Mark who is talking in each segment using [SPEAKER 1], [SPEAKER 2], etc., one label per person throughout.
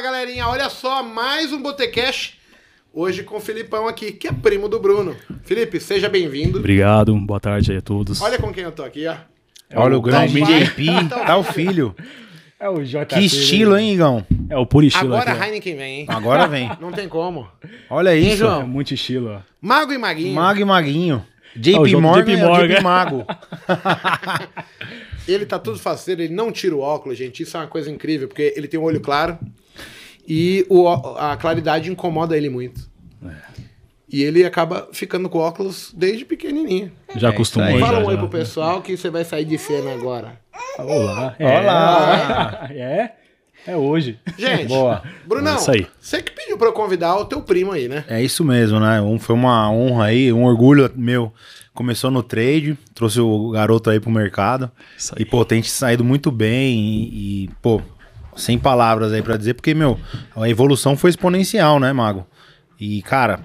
[SPEAKER 1] galerinha, olha só, mais um Botecash. Hoje com o Filipão aqui, que é primo do Bruno. Felipe, seja bem-vindo.
[SPEAKER 2] Obrigado, boa tarde aí a todos.
[SPEAKER 1] Olha com quem eu tô aqui, ó.
[SPEAKER 3] Olha o grande
[SPEAKER 1] pai,
[SPEAKER 3] JP, tá o filho.
[SPEAKER 2] é o JP.
[SPEAKER 3] Que estilo, hein, Igão?
[SPEAKER 2] É o puro estilo
[SPEAKER 1] Agora
[SPEAKER 2] aqui.
[SPEAKER 1] Heineken vem, hein?
[SPEAKER 3] Agora vem.
[SPEAKER 1] Não tem como.
[SPEAKER 3] Olha
[SPEAKER 1] Hein,
[SPEAKER 3] isso.
[SPEAKER 2] ó. É
[SPEAKER 1] João?
[SPEAKER 2] muito estilo, ó.
[SPEAKER 1] Mago e Maguinho.
[SPEAKER 3] Mago e Maguinho.
[SPEAKER 2] Ah, o
[SPEAKER 3] JP
[SPEAKER 2] jogo
[SPEAKER 3] Morgan,
[SPEAKER 2] JP
[SPEAKER 3] é o
[SPEAKER 2] Morgan.
[SPEAKER 3] JP Mago.
[SPEAKER 1] Ele tá tudo faceiro, ele não tira o óculos, gente. Isso é uma coisa incrível, porque ele tem um olho claro e o ó- a claridade incomoda ele muito.
[SPEAKER 2] É.
[SPEAKER 1] E ele acaba ficando com óculos desde pequenininho.
[SPEAKER 2] Já
[SPEAKER 3] É,
[SPEAKER 2] acostumou.
[SPEAKER 3] isso aí.
[SPEAKER 2] já,
[SPEAKER 1] Fala um oi
[SPEAKER 2] já.
[SPEAKER 1] pro pessoal que você vai sair de cena agora.
[SPEAKER 2] Olá. É.
[SPEAKER 3] Olá.
[SPEAKER 2] É? É hoje.
[SPEAKER 1] Gente,
[SPEAKER 3] Boa.
[SPEAKER 1] Brunão,
[SPEAKER 2] É isso aí.
[SPEAKER 1] você que pediu pra eu convidar o teu primo aí, né?
[SPEAKER 3] É isso mesmo, né? Um, foi uma honra aí, um orgulho meu. Começou no trade, trouxe o garoto aí pro mercado.
[SPEAKER 2] Isso aí.
[SPEAKER 3] E, pô, tem saído muito bem e, e, pô, sem palavras aí pra dizer, porque, meu, a evolução foi exponencial, né, Mago? E, cara,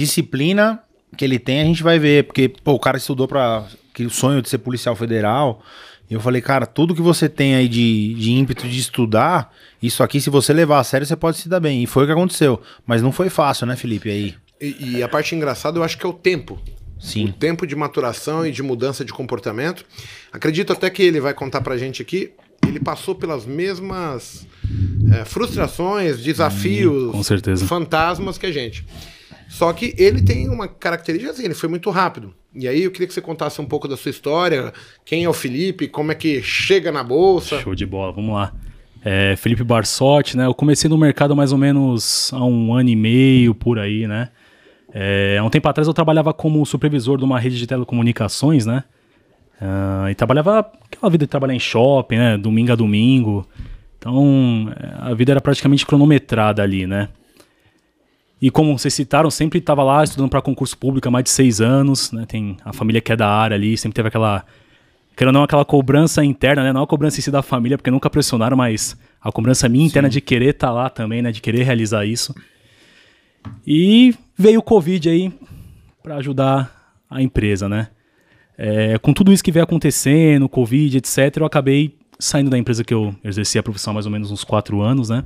[SPEAKER 3] disciplina que ele tem, a gente vai ver, porque, pô, o cara estudou pra que o sonho de ser policial federal. E eu falei, cara, tudo que você tem aí de, de ímpeto de estudar, isso aqui, se você levar a sério, você pode se dar bem. E foi o que aconteceu. Mas não foi fácil, né, Felipe? Aí,
[SPEAKER 1] E, e a parte engraçada eu acho que é o tempo. O
[SPEAKER 3] sim.
[SPEAKER 1] tempo de maturação e de mudança de comportamento. Acredito até que ele vai contar pra gente aqui. Ele passou pelas mesmas é, frustrações, desafios,
[SPEAKER 2] com certeza.
[SPEAKER 1] fantasmas que a gente. Só que ele tem uma característica assim, ele foi muito rápido. E aí eu queria que você contasse um pouco da sua história, quem é o Felipe, como é que chega na bolsa.
[SPEAKER 2] Show de bola, vamos lá. É, Felipe Barsotti, né? Eu comecei no mercado mais ou menos há um ano e meio, por aí, né? É, há um tempo atrás eu trabalhava como supervisor de uma rede de telecomunicações, né? Ah, e trabalhava aquela vida de trabalhar em shopping, né? Domingo a domingo. Então, é, a vida era praticamente cronometrada ali, né? E como vocês citaram, sempre estava lá estudando para concurso público há mais de seis anos, né? Tem a família que é da área ali, sempre teve aquela. Querendo ou não, aquela cobrança interna, né? Não a cobrança em si da família, porque nunca pressionaram, mas a cobrança minha interna de querer estar lá também, né? De querer realizar isso. E veio o Covid aí para ajudar a empresa, né? É, com tudo isso que veio acontecendo, Covid, etc., eu acabei saindo da empresa que eu exerci a profissão há mais ou menos uns quatro anos, né?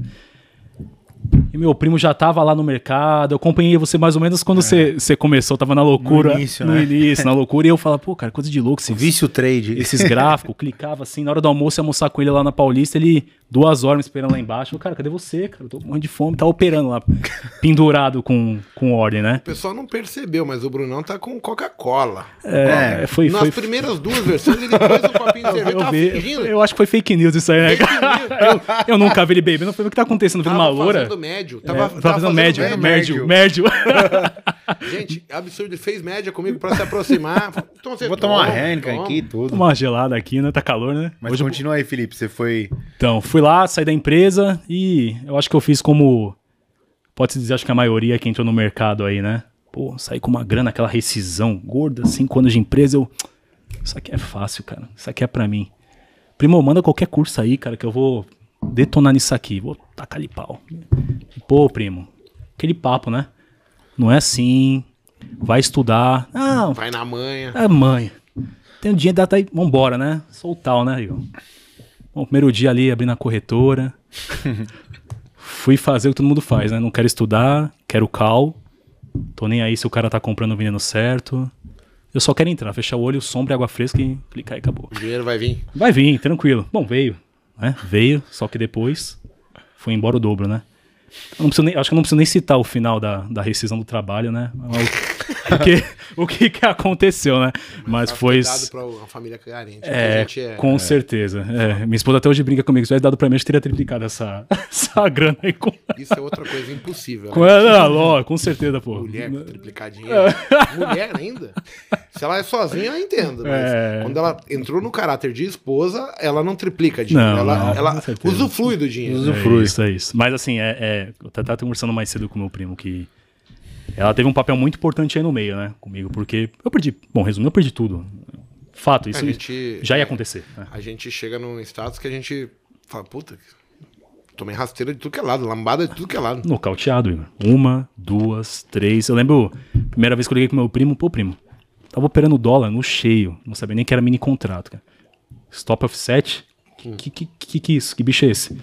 [SPEAKER 2] E meu primo já tava lá no mercado, eu acompanhei você mais ou menos quando você você começou, tava na loucura.
[SPEAKER 3] É. No início,
[SPEAKER 2] no
[SPEAKER 3] né?
[SPEAKER 2] início, na loucura. E eu falava, pô, cara, coisa de louco, esse
[SPEAKER 3] Vício trade.
[SPEAKER 2] esses gráficos, clicava assim, na hora do almoço, ia almoçar com ele lá na Paulista, ele duas horas me esperando lá embaixo. Eu, cara, cadê você, cara? Eu tô morrendo de fome, tá operando lá, pendurado com, com ordem, né?
[SPEAKER 1] O pessoal não percebeu, mas o Brunão tá com Coca-Cola.
[SPEAKER 2] É, foi,
[SPEAKER 1] Nas
[SPEAKER 2] foi.
[SPEAKER 1] primeiras duas versões ele pôs um copinho de
[SPEAKER 2] Eu,
[SPEAKER 1] cerveja, tava
[SPEAKER 2] vi-
[SPEAKER 1] fingindo.
[SPEAKER 2] eu acho que foi fake news isso aí, né? Eu, eu nunca vi ele bebendo, foi o que tá acontecendo, vendo uma
[SPEAKER 1] Tava
[SPEAKER 2] loura.
[SPEAKER 1] fazendo médio.
[SPEAKER 2] É,
[SPEAKER 1] Tava, tava
[SPEAKER 2] fazendo médio,
[SPEAKER 3] médio.
[SPEAKER 2] médio, médio.
[SPEAKER 1] Gente, absurdo. Ele fez média comigo pra se aproximar. Então, você
[SPEAKER 3] É. Vou tomar uma
[SPEAKER 1] toma,
[SPEAKER 3] Heineken
[SPEAKER 1] toma.
[SPEAKER 3] aqui e tudo.
[SPEAKER 2] Uma gelada aqui, né? Tá calor, né?
[SPEAKER 3] Mas
[SPEAKER 2] Hoje eu-
[SPEAKER 3] continua aí, Felipe. Você foi.
[SPEAKER 2] Então, fui lá, saí da empresa e eu acho que eu fiz como. Pode-se dizer, acho que a maioria que entrou no mercado aí, né? Pô, saí com uma grana, aquela rescisão gorda, cinco anos de empresa, eu. Isso aqui é fácil, cara. Isso aqui é pra mim. Primo, manda qualquer curso aí, cara, que eu vou detonar nisso aqui. Vou tacar ali pau. Pô, primo, aquele papo, né? Não é assim. Vai estudar. Não,
[SPEAKER 1] Vai na manha.
[SPEAKER 2] ah, mãe. Tem um dinheiro, dá tá aí. Vambora, né? Sou o tal, né, Igor? Bom, primeiro dia ali, abri na corretora. Fui fazer o que todo mundo faz, né? Não quero estudar, quero cal. Tô nem aí se o cara tá comprando o veneno certo. Eu só quero entrar, fechar o olho, sombra e água fresca e clicar e acabou.
[SPEAKER 1] O dinheiro vai vir.
[SPEAKER 2] Vai vir, tranquilo. Bom, veio, né? Veio, só que depois foi embora o dobro, né? Eu não preciso nem- acho que eu não preciso nem citar o final da, da rescisão do trabalho, né? Mas O, o que, o que que aconteceu, né? Mas foi...
[SPEAKER 1] Dado pra uma família carente.
[SPEAKER 2] É,
[SPEAKER 1] a gente é...
[SPEAKER 2] com certeza. É, minha esposa até hoje brinca comigo. Se tivesse dado pra mim, eu teria triplicado essa, essa grana aí com,
[SPEAKER 1] Isso é outra coisa impossível. né?
[SPEAKER 2] com ela. Ah, lógico, com certeza, pô.
[SPEAKER 1] Mulher com triplicar dinheiro. Mulher ainda? Se ela é sozinha, eu entendo. Mas
[SPEAKER 2] É.
[SPEAKER 1] quando ela entrou no caráter de esposa, ela não triplica dinheiro.
[SPEAKER 2] Não,
[SPEAKER 1] ela
[SPEAKER 2] não,
[SPEAKER 1] ela
[SPEAKER 2] com certeza.
[SPEAKER 1] usufrui do dinheiro.
[SPEAKER 2] É isso, é isso. Mas assim, é, é, eu até tava conversando mais cedo com meu primo que ela teve um papel muito importante aí no meio, né? Comigo, porque eu perdi. Bom, resumindo, eu perdi tudo. Fato, isso
[SPEAKER 1] É, A gente-
[SPEAKER 2] já ia acontecer. né?
[SPEAKER 1] A gente chega num status que a gente fala, puta, tomei rasteira de tudo que é lado, lambada de tudo que é lado.
[SPEAKER 2] Nocauteado, Igor. Uma, duas, três. Eu lembro, primeira vez que eu liguei com meu primo, pô, primo, tava operando dólar no cheio. Não sabia nem que era mini
[SPEAKER 1] Hum.
[SPEAKER 2] contrato, cara. Stop offset? Que, que, que, que isso? Que bicho é esse?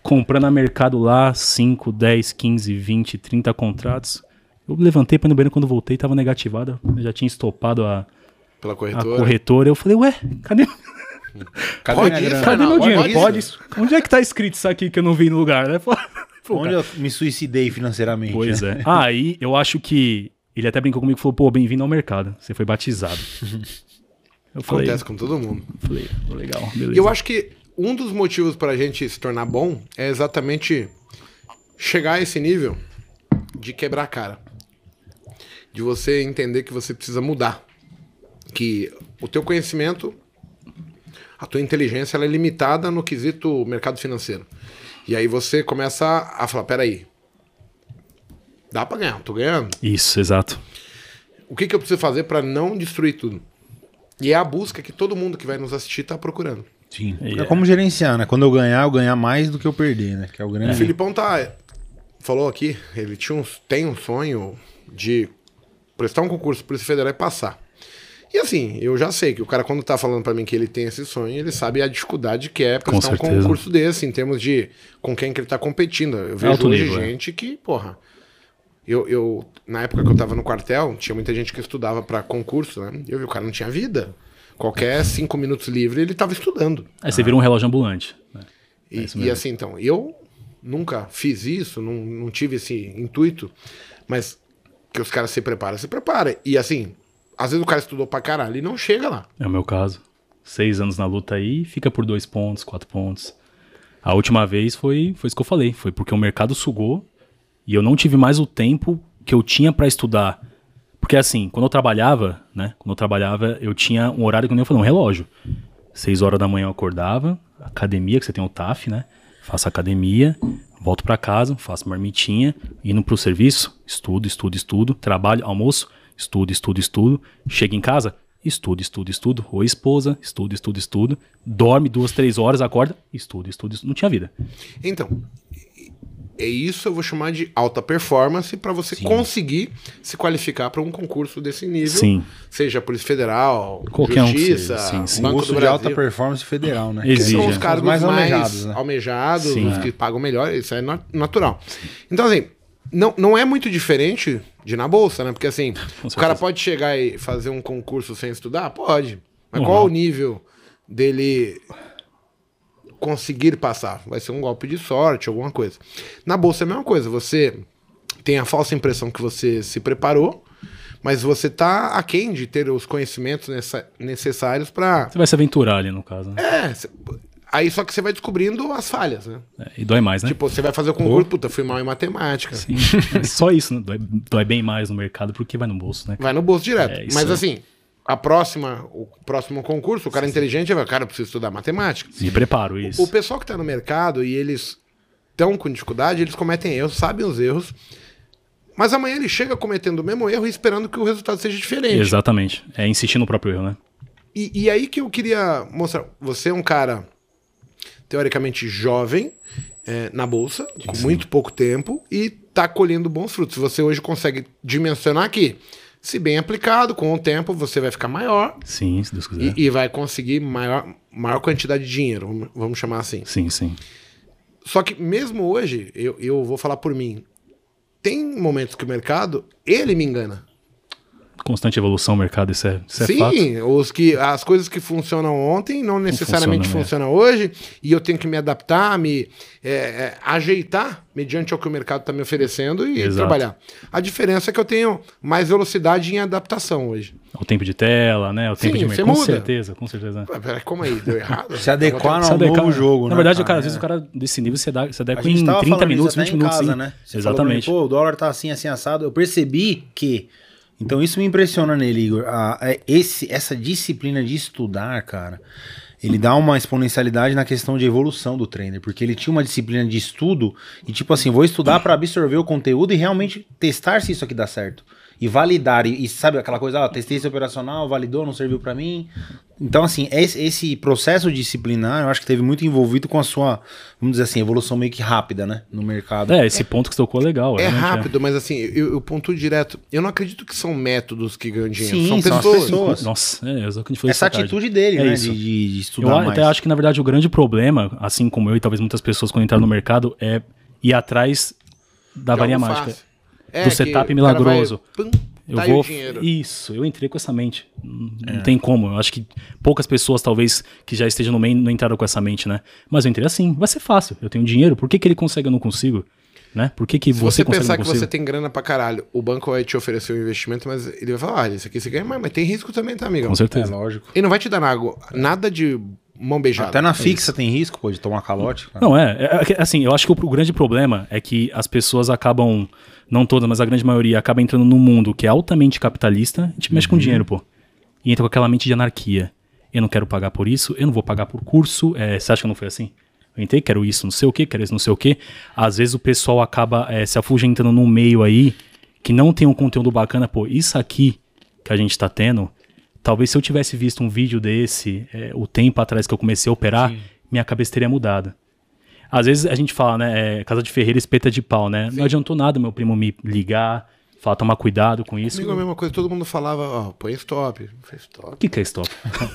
[SPEAKER 2] comprando a mercado lá, 5, 10, 15, 20, 30 contratos. Eu levantei para ir no banheiro quando voltei, tava negativada. Eu já tinha estopado a,
[SPEAKER 1] Pela
[SPEAKER 2] a
[SPEAKER 1] corretora.
[SPEAKER 2] corretora. Eu falei, ué, cadê,
[SPEAKER 3] Cadê
[SPEAKER 1] É. Pode
[SPEAKER 3] minha
[SPEAKER 1] ir, Fernando,
[SPEAKER 3] grana?
[SPEAKER 2] cadê meu
[SPEAKER 1] olha
[SPEAKER 2] dinheiro?
[SPEAKER 1] isso.
[SPEAKER 2] Pode? Onde é que tá escrito isso aqui que eu não vi no lugar, né? Pô,
[SPEAKER 3] Onde eu me suicidei financeiramente?
[SPEAKER 2] Pois
[SPEAKER 3] né?
[SPEAKER 2] é. Aí eu acho que ele até brincou comigo e falou: pô, bem-vindo ao mercado. Você foi batizado. Eu falei,
[SPEAKER 1] Acontece com todo mundo.
[SPEAKER 2] falei legal, beleza.
[SPEAKER 1] E eu acho que um dos motivos para a gente se tornar bom é exatamente chegar a esse nível de quebrar a cara. De você entender que você precisa mudar. Que o teu conhecimento, a tua inteligência, ela é limitada no quesito mercado financeiro. E aí você começa a falar, peraí, dá para ganhar, tô ganhando.
[SPEAKER 2] Isso, exato.
[SPEAKER 1] O que, que eu preciso fazer para não destruir tudo? E é a busca que todo mundo que vai nos assistir tá procurando.
[SPEAKER 3] Sim.
[SPEAKER 2] Yeah.
[SPEAKER 3] É como gerenciar, né? Quando eu ganhar, eu ganhar mais do que eu perder, né? Que é o
[SPEAKER 1] O
[SPEAKER 3] grande.
[SPEAKER 1] Filipão tá. Falou aqui, ele tinha um, tem um sonho de prestar um concurso pro Polícia Federal e passar. E assim, eu já sei que o cara, quando tá falando pra mim que ele tem esse sonho, ele sabe a dificuldade que é prestar um
[SPEAKER 2] certeza.
[SPEAKER 1] concurso desse, em termos de com quem que ele tá competindo. Eu vejo
[SPEAKER 2] alto
[SPEAKER 1] hoje
[SPEAKER 2] nível, é.
[SPEAKER 1] gente que, porra. Eu, eu, na época que eu tava no quartel, tinha muita gente que estudava pra concurso, né? Eu vi, o cara não tinha vida. Qualquer cinco minutos livre, ele tava estudando.
[SPEAKER 2] Aí você vira um relógio ambulante. né?
[SPEAKER 1] E, e assim, então, eu nunca fiz isso, não, não tive esse intuito, mas que os caras se preparam, se preparam. E assim, às vezes o cara estudou pra caralho e não chega lá.
[SPEAKER 2] É o meu caso. Seis anos na luta aí, fica por dois pontos, quatro pontos. A última vez foi, foi isso que eu falei. Foi porque o mercado sugou e eu não tive mais o tempo que eu tinha pra estudar. Porque assim, quando eu trabalhava, né? Quando eu trabalhava, eu tinha um horário que eu nem falei, um relógio. Seis horas da manhã eu acordava, academia, que você tem o TAF, né? Faço academia, volto pra casa, faço marmitinha, indo pro serviço, estudo, estudo, estudo, trabalho, almoço, estudo, estudo, estudo, chego em casa, estudo, estudo, estudo, ou esposa, estudo, estudo, estudo, dorme duas, três horas, acorda, estudo, estudo, estudo, não tinha vida.
[SPEAKER 1] Então, é isso eu vou chamar de alta performance pra você conseguir se qualificar pra um concurso desse nível.
[SPEAKER 2] Sim.
[SPEAKER 1] Seja Polícia Federal,
[SPEAKER 2] Qualquer um que
[SPEAKER 1] Justiça,
[SPEAKER 2] seja, sim, sim.
[SPEAKER 1] Banco
[SPEAKER 3] Concurso
[SPEAKER 1] do
[SPEAKER 3] de alta
[SPEAKER 1] Brasil.
[SPEAKER 3] performance federal, né?
[SPEAKER 1] Que
[SPEAKER 2] Exige.
[SPEAKER 1] são
[SPEAKER 2] Exija.
[SPEAKER 1] os cargos mais
[SPEAKER 3] Mais
[SPEAKER 1] almejados,
[SPEAKER 3] almejados, né?
[SPEAKER 2] Sim.
[SPEAKER 1] os que pagam melhor, isso é na- natural. Então, assim, não, não é muito diferente de na bolsa, né? Porque, assim, o cara pode chegar e fazer um concurso sem estudar? Pode. Mas qual é o nível dele conseguir passar? Vai ser um golpe de sorte, alguma coisa. Na bolsa é a mesma coisa, você tem a falsa impressão que você se preparou. Mas você tá aquém de ter os conhecimentos nessa- necessários para
[SPEAKER 2] Você vai se aventurar ali no caso, né?
[SPEAKER 1] é, cê- aí só que você vai descobrindo as falhas, né?
[SPEAKER 2] É, e dói mais, né?
[SPEAKER 1] Tipo, você vai fazer o concurso, puta, fui mal em matemática.
[SPEAKER 2] Sim. Mas Só isso, né? Dói, dói bem mais no mercado porque vai no bolso, né?
[SPEAKER 1] Vai no bolso direto.
[SPEAKER 2] É, isso
[SPEAKER 1] Mas
[SPEAKER 2] é.
[SPEAKER 1] assim, a próxima, o próximo concurso, o cara inteligente vai, cara, eu preciso estudar matemática.
[SPEAKER 2] Me preparo, isso.
[SPEAKER 1] O pessoal que tá no mercado e eles estão com dificuldade, eles cometem erros, sabem os erros. Mas amanhã ele chega cometendo o mesmo erro e esperando que o resultado seja diferente.
[SPEAKER 2] Exatamente. É insistir no próprio erro, né?
[SPEAKER 1] E, e aí que eu queria mostrar. Você é um cara teoricamente jovem é, na bolsa, com muito pouco tempo, e tá colhendo bons frutos. Você hoje consegue dimensionar aqui. Se bem aplicado, com o tempo você vai ficar maior
[SPEAKER 2] Sim, se Deus quiser.
[SPEAKER 1] e, e vai conseguir maior, maior quantidade de dinheiro, vamos- vamos chamar assim.
[SPEAKER 2] Sim, sim.
[SPEAKER 1] Só que mesmo hoje, eu, eu vou falar por mim, tem momentos que o mercado, ele me engana.
[SPEAKER 2] Constante evolução, mercado, isso é, isso é fato.
[SPEAKER 1] Sim, os que, as coisas que funcionam ontem não necessariamente
[SPEAKER 2] funciona, né?
[SPEAKER 1] funcionam hoje, e eu tenho que me adaptar, me é, é, ajeitar mediante o que o mercado está me oferecendo e
[SPEAKER 2] Exato.
[SPEAKER 1] trabalhar. A diferença é que eu tenho mais velocidade em adaptação hoje.
[SPEAKER 2] O tempo de tela, né? O tempo
[SPEAKER 1] Sim,
[SPEAKER 2] de
[SPEAKER 1] você
[SPEAKER 2] mercado. Com
[SPEAKER 1] muda.
[SPEAKER 2] certeza, com certeza.
[SPEAKER 1] Ué, peraí, como aí? Deu errado?
[SPEAKER 3] Se adequar
[SPEAKER 2] Se
[SPEAKER 3] ao
[SPEAKER 2] adequar-
[SPEAKER 3] novo jogo,
[SPEAKER 2] Na
[SPEAKER 3] né?
[SPEAKER 2] verdade, cara,
[SPEAKER 3] cara?
[SPEAKER 2] às vezes o cara desse nível se, ada- se
[SPEAKER 3] A
[SPEAKER 2] adequa
[SPEAKER 3] gente
[SPEAKER 2] em
[SPEAKER 3] tava
[SPEAKER 2] 30
[SPEAKER 3] falando
[SPEAKER 2] minutos,
[SPEAKER 3] isso até
[SPEAKER 2] 20
[SPEAKER 3] em
[SPEAKER 2] minutos.
[SPEAKER 3] casa,
[SPEAKER 2] sim.
[SPEAKER 3] né? Você falou pra mim,
[SPEAKER 2] Exatamente.
[SPEAKER 3] Pô, o dólar tá assim, assim, assado. Eu percebi que... Então isso me impressiona nele, Igor. A- é esse, essa disciplina de estudar, cara, ele dá uma exponencialidade na questão de evolução do trainer, porque ele tinha uma disciplina de estudo e tipo assim, vou estudar pra absorver o conteúdo e realmente testar se isso aqui dá certo. e validar. E, e sabe aquela coisa, ah, testei esse operacional, validou, não serviu para mim. Então, assim, esse, esse processo disciplinar, eu acho que teve muito envolvido com a sua, vamos dizer assim, evolução meio que rápida, né? No mercado.
[SPEAKER 2] É, esse ponto que você tocou é legal.
[SPEAKER 3] né,
[SPEAKER 1] É
[SPEAKER 2] realmente
[SPEAKER 1] rápido, mas assim, eu, eu pontuo direto. Eu não acredito que são métodos que ganham dinheiro.
[SPEAKER 3] Sim,
[SPEAKER 1] são,
[SPEAKER 3] são as
[SPEAKER 1] pessoas.
[SPEAKER 3] pessoas.
[SPEAKER 2] Nossa, é, é só o que a gente falou
[SPEAKER 3] Essa
[SPEAKER 2] essa tarde.
[SPEAKER 3] atitude dele,
[SPEAKER 2] É
[SPEAKER 3] né?
[SPEAKER 2] isso.
[SPEAKER 3] De, de- de
[SPEAKER 2] Eu
[SPEAKER 3] estudar
[SPEAKER 2] a-
[SPEAKER 3] mais.
[SPEAKER 2] até acho que, na verdade, o grande problema, assim como eu e talvez muitas pessoas quando entraram no mercado, é ir atrás da
[SPEAKER 1] de
[SPEAKER 2] varinha
[SPEAKER 1] algo
[SPEAKER 2] mágica.
[SPEAKER 1] fácil. É,
[SPEAKER 2] né? Do
[SPEAKER 1] que
[SPEAKER 2] setup
[SPEAKER 1] o cara
[SPEAKER 2] milagroso.
[SPEAKER 1] vai, pum,
[SPEAKER 2] Eu
[SPEAKER 1] tá aí
[SPEAKER 2] vou.
[SPEAKER 1] o dinheiro.
[SPEAKER 2] Isso, eu entrei com essa mente. Não não tem como. Eu acho que poucas pessoas, talvez, que já estejam no meio, não entraram com essa mente, né? Mas eu entrei assim, vai ser fácil. Eu tenho dinheiro, por que, que ele consegue eu não consigo? Né? Por que, que
[SPEAKER 1] Se
[SPEAKER 2] você,
[SPEAKER 1] você,
[SPEAKER 2] consegue eu
[SPEAKER 1] pensar
[SPEAKER 2] não
[SPEAKER 1] que
[SPEAKER 2] consigo?
[SPEAKER 1] você tem grana pra caralho, o banco vai te oferecer um investimento, mas ele vai falar, ah, isso aqui você ganha mais, mas tem risco também, tá, amigão?
[SPEAKER 2] Com
[SPEAKER 3] É
[SPEAKER 2] certeza.
[SPEAKER 3] lógico.
[SPEAKER 1] Ele não vai te dar nada, nada de mão beijada.
[SPEAKER 3] Até na fixa tem risco, pô, de tomar calote. cara.
[SPEAKER 2] Não, é, é, é que, Assim, eu acho que o, o grande problema é que as pessoas acabam, não todas, mas a grande maioria, acaba entrando num mundo que é altamente capitalista e te mexe com dinheiro, pô. E entra com aquela mente de anarquia. Eu não quero pagar por isso, eu não vou pagar por curso. É, você acha que não foi assim? Eu entrei, quero isso, não sei o quê, quero isso, não sei o quê. Às vezes o pessoal acaba é, se afugentando num meio aí que não tem um conteúdo bacana. Pô, isso aqui que a gente tá tendo, talvez se eu tivesse visto um vídeo desse, é, o tempo atrás que eu comecei a operar, minha cabeça teria mudado. Às vezes a gente fala, né? é, casa de ferreiro, espeta de pau, né? Não adiantou nada meu primo me ligar, falar, tomar cuidado com isso.
[SPEAKER 1] Comigo é a mesma coisa, todo mundo falava, ó, põe stop, põe
[SPEAKER 2] O
[SPEAKER 1] stop.
[SPEAKER 2] que, que é stop?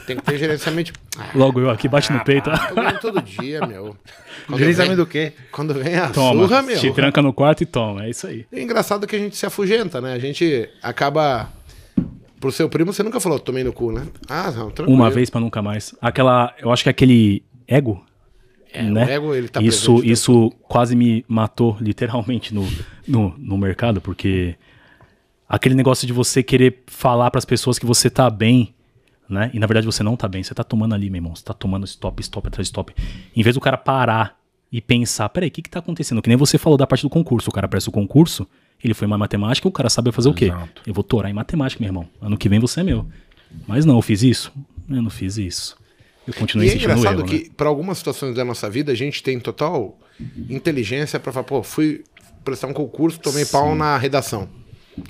[SPEAKER 1] Tem que ter gerenciamento. Ah,
[SPEAKER 2] Logo eu aqui, bate no peito.
[SPEAKER 1] tô ganhando todo dia, meu. Quando
[SPEAKER 3] Gerenciamento
[SPEAKER 1] vem-
[SPEAKER 3] é do quê?
[SPEAKER 1] Quando vem a
[SPEAKER 2] Toma,
[SPEAKER 1] surra, meu.
[SPEAKER 2] te tranca no quarto e toma, é isso aí.
[SPEAKER 1] É engraçado que a gente se afugenta, né? A gente acaba. Pro seu primo, você nunca falou, tomei no cu, né? Ah, não, tranquilo.
[SPEAKER 2] Uma vez pra nunca mais. Aquela, eu acho que é aquele ego, é, né?
[SPEAKER 1] o ego, ele tá
[SPEAKER 2] isso,
[SPEAKER 1] presente, né?
[SPEAKER 2] isso quase me matou literalmente no, no, no mercado, porque aquele negócio de você querer falar pras pessoas que você tá bem, né? E na verdade você não tá bem, você tá tomando ali, meu irmão, você tá tomando stop, stop atrás de stop. Em vez do cara parar e pensar, peraí, o que que tá acontecendo? Que nem você falou da parte do concurso, o cara presta o concurso, ele foi mais matemática, o cara sabe fazer o quê?
[SPEAKER 3] Exato.
[SPEAKER 2] Eu vou torar em matemática, meu irmão. Ano que vem você é meu. Mas não, eu fiz isso? Eu não fiz isso. Eu continuo
[SPEAKER 1] e é
[SPEAKER 2] insistindo no
[SPEAKER 1] engraçado
[SPEAKER 2] erro,
[SPEAKER 1] que,
[SPEAKER 2] né?
[SPEAKER 1] pra algumas situações da nossa vida, a gente tem total inteligência pra falar, pô, fui prestar um concurso, tomei pau na redação.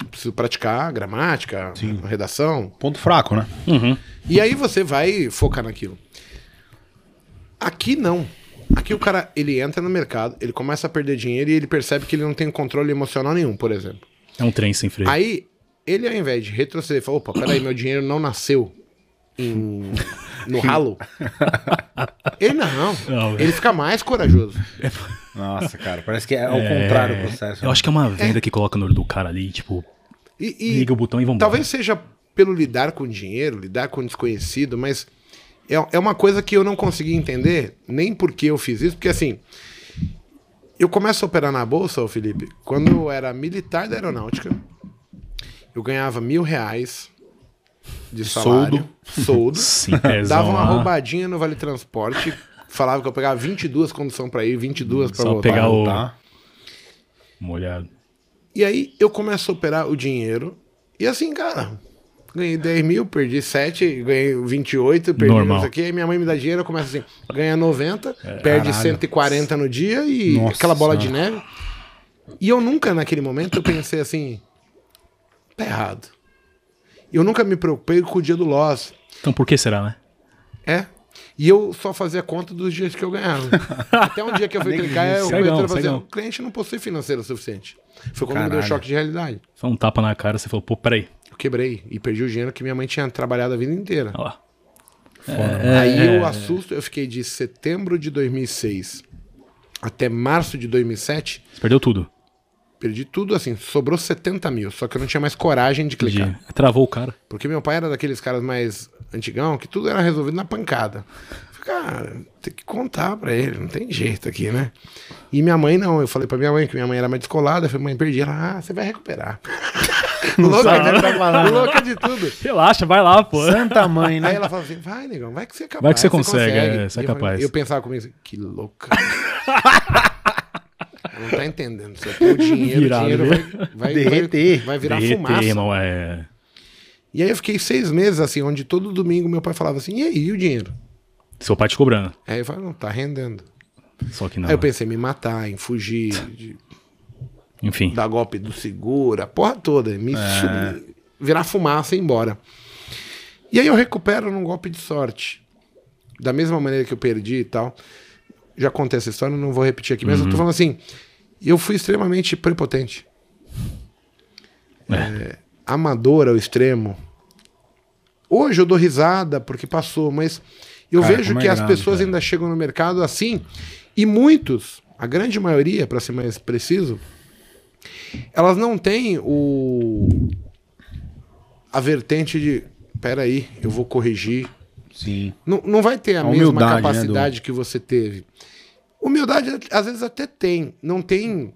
[SPEAKER 1] Preciso praticar gramática, redação.
[SPEAKER 3] Ponto fraco, né?
[SPEAKER 2] Uhum.
[SPEAKER 1] E aí você vai focar naquilo. Aqui não. Aqui o cara, ele entra no mercado, ele começa a perder dinheiro e ele percebe que ele não tem controle emocional nenhum, por exemplo.
[SPEAKER 2] É um trem sem freio.
[SPEAKER 1] Aí, ele ao invés de retroceder, falou, opa, peraí, meu dinheiro não nasceu em- no ralo. ele não.
[SPEAKER 2] Não,
[SPEAKER 1] ele fica mais corajoso.
[SPEAKER 3] Nossa, cara, parece que é ao contrário o processo. né?
[SPEAKER 2] Eu acho que é uma venda que coloca no olho do cara ali, tipo,
[SPEAKER 1] né? E, e
[SPEAKER 2] liga o né? botão e vambora.
[SPEAKER 1] talvez seja pelo lidar com dinheiro, lidar com desconhecido, mas é, é uma coisa que eu não consegui entender, nem porque eu fiz isso, porque assim, eu começo a operar na bolsa, ô Felipe, quando eu era militar da aeronáutica, eu ganhava mil reais de salário. Soldo.
[SPEAKER 2] Sim, pezão
[SPEAKER 1] Dava uma
[SPEAKER 2] lá.
[SPEAKER 1] roubadinha no Vale Transporte. Falava que eu pegava 22 condução pra ir, 22 pra
[SPEAKER 2] Só
[SPEAKER 1] voltar.
[SPEAKER 2] pegar é o-
[SPEAKER 3] Tá?
[SPEAKER 2] Molhado.
[SPEAKER 1] E aí eu começo a operar o dinheiro. E assim, cara, ganhei 10 mil, perdi 7, ganhei 28, perdi
[SPEAKER 2] Normal. É,
[SPEAKER 1] isso aqui. Aí minha mãe me dá dinheiro, eu começo assim, ganha 90, perde
[SPEAKER 3] Caralho.
[SPEAKER 1] 140 no dia e
[SPEAKER 3] Nossa
[SPEAKER 1] aquela bola de neve. E eu nunca, naquele momento, eu pensei assim, tá errado. Eu nunca me preocupei com o dia do loss.
[SPEAKER 2] Então por que será, né?
[SPEAKER 1] É. E eu só fazia conta dos dias que eu ganhava. Até um dia que eu fui clicar, eu
[SPEAKER 2] Cegão,
[SPEAKER 1] comecei a fazer.
[SPEAKER 2] cegão.
[SPEAKER 1] O cliente não possui financeiro o suficiente. Foi quando me deu
[SPEAKER 3] Caralho.
[SPEAKER 1] choque de realidade.
[SPEAKER 2] Foi um tapa na cara, você falou, pô, peraí.
[SPEAKER 1] Eu quebrei e perdi o dinheiro que minha mãe tinha trabalhado a vida inteira. É,
[SPEAKER 2] Ó lá. Ah,
[SPEAKER 1] Aí
[SPEAKER 2] É,
[SPEAKER 1] eu assusto, eu fiquei de setembro de 2006 até março de 2007,
[SPEAKER 2] Você perdeu tudo.
[SPEAKER 1] perdi tudo assim, sobrou 70 mil, só que eu não tinha mais coragem de clicar.
[SPEAKER 2] De- Travou o cara.
[SPEAKER 1] Porque meu pai era daqueles caras mais antigão que tudo era resolvido na pancada. Falei, Cara, tem que contar pra ele, não tem jeito aqui, né? E minha mãe não, eu falei pra minha mãe que minha mãe era mais descolada, eu falei, mãe, perdi. Ela, ah, você vai recuperar. louca,
[SPEAKER 3] sabe, não tá falando.
[SPEAKER 1] louca de tudo.
[SPEAKER 2] Relaxa, vai lá, pô.
[SPEAKER 3] Santa mãe,
[SPEAKER 1] Aí
[SPEAKER 3] né?
[SPEAKER 1] ela fala assim: vai, negão, vai que você é capaz.
[SPEAKER 2] Vai que você consegue, é, você é
[SPEAKER 1] E eu,
[SPEAKER 2] capaz.
[SPEAKER 1] eu pensava comigo assim: que louca. Ela não tá entendendo. Você põe o dinheiro,
[SPEAKER 2] Virado,
[SPEAKER 1] o dinheiro
[SPEAKER 2] né?
[SPEAKER 1] vai, vai,
[SPEAKER 3] Derreter.
[SPEAKER 1] vai, vai virar
[SPEAKER 2] Derreter,
[SPEAKER 1] Tá fumaça.
[SPEAKER 2] irmão, é...
[SPEAKER 1] E aí eu fiquei seis meses assim, onde todo domingo meu pai falava assim: e aí, e o dinheiro?
[SPEAKER 2] Seu pai te cobrando.
[SPEAKER 1] Aí eu falei: não, tá rendendo.
[SPEAKER 2] Só que não.
[SPEAKER 1] Aí eu pensei em me matar, em fugir. de-
[SPEAKER 2] Enfim.
[SPEAKER 1] dar golpe do segura, a porra toda. Me su- virar fumaça e ir embora. E aí eu recupero num golpe de sorte. Da mesma maneira que eu perdi e tal. Já contei essa história, não vou repetir aqui, mas
[SPEAKER 3] Uhum.
[SPEAKER 1] eu tô falando assim. Eu fui extremamente prepotente. É, amador ao extremo. Hoje eu dou risada porque passou, mas eu
[SPEAKER 3] Cara,
[SPEAKER 1] vejo
[SPEAKER 3] como é
[SPEAKER 1] que as
[SPEAKER 3] grave,
[SPEAKER 1] pessoas
[SPEAKER 3] cara.
[SPEAKER 1] ainda chegam no mercado assim. E muitos, a grande maioria, para ser mais preciso, elas não têm o a vertente de peraí, eu vou corrigir.
[SPEAKER 3] Sim.
[SPEAKER 1] Não, não vai ter a,
[SPEAKER 3] A
[SPEAKER 1] mesma
[SPEAKER 3] humildade, né,
[SPEAKER 1] capacidade que você teve. Humildade às vezes até tem, não tem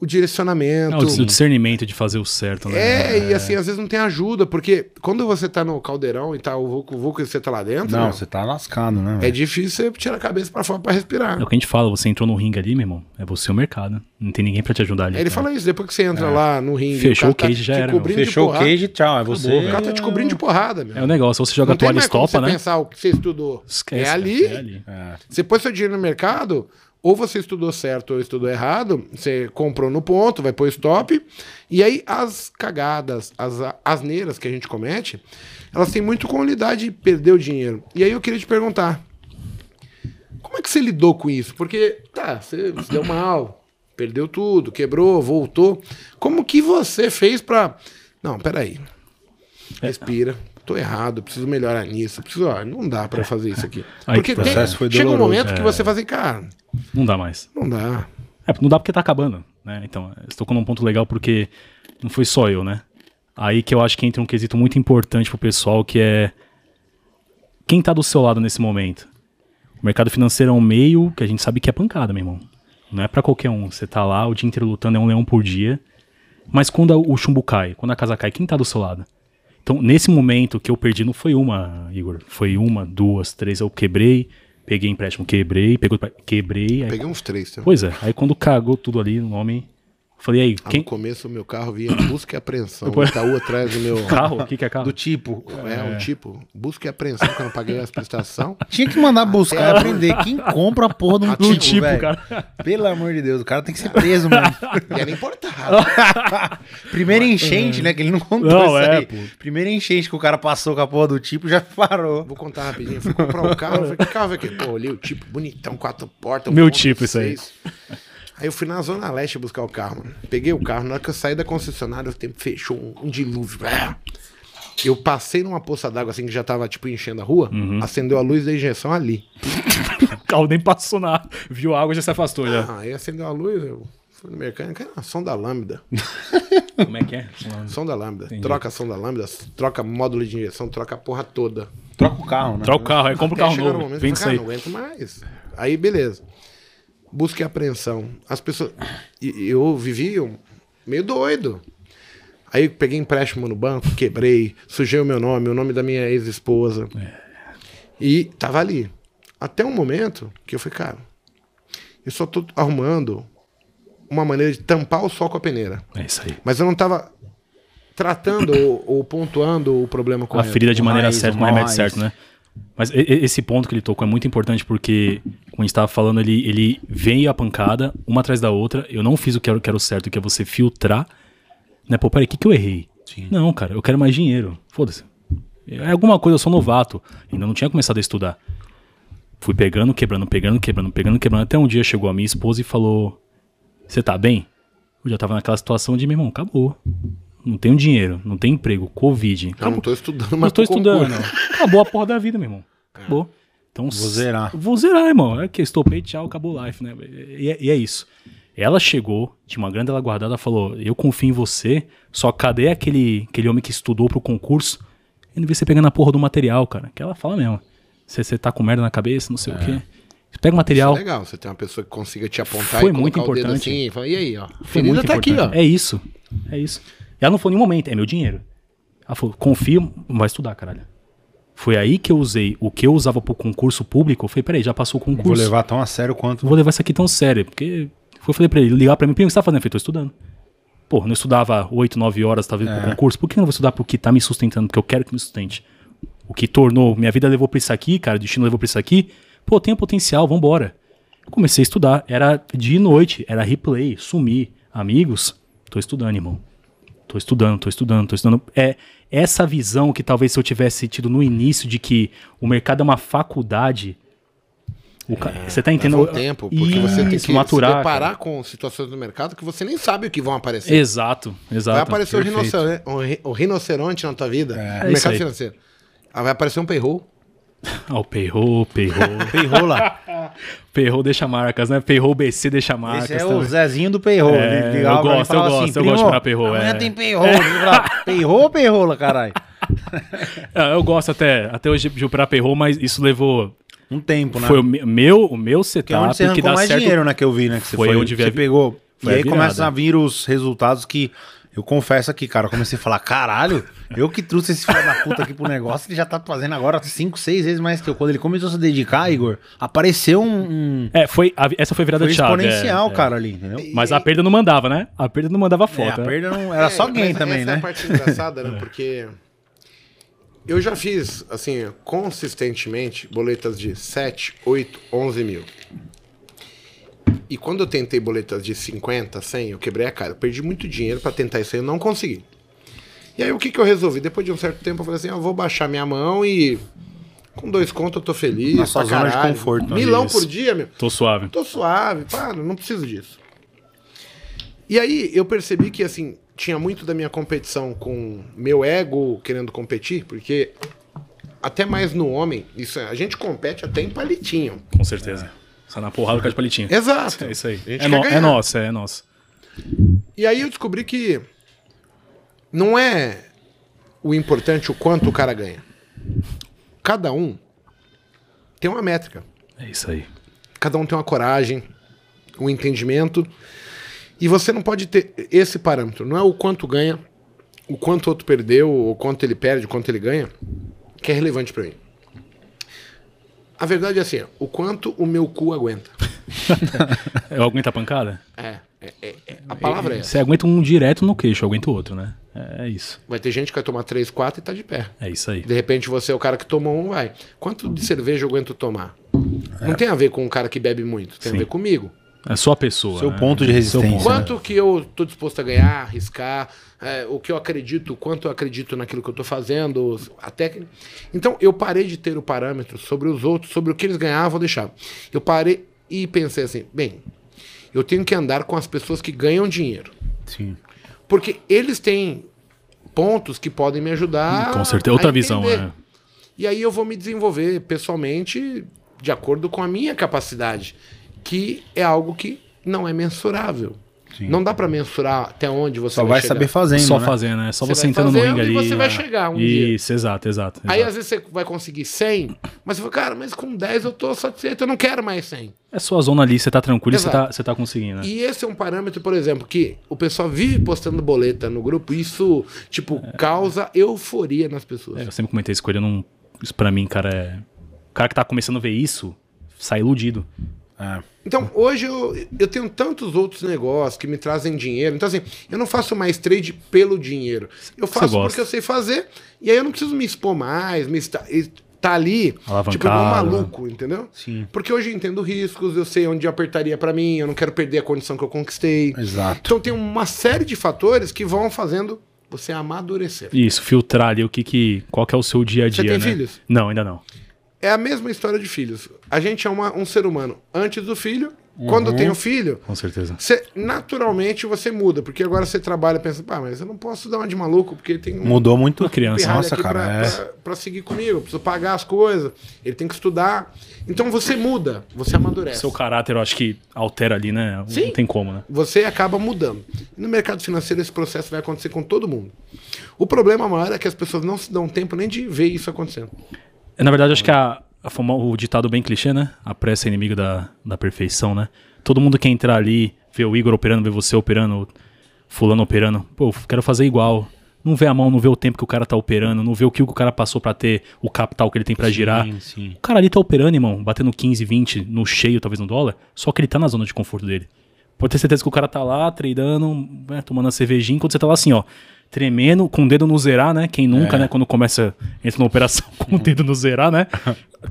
[SPEAKER 1] o direcionamento.
[SPEAKER 2] É, o dis- o discernimento de fazer o certo, né?
[SPEAKER 1] É, e assim, às vezes não tem ajuda, porque quando você tá no caldeirão e tá o vulco e você tá lá dentro,
[SPEAKER 3] Não,
[SPEAKER 1] né,
[SPEAKER 3] você tá lascado, né?
[SPEAKER 1] é
[SPEAKER 3] velho?
[SPEAKER 1] difícil você tirar a cabeça pra fora pra respirar.
[SPEAKER 2] É o que a gente fala, você entrou no ringue ali, meu irmão, é você o mercado. Não tem ninguém pra te ajudar ali.
[SPEAKER 1] Aí ele
[SPEAKER 2] cara.
[SPEAKER 1] fala isso, depois que você entra lá no ringue...
[SPEAKER 2] É.
[SPEAKER 1] cara
[SPEAKER 2] Fechou o cage,
[SPEAKER 1] tá
[SPEAKER 2] já
[SPEAKER 1] te
[SPEAKER 2] era, meu.
[SPEAKER 1] cobrindo de
[SPEAKER 3] Fechou o
[SPEAKER 1] porrada.
[SPEAKER 3] cage, tchau. É você.
[SPEAKER 1] O cara tá te cobrindo de porrada, meu.
[SPEAKER 2] É o negócio, ou você joga
[SPEAKER 1] não
[SPEAKER 2] a toalha
[SPEAKER 1] tem
[SPEAKER 2] e
[SPEAKER 1] mais como
[SPEAKER 2] estopa,
[SPEAKER 1] você
[SPEAKER 2] né?
[SPEAKER 1] pensar o que você estudou.
[SPEAKER 2] Esquece,
[SPEAKER 1] é,
[SPEAKER 2] cara,
[SPEAKER 1] ali,
[SPEAKER 2] é ali.
[SPEAKER 3] É.
[SPEAKER 1] Você pôs seu dinheiro no mercado, ou você estudou certo ou estudou errado, você comprou no ponto, vai pôr stop, e aí as cagadas, as a- asneiras que a gente comete, elas têm muito com a unidade de perder o dinheiro. E aí eu queria te perguntar, como é que você lidou com isso? Porque, tá, você se deu mal, perdeu tudo, quebrou, voltou. Como que você fez pra... Não, peraí. Respira. Tô errado, preciso melhorar nisso. Preciso, ó, não dá pra fazer isso aqui.
[SPEAKER 2] Aí
[SPEAKER 1] Porque
[SPEAKER 2] o processo
[SPEAKER 1] tem-
[SPEAKER 3] foi
[SPEAKER 1] chega um
[SPEAKER 3] doloroso,
[SPEAKER 1] momento que você faz assim, cara,
[SPEAKER 2] Não dá mais.
[SPEAKER 1] não dá.
[SPEAKER 2] É, não dá porque tá acabando, né? Então, você tocou num ponto legal porque não foi só eu, né? Aí que eu acho que entra um quesito muito importante pro pessoal, que é quem tá do seu lado nesse momento. O mercado financeiro é um meio que a gente sabe que é pancada, meu irmão. Não é pra qualquer um. Você tá lá o dia inteiro lutando, é um leão por dia. Mas quando a- o chumbo cai, quando a casa cai, quem tá do seu lado? Então, nesse momento que eu perdi, não foi uma, Igor. Foi uma, duas, três. Eu quebrei, peguei empréstimo, quebrei, pegou, quebrei. Aí
[SPEAKER 1] Peguei uns três. tá?
[SPEAKER 2] Pois é, aí quando cagou tudo ali no homem, eu falei, e aí,
[SPEAKER 1] Ah,
[SPEAKER 2] quem.
[SPEAKER 1] No começo, o meu carro vinha busca e apreensão. O Itaú atrás do meu...
[SPEAKER 2] Carro? O que, que é carro?
[SPEAKER 3] Do tipo.
[SPEAKER 1] É, um tipo, busca e apreensão, que eu não paguei as prestações.
[SPEAKER 3] Tinha que mandar buscar e aprender. Quem compra a porra de um
[SPEAKER 1] Do
[SPEAKER 2] É.
[SPEAKER 3] tipo,
[SPEAKER 2] tipo,
[SPEAKER 3] velho?
[SPEAKER 2] cara.
[SPEAKER 3] Pelo amor de Deus, o cara tem que ser preso mesmo.
[SPEAKER 1] E era importado.
[SPEAKER 3] Primeira enchente, né? Que ele não contou
[SPEAKER 2] é. Não,
[SPEAKER 3] isso
[SPEAKER 2] é,
[SPEAKER 3] aí.
[SPEAKER 2] pô.
[SPEAKER 3] Primeira enchente que o cara passou com a porra do tipo, já parou.
[SPEAKER 1] Vou contar rapidinho. Fui comprar um carro. Falei, que carro é aquele? Pô, olhei o tipo, bonitão, quatro portas. um
[SPEAKER 2] Meu
[SPEAKER 1] ponto
[SPEAKER 2] tipo, isso aí.
[SPEAKER 1] seis. Aí eu fui na Zona Leste buscar o carro, mano. Peguei o carro. Na hora que eu saí da concessionária, o tempo fechou um, um dilúvio. Ah! Eu passei numa poça d'água, assim, que já tava, tipo, enchendo a rua.
[SPEAKER 2] Uhum.
[SPEAKER 1] Acendeu a luz da injeção ali.
[SPEAKER 2] O carro nem passou na água. Viu a água e já se afastou já.
[SPEAKER 1] Ah, aí acendeu a luz, eu fui no mecânico. Ah, som da lâmpada.
[SPEAKER 2] Como é que é?
[SPEAKER 1] Som da lâmpada. Troca som da lâmpada, troca módulo de injeção, troca a porra toda.
[SPEAKER 3] Troca o carro, né?
[SPEAKER 2] Troca o carro, aí compra o
[SPEAKER 1] Até
[SPEAKER 2] carro
[SPEAKER 1] chegar no
[SPEAKER 2] novo.
[SPEAKER 1] momento
[SPEAKER 2] Vem
[SPEAKER 1] que
[SPEAKER 2] disso
[SPEAKER 1] eu
[SPEAKER 2] aí.
[SPEAKER 1] falo, "Ah, não aguento mais. Aí, beleza. Busca e apreensão. As pessoas. e- Eu vivi um- meio doido. Aí peguei empréstimo no banco, quebrei, sujei o meu nome, o nome da minha ex-esposa.
[SPEAKER 2] É.
[SPEAKER 1] E tava ali. Até um momento que eu falei, cara, eu só tô arrumando uma maneira de tampar o sol com a peneira.
[SPEAKER 2] É isso aí.
[SPEAKER 1] Mas eu não tava tratando ou, ou pontuando o problema com
[SPEAKER 2] A ferida de
[SPEAKER 3] o
[SPEAKER 2] maneira
[SPEAKER 3] raiz,
[SPEAKER 2] certa,
[SPEAKER 3] o
[SPEAKER 2] com o remédio
[SPEAKER 3] raiz.
[SPEAKER 2] certo, né? Mas e- e- esse ponto que ele tocou é muito importante porque, como a gente estava falando, ele, ele veio a pancada, uma atrás da outra. Eu não fiz o que era, o que era o certo, que é você filtrar. Né? Pô, peraí, o que, que eu errei? Não, cara, eu quero mais dinheiro. Foda-se. É alguma coisa, eu sou novato. Ainda não tinha começado a estudar. Fui pegando, quebrando, pegando, quebrando, pegando, quebrando. Até um dia chegou a minha esposa e falou: Você tá bem? Eu já tava naquela situação de: Meu irmão, acabou. Não tenho dinheiro, não tenho emprego, Covid.
[SPEAKER 1] Eu não tô estudando,
[SPEAKER 2] Mas
[SPEAKER 1] mas
[SPEAKER 2] tô
[SPEAKER 1] tô
[SPEAKER 2] estudando.
[SPEAKER 1] concluindo.
[SPEAKER 2] Acabou a porra da vida, meu irmão. Acabou. Então,
[SPEAKER 3] Vou zerar.
[SPEAKER 2] Vou zerar, irmão. É que eu estopei, tchau, acabou o life, né? E, é- e é isso. Ela chegou, tinha uma grande ela guardada, falou: Eu confio em você, só cadê aquele, aquele homem que estudou pro concurso? Ele vê você pegando a porra do material, cara. Que ela fala mesmo. Você você tá com merda na cabeça, não sei o quê. Você Pega o material.
[SPEAKER 1] é Legal, você tem uma pessoa que consiga te apontar
[SPEAKER 2] Foi
[SPEAKER 1] e
[SPEAKER 2] muito
[SPEAKER 1] colocar o dedo
[SPEAKER 2] importante.
[SPEAKER 1] assim e falar, e aí, ó. A
[SPEAKER 2] Foi
[SPEAKER 1] ferida
[SPEAKER 2] muito
[SPEAKER 1] tá
[SPEAKER 2] importante.
[SPEAKER 1] aqui, ó.
[SPEAKER 2] É isso. É isso. Ela não falou em nenhum momento, é meu dinheiro. Ela falou, confio, vai estudar, caralho. Foi aí que eu usei o que eu usava pro concurso público. Eu falei, peraí, já passou o concurso.
[SPEAKER 3] Vou levar tão a sério quanto.
[SPEAKER 2] Não vou levar isso aqui tão sério. Porque foi, eu falei pra ele, ligar pra mim, primo, o que você tá fazendo? Eu falei, tô estudando. Pô, eu não estudava 8, 9 horas, talvez, pro concurso. Por que eu não vou estudar pro que tá me sustentando? Porque eu quero que me sustente. O que tornou, minha vida levou pra isso aqui, cara, o destino levou pra isso aqui. Pô, tem potencial, vambora. Eu comecei a estudar. Era de noite, era replay, sumir. amigos, tô estudando, irmão. Tô estudando, tô estudando, tô estudando. É essa visão que talvez se eu tivesse tido no início de que o mercado é uma faculdade. o ca-
[SPEAKER 3] É,
[SPEAKER 2] Você tá
[SPEAKER 1] Leva
[SPEAKER 2] entendendo?
[SPEAKER 1] um tempo, porque você tem
[SPEAKER 2] Isso,
[SPEAKER 1] que se
[SPEAKER 2] maturar,
[SPEAKER 1] deparar
[SPEAKER 2] cara.
[SPEAKER 1] com situações do mercado que você nem sabe o que vão aparecer.
[SPEAKER 2] Exato, exato.
[SPEAKER 1] Vai aparecer o
[SPEAKER 2] Perfeito.
[SPEAKER 1] rinoceronte, um ri- o rinoceronte na tua vida,
[SPEAKER 2] É
[SPEAKER 1] no
[SPEAKER 2] isso
[SPEAKER 1] mercado
[SPEAKER 2] aí.
[SPEAKER 1] financeiro. Ah, Vai aparecer um payroll.
[SPEAKER 2] Ah, o Perro, Perro.
[SPEAKER 3] Payrola.
[SPEAKER 2] Perro deixa marcas, né? Perro BC deixa marcas.
[SPEAKER 3] Esse é o
[SPEAKER 2] também.
[SPEAKER 3] Zezinho do Payrola.
[SPEAKER 2] É,
[SPEAKER 3] Ele
[SPEAKER 2] eu
[SPEAKER 3] ligava pra mim e
[SPEAKER 2] gosto, eu
[SPEAKER 3] falava assim,
[SPEAKER 2] gosto, eu gosto de
[SPEAKER 3] "Primo,
[SPEAKER 2] comprar Payroll,
[SPEAKER 3] Amanhã
[SPEAKER 2] é."
[SPEAKER 3] tem Payroll. Eu falava, Payroll ou Payrola, caralho?
[SPEAKER 2] Ah, Eu gosto até, até hoje de operar Perro, mas isso levou.
[SPEAKER 3] Um tempo, né?
[SPEAKER 2] Foi o me- meu, o meu
[SPEAKER 3] Que é
[SPEAKER 2] setup
[SPEAKER 3] onde você
[SPEAKER 2] que
[SPEAKER 3] arrancou
[SPEAKER 2] Tá, dá
[SPEAKER 3] mais
[SPEAKER 2] certo.
[SPEAKER 3] dinheiro, né? Que eu vi, né? Que você
[SPEAKER 2] Foi
[SPEAKER 3] foi,
[SPEAKER 2] onde vi a
[SPEAKER 3] você
[SPEAKER 2] vi-
[SPEAKER 3] pegou.
[SPEAKER 2] foi
[SPEAKER 3] e
[SPEAKER 2] a
[SPEAKER 3] aí
[SPEAKER 2] virada.
[SPEAKER 3] começam a vir os resultados que eu confesso aqui, cara. Eu comecei a falar, caralho, eu que trouxe esse filho da puta aqui pro negócio, ele já tá fazendo agora cinco, seis vezes mais que eu. Quando ele começou a se dedicar, Igor, apareceu um. um-
[SPEAKER 2] É, foi, a- essa foi a virada
[SPEAKER 3] foi
[SPEAKER 2] de chave. é,
[SPEAKER 3] exponencial,
[SPEAKER 2] é.
[SPEAKER 3] cara, ali, entendeu?
[SPEAKER 2] Mas a perda não mandava, né? A perda não mandava
[SPEAKER 3] É,
[SPEAKER 2] foto.
[SPEAKER 3] a
[SPEAKER 2] né?
[SPEAKER 3] perda não. Era
[SPEAKER 1] É,
[SPEAKER 3] só
[SPEAKER 1] mas
[SPEAKER 3] alguém
[SPEAKER 1] essa
[SPEAKER 3] também,
[SPEAKER 1] é
[SPEAKER 3] né?
[SPEAKER 1] a parte engraçada, né? Porque eu já fiz, assim, consistentemente, boletas de 7, 8, 11 mil. E quando eu tentei boletas de 50, 100, eu quebrei a cara. Eu perdi muito dinheiro pra tentar isso aí, eu não consegui. E aí, o que, que eu resolvi? Depois de um certo tempo, eu falei assim, eu vou baixar minha mão e... Com dois contos eu tô feliz,
[SPEAKER 3] Na sua
[SPEAKER 1] pra
[SPEAKER 3] zona de
[SPEAKER 1] caralho.
[SPEAKER 3] conforto, né?
[SPEAKER 1] Milão
[SPEAKER 2] Isso.
[SPEAKER 1] por dia, meu.
[SPEAKER 2] Tô suave.
[SPEAKER 1] Tô suave, para, não preciso disso. E aí eu percebi que assim, tinha muito da minha competição com meu ego querendo competir, porque até mais no homem, isso é, a gente compete até em palitinho.
[SPEAKER 2] Com certeza. Sai na porrada com a de palitinho.
[SPEAKER 1] Exato.
[SPEAKER 2] É isso aí.
[SPEAKER 1] É. A gente
[SPEAKER 2] É,
[SPEAKER 1] quer
[SPEAKER 2] no,
[SPEAKER 1] ganhar.
[SPEAKER 2] é nosso, é nosso.
[SPEAKER 1] E aí eu descobri que não é o importante o quanto o cara ganha. Cada um tem uma métrica.
[SPEAKER 2] É isso aí.
[SPEAKER 1] Cada um tem uma coragem, um entendimento. E você não pode ter esse parâmetro. Não é o quanto ganha, o quanto outro perdeu, o quanto ele perde, o quanto ele ganha, que é relevante pra mim. A verdade é assim, ó, o quanto o meu cu aguenta.
[SPEAKER 2] Eu aguento a pancada?
[SPEAKER 1] É, é, é, é, a palavra é essa.
[SPEAKER 2] Você aguenta um direto no queixo, eu aguento o outro, né? É isso.
[SPEAKER 1] Vai ter gente que vai tomar 3, 4 e tá de pé.
[SPEAKER 2] É isso aí.
[SPEAKER 1] De repente você é o cara que tomou um, vai. Quanto de cerveja eu aguento tomar? Não tem a ver com o cara que bebe muito, tem
[SPEAKER 2] Sim.
[SPEAKER 1] a ver comigo.
[SPEAKER 2] É só a pessoa.
[SPEAKER 3] Seu
[SPEAKER 2] né?
[SPEAKER 3] ponto de resistência.
[SPEAKER 2] ponto.
[SPEAKER 1] Quanto que eu tô disposto a ganhar, arriscar, é, o que eu acredito, quanto eu acredito naquilo que eu tô fazendo, a técnica. Então, eu parei de ter o parâmetro sobre os outros, sobre o que eles ganhavam, deixar. Eu parei e pensei assim, bem, eu tenho que andar com as pessoas que ganham dinheiro.
[SPEAKER 3] Sim.
[SPEAKER 1] Porque eles têm pontos que podem me ajudar.
[SPEAKER 2] Com certeza.
[SPEAKER 1] a
[SPEAKER 2] Outra visão,
[SPEAKER 1] entender.
[SPEAKER 2] né?
[SPEAKER 1] E aí eu vou me desenvolver pessoalmente de acordo com a minha capacidade, que é algo que não é mensurável. Não dá pra mensurar até onde você
[SPEAKER 3] Só vai
[SPEAKER 1] chegar.
[SPEAKER 3] saber fazendo.
[SPEAKER 2] Só
[SPEAKER 3] né?
[SPEAKER 2] fazendo, né? Só
[SPEAKER 1] Você
[SPEAKER 2] você,
[SPEAKER 1] vai
[SPEAKER 2] entrando no
[SPEAKER 1] fazendo
[SPEAKER 2] ringue
[SPEAKER 1] e
[SPEAKER 2] ali.
[SPEAKER 1] você vai
[SPEAKER 2] né?
[SPEAKER 1] chegar um dia.
[SPEAKER 2] Isso, exato, exato.
[SPEAKER 1] Aí
[SPEAKER 2] exato.
[SPEAKER 1] às vezes você vai conseguir 100, mas você fala, cara, mas com 10 eu tô satisfeito, eu não quero mais 100.
[SPEAKER 2] É sua zona ali, você tá tranquilo e você
[SPEAKER 1] Exato.
[SPEAKER 2] tá, você tá conseguindo, né?
[SPEAKER 1] E esse é um parâmetro, por exemplo, que o pessoal vive postando boleta no grupo, e isso, tipo,
[SPEAKER 3] É.
[SPEAKER 1] causa euforia nas pessoas.
[SPEAKER 2] É, eu sempre comentei isso com ele, eu não... Isso pra mim, cara, é... O cara que tá começando a ver isso, sai iludido.
[SPEAKER 3] É.
[SPEAKER 1] Então, hoje eu, eu tenho tantos outros negócios que me trazem dinheiro. Então, assim, eu não faço mais trade pelo dinheiro. Eu faço
[SPEAKER 2] gosta.
[SPEAKER 1] porque eu sei fazer. E aí eu não preciso me expor mais, me estar e tá ali, tipo,
[SPEAKER 2] Alavancado,
[SPEAKER 1] um
[SPEAKER 2] né?
[SPEAKER 1] maluco, entendeu?
[SPEAKER 3] Sim.
[SPEAKER 1] Porque hoje eu entendo riscos, eu sei onde apertaria pra mim, eu não quero perder a condição que eu conquistei.
[SPEAKER 3] Exato.
[SPEAKER 1] Então, tem uma série de fatores que vão fazendo você amadurecer.
[SPEAKER 2] Isso, filtrar ali o que que... Qual que é o seu dia a dia,
[SPEAKER 1] Você tem
[SPEAKER 2] né?
[SPEAKER 1] filhos?
[SPEAKER 2] Não, ainda não.
[SPEAKER 1] É a mesma história de filhos. A gente é uma- um ser humano antes do filho,
[SPEAKER 2] Uhum.
[SPEAKER 1] quando tem o filho,
[SPEAKER 2] Com certeza.
[SPEAKER 1] Você- naturalmente você muda, porque agora você trabalha e pensa, pá, mas eu não posso dar uma de maluco, porque tem um
[SPEAKER 3] Mudou muito.
[SPEAKER 2] Uma criança,
[SPEAKER 1] pirralho
[SPEAKER 3] Nossa,
[SPEAKER 1] aqui
[SPEAKER 3] cara.
[SPEAKER 1] pra,
[SPEAKER 3] é.
[SPEAKER 1] pra- pra seguir comigo, eu preciso pagar as coisas, ele tem que estudar. Então você muda, você
[SPEAKER 3] É.
[SPEAKER 1] amadurece.
[SPEAKER 2] Seu caráter, eu acho que altera ali, né?
[SPEAKER 1] Sim.
[SPEAKER 2] Não tem como, né?
[SPEAKER 1] Você acaba mudando. No mercado financeiro, esse processo vai acontecer com todo mundo. O problema maior é que as pessoas não se dão tempo nem de ver isso acontecendo.
[SPEAKER 2] É, Na verdade, acho que a, a fama- o ditado bem clichê, né? A pressa é inimiga da, da perfeição, né? Todo mundo quer entrar ali, ver o Igor operando, ver você operando, fulano operando. Pô, eu quero fazer igual. Não vê a mão, não vê o tempo que o cara tá operando, não vê o que o cara passou pra ter o capital que ele tem pra girar.
[SPEAKER 3] Sim, sim.
[SPEAKER 2] O cara ali tá operando, irmão, batendo 15, 20 no cheio, talvez no dólar, só que ele tá na zona de conforto dele. Pode ter certeza que o cara tá lá treinando, né, tomando a cervejinha, enquanto você tá lá assim, ó, tremendo, com o dedo no zerar, né? Quem
[SPEAKER 1] É.
[SPEAKER 2] nunca, né? Quando começa, entra numa operação com o dedo no zerar, né?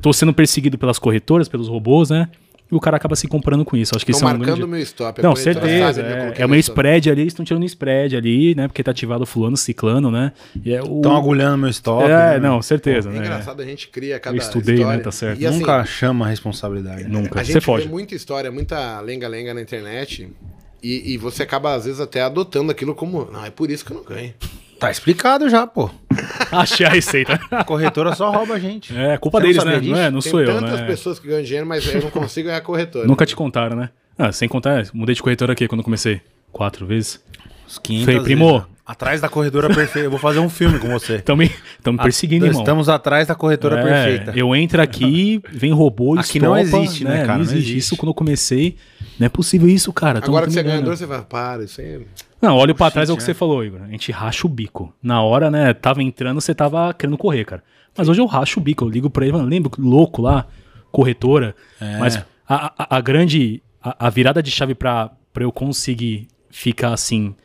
[SPEAKER 2] Tô sendo perseguido pelas corretoras, pelos robôs, né? E o cara acaba se comprando com isso. Acho que
[SPEAKER 1] Estão
[SPEAKER 2] isso é um grande...
[SPEAKER 1] marcando o meu stop.
[SPEAKER 2] Não,
[SPEAKER 1] a corretora
[SPEAKER 2] certeza.
[SPEAKER 1] sabe, né? Eu
[SPEAKER 2] é.
[SPEAKER 1] coloquei
[SPEAKER 2] É o
[SPEAKER 1] no
[SPEAKER 2] meu
[SPEAKER 1] stop.
[SPEAKER 2] spread ali, eles estão tirando spread ali, né? Porque tá ativado fulano, ciclano, né? E é o...
[SPEAKER 3] Estão agulhando meu estoque.
[SPEAKER 2] É,
[SPEAKER 3] né?
[SPEAKER 2] não, certeza,
[SPEAKER 1] É
[SPEAKER 2] né?
[SPEAKER 1] engraçado, a gente cria cada
[SPEAKER 2] Eu estudei, né?
[SPEAKER 1] história.
[SPEAKER 2] Tá certo.
[SPEAKER 1] E assim,
[SPEAKER 3] Nunca chama a responsabilidade. né?
[SPEAKER 2] Nunca.
[SPEAKER 1] A
[SPEAKER 2] Você
[SPEAKER 1] gente vê
[SPEAKER 2] foge.
[SPEAKER 1] muita história, muita lenga-lenga na internet. E, e você acaba, às vezes, até adotando aquilo como. Não, é por isso que eu não ganho.
[SPEAKER 3] Tá explicado já, pô.
[SPEAKER 2] Achei a receita.
[SPEAKER 3] A corretora só rouba a gente.
[SPEAKER 2] É, culpa
[SPEAKER 3] Você não
[SPEAKER 2] deles,
[SPEAKER 3] sabia
[SPEAKER 2] né?
[SPEAKER 3] disso?
[SPEAKER 2] Não, é, não
[SPEAKER 1] Tem
[SPEAKER 2] sou eu,
[SPEAKER 1] tantas
[SPEAKER 2] né?
[SPEAKER 1] pessoas que ganham dinheiro, mas eu não consigo é a corretora.
[SPEAKER 2] Nunca te contaram, né? Ah, sem contar, mudei de corretora aqui quando eu comecei. Quatro vezes.
[SPEAKER 3] Os 500
[SPEAKER 2] Falei, é? primo.
[SPEAKER 3] vezes, né? Atrás da corretora perfeita. Eu vou fazer um filme com você.
[SPEAKER 2] Estão me, tão me perseguindo,
[SPEAKER 3] Ah,
[SPEAKER 2] irmão.
[SPEAKER 3] Estamos atrás da corretora
[SPEAKER 2] É,
[SPEAKER 3] perfeita.
[SPEAKER 2] Eu entro aqui, vem robô,
[SPEAKER 3] Aqui não
[SPEAKER 2] estopa,
[SPEAKER 3] existe, né, cara?
[SPEAKER 2] Não
[SPEAKER 3] Não
[SPEAKER 2] existe.
[SPEAKER 3] existe.
[SPEAKER 2] Isso quando eu comecei. Não é possível isso, cara. Tão-
[SPEAKER 1] Agora
[SPEAKER 2] tão
[SPEAKER 1] que você é
[SPEAKER 2] me né?
[SPEAKER 1] ganhador,
[SPEAKER 2] enganando.
[SPEAKER 1] você vai, para, isso aí.
[SPEAKER 2] Não, olha pra trás é o
[SPEAKER 3] Shit,
[SPEAKER 2] que
[SPEAKER 3] né?
[SPEAKER 2] você falou, Igor. A gente racha o bico. Na hora, né? Tava entrando, você tava querendo correr, cara. Mas hoje eu racho o bico. Eu ligo pra ele, mano, lembra que louco lá? Corretora.
[SPEAKER 3] É.
[SPEAKER 2] Mas a, a- a grande. A, a virada de chave pra, pra eu conseguir ficar assim.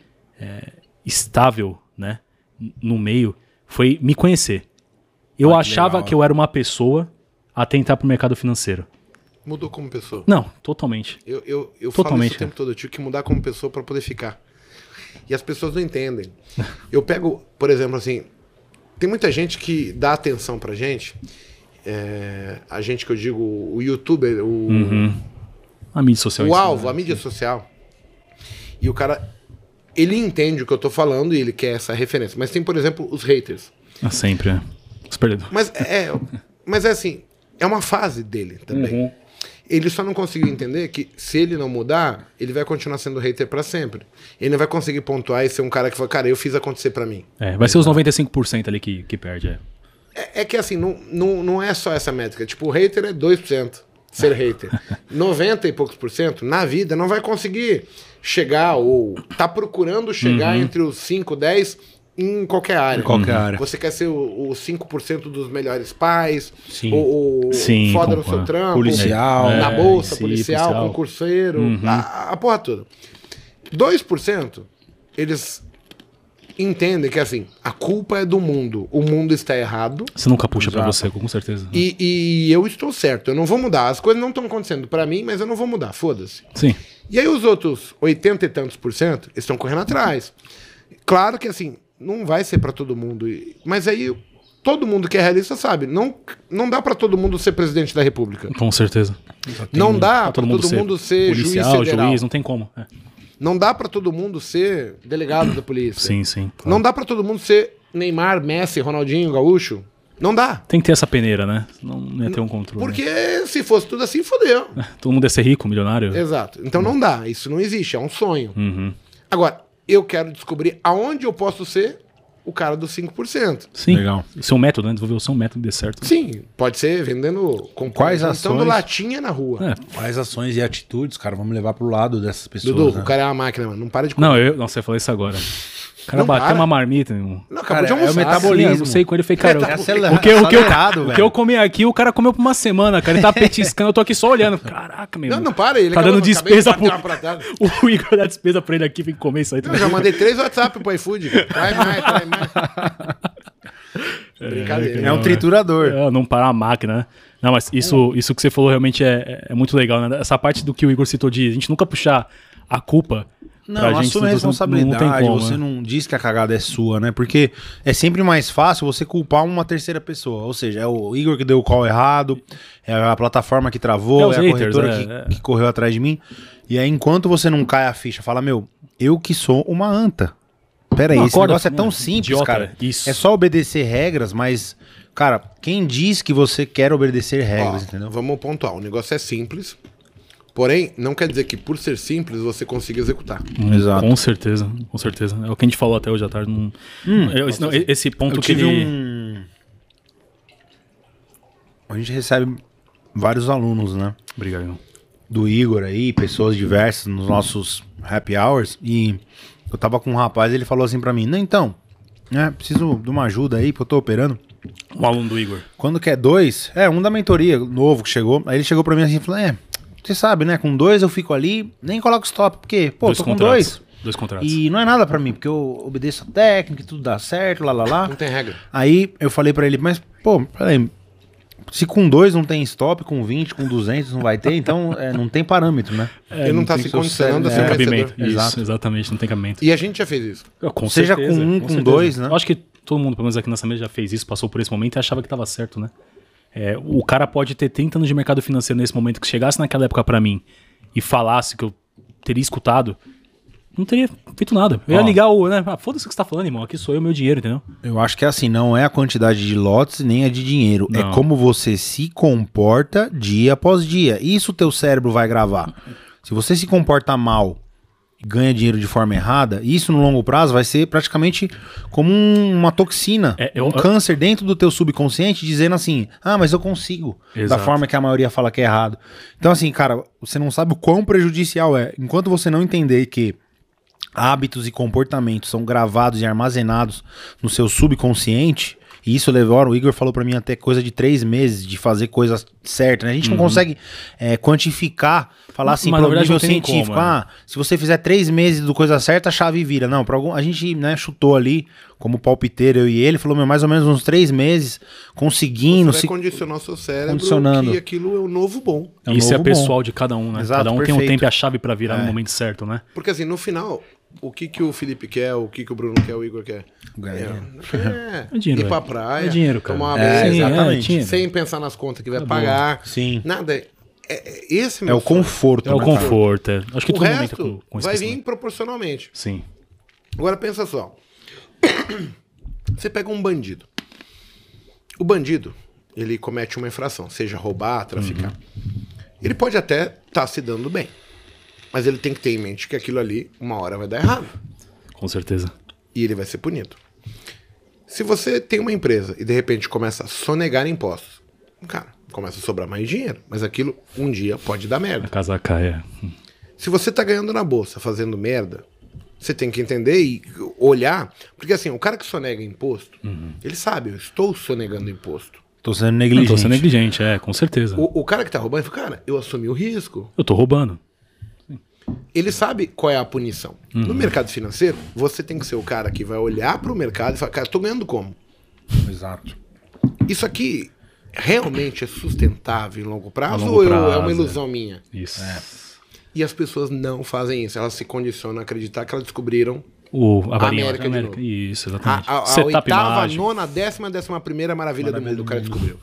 [SPEAKER 2] é, estável, né? n- No meio, foi me conhecer. Eu
[SPEAKER 3] Ah, que
[SPEAKER 2] achava
[SPEAKER 3] legal.
[SPEAKER 2] que eu era uma pessoa a tentar pro mercado financeiro.
[SPEAKER 1] Mudou como pessoa.
[SPEAKER 2] Não, totalmente.
[SPEAKER 1] Eu, eu, eu falo
[SPEAKER 2] Totalmente, né?
[SPEAKER 1] isso o tempo todo, eu tive que mudar como pessoa para poder ficar. E as pessoas não entendem. Eu pego, por exemplo, assim, tem muita gente que dá atenção pra gente. É, a gente que eu digo, o youtuber, o,
[SPEAKER 2] Uhum. A mídia social.
[SPEAKER 1] o
[SPEAKER 2] ensina,
[SPEAKER 1] alvo,
[SPEAKER 2] né?
[SPEAKER 1] a mídia social. E o cara, ele entende o que eu tô falando e ele quer essa referência. Mas tem, por exemplo, os haters.
[SPEAKER 2] Ah, sempre, é. Os perdedores.
[SPEAKER 1] Mas é, mas é assim, é uma fase dele também. Ele só não conseguiu entender que se ele não mudar, ele vai continuar sendo hater pra sempre. Ele não vai conseguir pontuar e ser um cara que fala, cara, eu fiz acontecer pra mim.
[SPEAKER 2] É, vai ser os 95% ali que, que perde. É.
[SPEAKER 1] É, é que assim, não, não, não é só essa métrica. Tipo, o hater é 2% ser hater. 90 e poucos por cento na vida não vai conseguir chegar ou tá procurando chegar entre os 5, 10 em qualquer área. Uhum.
[SPEAKER 3] qualquer área.
[SPEAKER 1] Você quer ser o, o 5% dos melhores pais,
[SPEAKER 3] Sim.
[SPEAKER 1] ou o
[SPEAKER 2] Sim,
[SPEAKER 1] foda no
[SPEAKER 2] concordo.
[SPEAKER 1] seu trampo,
[SPEAKER 3] Policial.
[SPEAKER 1] na
[SPEAKER 2] É,
[SPEAKER 1] bolsa,
[SPEAKER 2] sim,
[SPEAKER 1] policial,
[SPEAKER 2] policial.
[SPEAKER 1] concurseiro, a, a porra toda. 2% eles entendem que assim, a culpa é do mundo, o mundo está errado
[SPEAKER 2] Você nunca puxa pra
[SPEAKER 3] Exato.
[SPEAKER 2] você, com certeza.
[SPEAKER 1] e, e eu estou certo, eu não vou mudar. As coisas não estão acontecendo pra mim, mas eu não vou mudar, foda-se.
[SPEAKER 2] Sim.
[SPEAKER 1] E aí os outros 80 e tantos por cento estão correndo atrás. Claro que assim, não vai ser pra todo mundo, e- mas aí todo mundo que é realista sabe, não, não dá pra todo mundo ser presidente da república.
[SPEAKER 2] Com certeza.
[SPEAKER 1] Não dá
[SPEAKER 2] Pra
[SPEAKER 1] pra todo mundo ser juiz
[SPEAKER 2] policial,
[SPEAKER 1] federal.
[SPEAKER 2] não tem como. É.
[SPEAKER 1] Não dá pra todo mundo ser delegado da polícia.
[SPEAKER 2] Sim, sim. claro.
[SPEAKER 1] Não dá pra todo mundo ser Neymar, Messi, Ronaldinho, Gaúcho. Não dá.
[SPEAKER 2] Tem que ter essa peneira, né? Não não ia ter um controle. né?
[SPEAKER 1] Porque se fosse tudo assim, fodeu.
[SPEAKER 2] Todo mundo ia ser rico, milionário.
[SPEAKER 1] Exato. Então não dá. Isso não existe. É um sonho.
[SPEAKER 2] Uhum.
[SPEAKER 1] Agora, eu quero descobrir aonde eu posso ser o cara dos 5%.
[SPEAKER 2] Sim.
[SPEAKER 3] Legal.
[SPEAKER 2] O seu método, né? Desenvolver o seu método dê certo.
[SPEAKER 1] Sim, pode ser vendendo com
[SPEAKER 3] Quais ações?
[SPEAKER 1] latinha na rua.
[SPEAKER 2] É.
[SPEAKER 3] Quais ações e atitudes, cara, vamos levar pro lado dessas pessoas.
[SPEAKER 1] Dudu,
[SPEAKER 3] né?
[SPEAKER 1] o cara é uma máquina, mano. Não para de
[SPEAKER 2] Não, eu. Nossa, eu falei isso agora. O cara
[SPEAKER 1] Não
[SPEAKER 2] bateu
[SPEAKER 1] para.
[SPEAKER 2] uma marmita, meu irmão.
[SPEAKER 1] Não,
[SPEAKER 3] cara, é o metabolismo.
[SPEAKER 2] Sim, eu não sei com ele. Eu falei, cara,
[SPEAKER 3] É acelerado,
[SPEAKER 2] o, que, o, que eu,
[SPEAKER 3] acelerado,
[SPEAKER 2] o que
[SPEAKER 3] velho.
[SPEAKER 2] eu comi aqui, o cara comeu por uma semana, cara. Ele tá petiscando, eu tô aqui só olhando. Caraca, meu
[SPEAKER 1] Não,
[SPEAKER 2] irmão.
[SPEAKER 1] não para. Ele
[SPEAKER 2] Tá
[SPEAKER 1] acabou-
[SPEAKER 2] dando
[SPEAKER 1] acabei de
[SPEAKER 2] despesa
[SPEAKER 1] bater
[SPEAKER 2] pro.
[SPEAKER 1] uma pratada.
[SPEAKER 2] O Igor dá despesa pra ele aqui, vem comer isso aí
[SPEAKER 1] Eu
[SPEAKER 2] também.
[SPEAKER 1] já mandei três WhatsApp pro iFood. cara. Trai mais, trai mais. Brincadeira.
[SPEAKER 3] É um triturador.
[SPEAKER 2] É, não parar a máquina, né? Não, mas isso, isso que você falou realmente é, é muito legal, né? Essa parte do que o Igor citou de a gente nunca puxar a culpa. pra
[SPEAKER 3] Não,
[SPEAKER 2] gente,
[SPEAKER 3] assume a
[SPEAKER 2] senão você não-
[SPEAKER 3] responsabilidade.
[SPEAKER 2] Não tem como,
[SPEAKER 3] você
[SPEAKER 2] né?
[SPEAKER 3] não diz que a cagada é sua, né? Porque é sempre mais fácil você culpar uma terceira pessoa. Ou seja, é o Igor que deu o call errado, é a plataforma que travou,
[SPEAKER 2] É
[SPEAKER 3] é,
[SPEAKER 2] os
[SPEAKER 3] a
[SPEAKER 2] haters,
[SPEAKER 3] corretora
[SPEAKER 2] é,
[SPEAKER 3] que,
[SPEAKER 2] é.
[SPEAKER 3] que correu atrás de mim. E aí, enquanto você não cai a ficha, fala, meu, eu que sou uma anta. Pera aí,
[SPEAKER 2] Não,
[SPEAKER 3] esse
[SPEAKER 2] acorda,
[SPEAKER 3] negócio é tão
[SPEAKER 2] né?
[SPEAKER 3] simples,
[SPEAKER 2] Idiota,
[SPEAKER 3] cara.
[SPEAKER 2] isso.
[SPEAKER 3] É só obedecer regras, mas, cara, quem diz que você quer obedecer regras,
[SPEAKER 1] Ó,
[SPEAKER 3] entendeu?
[SPEAKER 1] Vamos pontuar. O negócio é simples. Porém, não quer dizer que por ser simples você consiga executar.
[SPEAKER 2] Hum,
[SPEAKER 3] Exato.
[SPEAKER 2] Com certeza, com certeza. É o que a gente falou até hoje à tarde. Não... Eu- esse, não, esse ponto
[SPEAKER 3] Eu
[SPEAKER 2] que
[SPEAKER 3] tive
[SPEAKER 2] ele.
[SPEAKER 3] um. A gente recebe vários alunos, né?
[SPEAKER 2] Obrigado, irmão.
[SPEAKER 3] Do Igor aí, pessoas diversas nos nossos happy hours. E eu tava com um rapaz, ele falou assim pra mim: Não, então, né? Preciso de uma ajuda aí, porque eu tô operando.
[SPEAKER 2] O aluno do Igor.
[SPEAKER 3] Quando quer dois, é, um da mentoria novo que chegou. Aí ele chegou pra mim assim e falou: É, você sabe, né? Com dois eu fico ali, nem coloco stop, porque, pô, tô com dois.
[SPEAKER 2] Dois contratos.
[SPEAKER 3] E não é nada pra mim, porque eu obedeço a técnica, e tudo dá certo, lá lá lá.
[SPEAKER 1] Não tem regra.
[SPEAKER 3] Aí eu falei pra ele, mas, pô, peraí, Se com dois não tem stop, com 20, com 200 não vai ter, então é, não tem parâmetro, né?
[SPEAKER 1] Ele não tá se condicionando a ser
[SPEAKER 3] é,
[SPEAKER 2] Sem
[SPEAKER 1] um
[SPEAKER 2] cabimento.
[SPEAKER 1] vencedor.
[SPEAKER 2] Isso,
[SPEAKER 3] Exato.
[SPEAKER 2] exatamente, não tem cabimento.
[SPEAKER 1] E a gente já fez isso.
[SPEAKER 2] Com
[SPEAKER 3] Seja
[SPEAKER 2] certeza,
[SPEAKER 3] com um, com
[SPEAKER 2] certeza.
[SPEAKER 3] dois, né?
[SPEAKER 2] Eu acho que todo mundo, pelo menos aqui nessa mesa, já fez isso, passou por esse momento e achava que estava certo, né? É, o cara pode ter 30 anos de mercado financeiro nesse momento, que chegasse naquela época pra mim e falasse que eu teria escutado, não teria feito nada. Eu ia
[SPEAKER 3] Ó.
[SPEAKER 2] ligar o, né? Ah, foda-se o que você tá falando, irmão. Aqui sou eu, meu dinheiro, entendeu?
[SPEAKER 3] Eu acho que é assim, não é a quantidade de lotes nem a de dinheiro.
[SPEAKER 2] Não.
[SPEAKER 3] É como você se comporta dia após dia. Isso o teu cérebro vai gravar. Se você se comporta mal e ganha dinheiro de forma errada, isso no longo prazo vai ser praticamente como um- uma toxina,
[SPEAKER 2] É, eu-
[SPEAKER 3] um câncer dentro do teu subconsciente, dizendo assim, ah, mas eu consigo.
[SPEAKER 2] Exato.
[SPEAKER 3] Da forma que a maioria fala que é errado. Então assim, cara, você não sabe o quão prejudicial é. Enquanto você não entender que hábitos e comportamentos são gravados e armazenados no seu subconsciente. E isso levaram, o Igor falou pra mim até coisa de três meses de fazer coisas certas. Né? A gente não consegue é, quantificar, falar assim
[SPEAKER 2] Uhum. Mas,
[SPEAKER 3] para
[SPEAKER 2] na
[SPEAKER 3] o
[SPEAKER 2] verdade,
[SPEAKER 3] nível
[SPEAKER 2] não tem nem
[SPEAKER 3] científico.
[SPEAKER 2] como, né?
[SPEAKER 3] ah, se você fizer três meses do coisa certa, a chave vira. Não, pra algum, a gente né, chutou ali, como palpiteiro, eu e ele, falou, meu, mais ou menos uns três meses conseguindo.
[SPEAKER 1] Você
[SPEAKER 3] se-
[SPEAKER 1] vai condicionar o seu cérebro
[SPEAKER 3] Condicionando.
[SPEAKER 1] que aquilo é o novo bom.
[SPEAKER 3] É um
[SPEAKER 2] isso é
[SPEAKER 3] novo bom.
[SPEAKER 2] pessoal de cada um, né?
[SPEAKER 3] Exato,
[SPEAKER 2] cada um tem um
[SPEAKER 3] perfeito. É.
[SPEAKER 2] tempo e a chave pra virar no momento certo, né?
[SPEAKER 1] Porque assim, no final, o que, que o Felipe quer, o que, que o Bruno quer, o Igor quer?
[SPEAKER 3] Ganhar.
[SPEAKER 1] É,
[SPEAKER 2] É dinheiro,
[SPEAKER 1] ir pra
[SPEAKER 2] é.
[SPEAKER 1] praia,
[SPEAKER 2] É dinheiro, cara.
[SPEAKER 1] tomar uma
[SPEAKER 3] É,
[SPEAKER 1] beleza,
[SPEAKER 3] exatamente.
[SPEAKER 2] dinheiro. Tá
[SPEAKER 1] sem pensar nas contas que vai pagar.
[SPEAKER 3] Sim.
[SPEAKER 1] Nada. É, é- esse
[SPEAKER 3] É
[SPEAKER 1] meu
[SPEAKER 3] o
[SPEAKER 1] sonho.
[SPEAKER 3] conforto.
[SPEAKER 2] É o
[SPEAKER 3] né, cara?
[SPEAKER 2] conforto. é. Acho que
[SPEAKER 1] tá. O
[SPEAKER 2] todo mundo entra
[SPEAKER 1] resto
[SPEAKER 2] com, com esse
[SPEAKER 1] vai
[SPEAKER 2] pensamento.
[SPEAKER 1] vir proporcionalmente.
[SPEAKER 2] Sim.
[SPEAKER 1] Agora pensa só. Você pega um bandido. O bandido, ele comete uma infração, seja roubar, traficar. Ele pode até estar se dando bem. Mas ele tem que ter em mente que aquilo ali, uma hora vai dar errado.
[SPEAKER 2] Com certeza.
[SPEAKER 1] E ele vai ser punido. Se você tem uma empresa e de repente começa a sonegar impostos, cara, começa a sobrar mais dinheiro. Mas aquilo um dia pode dar merda.
[SPEAKER 2] A casa caia.
[SPEAKER 1] Se você tá ganhando na bolsa fazendo merda, você tem que entender e olhar. Porque assim, o cara que sonega imposto,
[SPEAKER 2] Uhum.
[SPEAKER 1] ele sabe, eu estou sonegando imposto.
[SPEAKER 3] Tô sendo
[SPEAKER 2] Eu
[SPEAKER 3] negligente.
[SPEAKER 2] tô sendo negligente, é, com certeza.
[SPEAKER 1] O, o cara que tá roubando, ele fala, cara, eu assumi o risco.
[SPEAKER 2] Eu tô roubando.
[SPEAKER 1] Ele sabe qual é a punição.
[SPEAKER 2] Uhum.
[SPEAKER 1] No mercado financeiro, você tem que ser o cara que vai olhar pro mercado e falar, cara, tô ganhando como?
[SPEAKER 3] Exato.
[SPEAKER 1] Isso aqui realmente é sustentável em longo prazo
[SPEAKER 2] longo
[SPEAKER 1] ou eu- é
[SPEAKER 2] prazo,
[SPEAKER 1] uma
[SPEAKER 2] é.
[SPEAKER 1] ilusão minha?
[SPEAKER 2] Isso.
[SPEAKER 1] E as pessoas não fazem isso. Elas se condicionam a acreditar que elas descobriram
[SPEAKER 2] O, a varinha
[SPEAKER 1] América de novo.
[SPEAKER 2] Isso, exatamente.
[SPEAKER 1] A, a- a
[SPEAKER 2] Setup
[SPEAKER 1] oitava,
[SPEAKER 2] mágico.
[SPEAKER 1] nona, décima, décima primeira maravilha do mundo, o cara descobriu.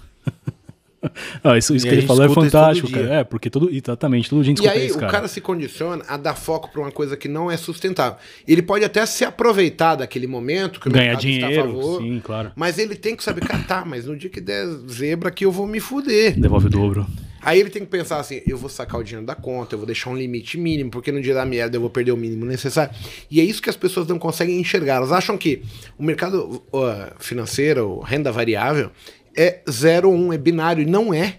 [SPEAKER 2] Ah, isso isso que
[SPEAKER 3] E a
[SPEAKER 2] ele
[SPEAKER 3] gente
[SPEAKER 2] falou é
[SPEAKER 3] escuta isso
[SPEAKER 2] fantástico,
[SPEAKER 3] todo dia.
[SPEAKER 2] cara. É, porque todo. Exatamente, todo dia a gente
[SPEAKER 1] E
[SPEAKER 2] escuta
[SPEAKER 1] aí
[SPEAKER 2] isso,
[SPEAKER 1] o
[SPEAKER 2] cara.
[SPEAKER 1] cara se condiciona a dar foco pra uma coisa que não é sustentável. Ele pode até se aproveitar daquele momento que o
[SPEAKER 2] Ganhar
[SPEAKER 1] mercado está a
[SPEAKER 2] dinheiro,
[SPEAKER 1] favor,
[SPEAKER 2] sim, claro.
[SPEAKER 1] mas ele tem que saber, cara, tá, mas no dia que der zebra aqui eu vou me fuder.
[SPEAKER 2] Devolve o dobro.
[SPEAKER 1] Aí ele tem que pensar assim, eu vou sacar o dinheiro da conta, eu vou deixar um limite mínimo, porque no dia da merda eu vou perder o mínimo necessário. E é isso que as pessoas não conseguem enxergar. Elas acham que o mercado ó, financeiro, renda variável, é 0 um, é binário. E Não é.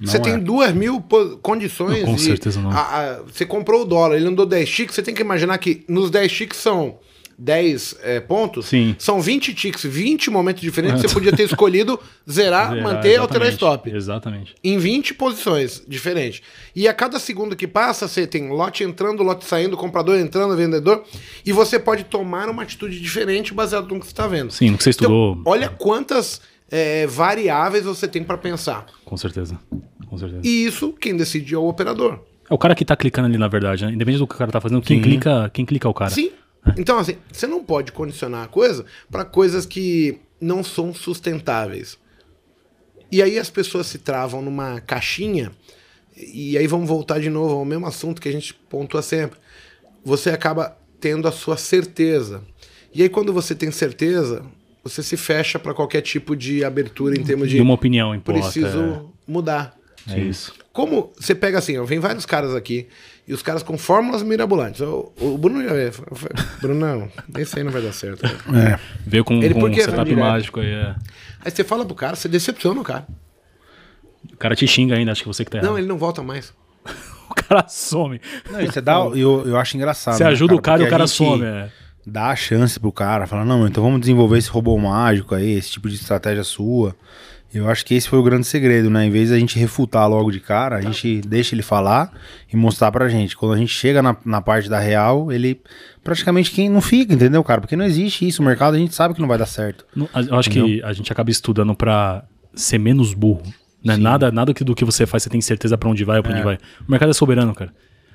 [SPEAKER 1] você
[SPEAKER 3] é.
[SPEAKER 1] tem duas mil po- condições.
[SPEAKER 2] Com
[SPEAKER 1] e
[SPEAKER 2] certeza não.
[SPEAKER 1] a- a- você comprou o dólar, ele andou 10 ticks, você tem que imaginar que nos 10 ticks são 10 eh, pontos,
[SPEAKER 2] Sim.
[SPEAKER 1] são 20 ticks, 20 momentos diferentes, você podia ter escolhido zerar,
[SPEAKER 2] Zerar,
[SPEAKER 1] manter, é alterar
[SPEAKER 2] exatamente,
[SPEAKER 1] stop
[SPEAKER 2] Exatamente.
[SPEAKER 1] em 20 posições diferentes. E a cada segundo que passa, você tem lote entrando, lote saindo, comprador entrando, vendedor, e você pode tomar uma atitude diferente baseado no que você está vendo. Então,
[SPEAKER 2] Sim, no que você estudou.
[SPEAKER 1] olha quantas eh, variáveis você tem para pensar.
[SPEAKER 2] Com certeza. Com certeza.
[SPEAKER 1] E isso, quem decide é o operador.
[SPEAKER 2] É o cara que tá clicando ali, na verdade, né? Independente do que o cara tá fazendo, quem clica, quem clica é o cara.
[SPEAKER 1] Sim. Então, assim, você não pode condicionar a coisa para coisas que não são sustentáveis. E aí as pessoas se travam numa caixinha, e aí vamos voltar de novo ao mesmo assunto que a gente pontua sempre. Você acaba tendo a sua certeza. E aí, quando você tem certeza, você se fecha para qualquer tipo de abertura em termos de
[SPEAKER 2] De uma opinião importa.
[SPEAKER 1] preciso mudar.
[SPEAKER 2] É, é isso.
[SPEAKER 1] Como você pega assim, ó, vem vários caras aqui, e os caras com fórmulas mirabolantes. O, o Bruno já é. Bruno, não, esse aí não vai dar certo. cara.
[SPEAKER 2] Veio com,
[SPEAKER 1] Ele
[SPEAKER 2] com
[SPEAKER 1] por
[SPEAKER 2] um
[SPEAKER 1] que
[SPEAKER 2] setup
[SPEAKER 1] direto?
[SPEAKER 2] mágico aí. é.
[SPEAKER 1] Aí você fala pro cara, você decepciona o cara.
[SPEAKER 2] O cara te xinga ainda, acho que você que tá errado.
[SPEAKER 1] Não, ele não volta mais.
[SPEAKER 2] O cara some.
[SPEAKER 3] Não, e você dá, eu, eu acho engraçado.
[SPEAKER 2] Você
[SPEAKER 3] né,
[SPEAKER 2] ajuda o cara e o
[SPEAKER 3] porque a
[SPEAKER 2] cara
[SPEAKER 3] gente
[SPEAKER 2] some. É.
[SPEAKER 3] Dá a chance pro cara, fala, não, então vamos desenvolver esse robô mágico aí, esse tipo de estratégia sua. Eu acho que esse foi o grande segredo, né? Em vez da gente refutar logo de cara, a gente deixa ele falar e mostrar pra gente. Quando a gente chega na, na parte da real, ele praticamente quem não fica, entendeu, cara? Porque não existe isso. O mercado a gente sabe que não vai dar certo.
[SPEAKER 2] Não, a- Eu acho que a gente acaba estudando pra ser menos burro. Né? Nada, nada que- do que você faz, você tem certeza pra onde vai ou pra onde vai. O merestado é soberano, cara.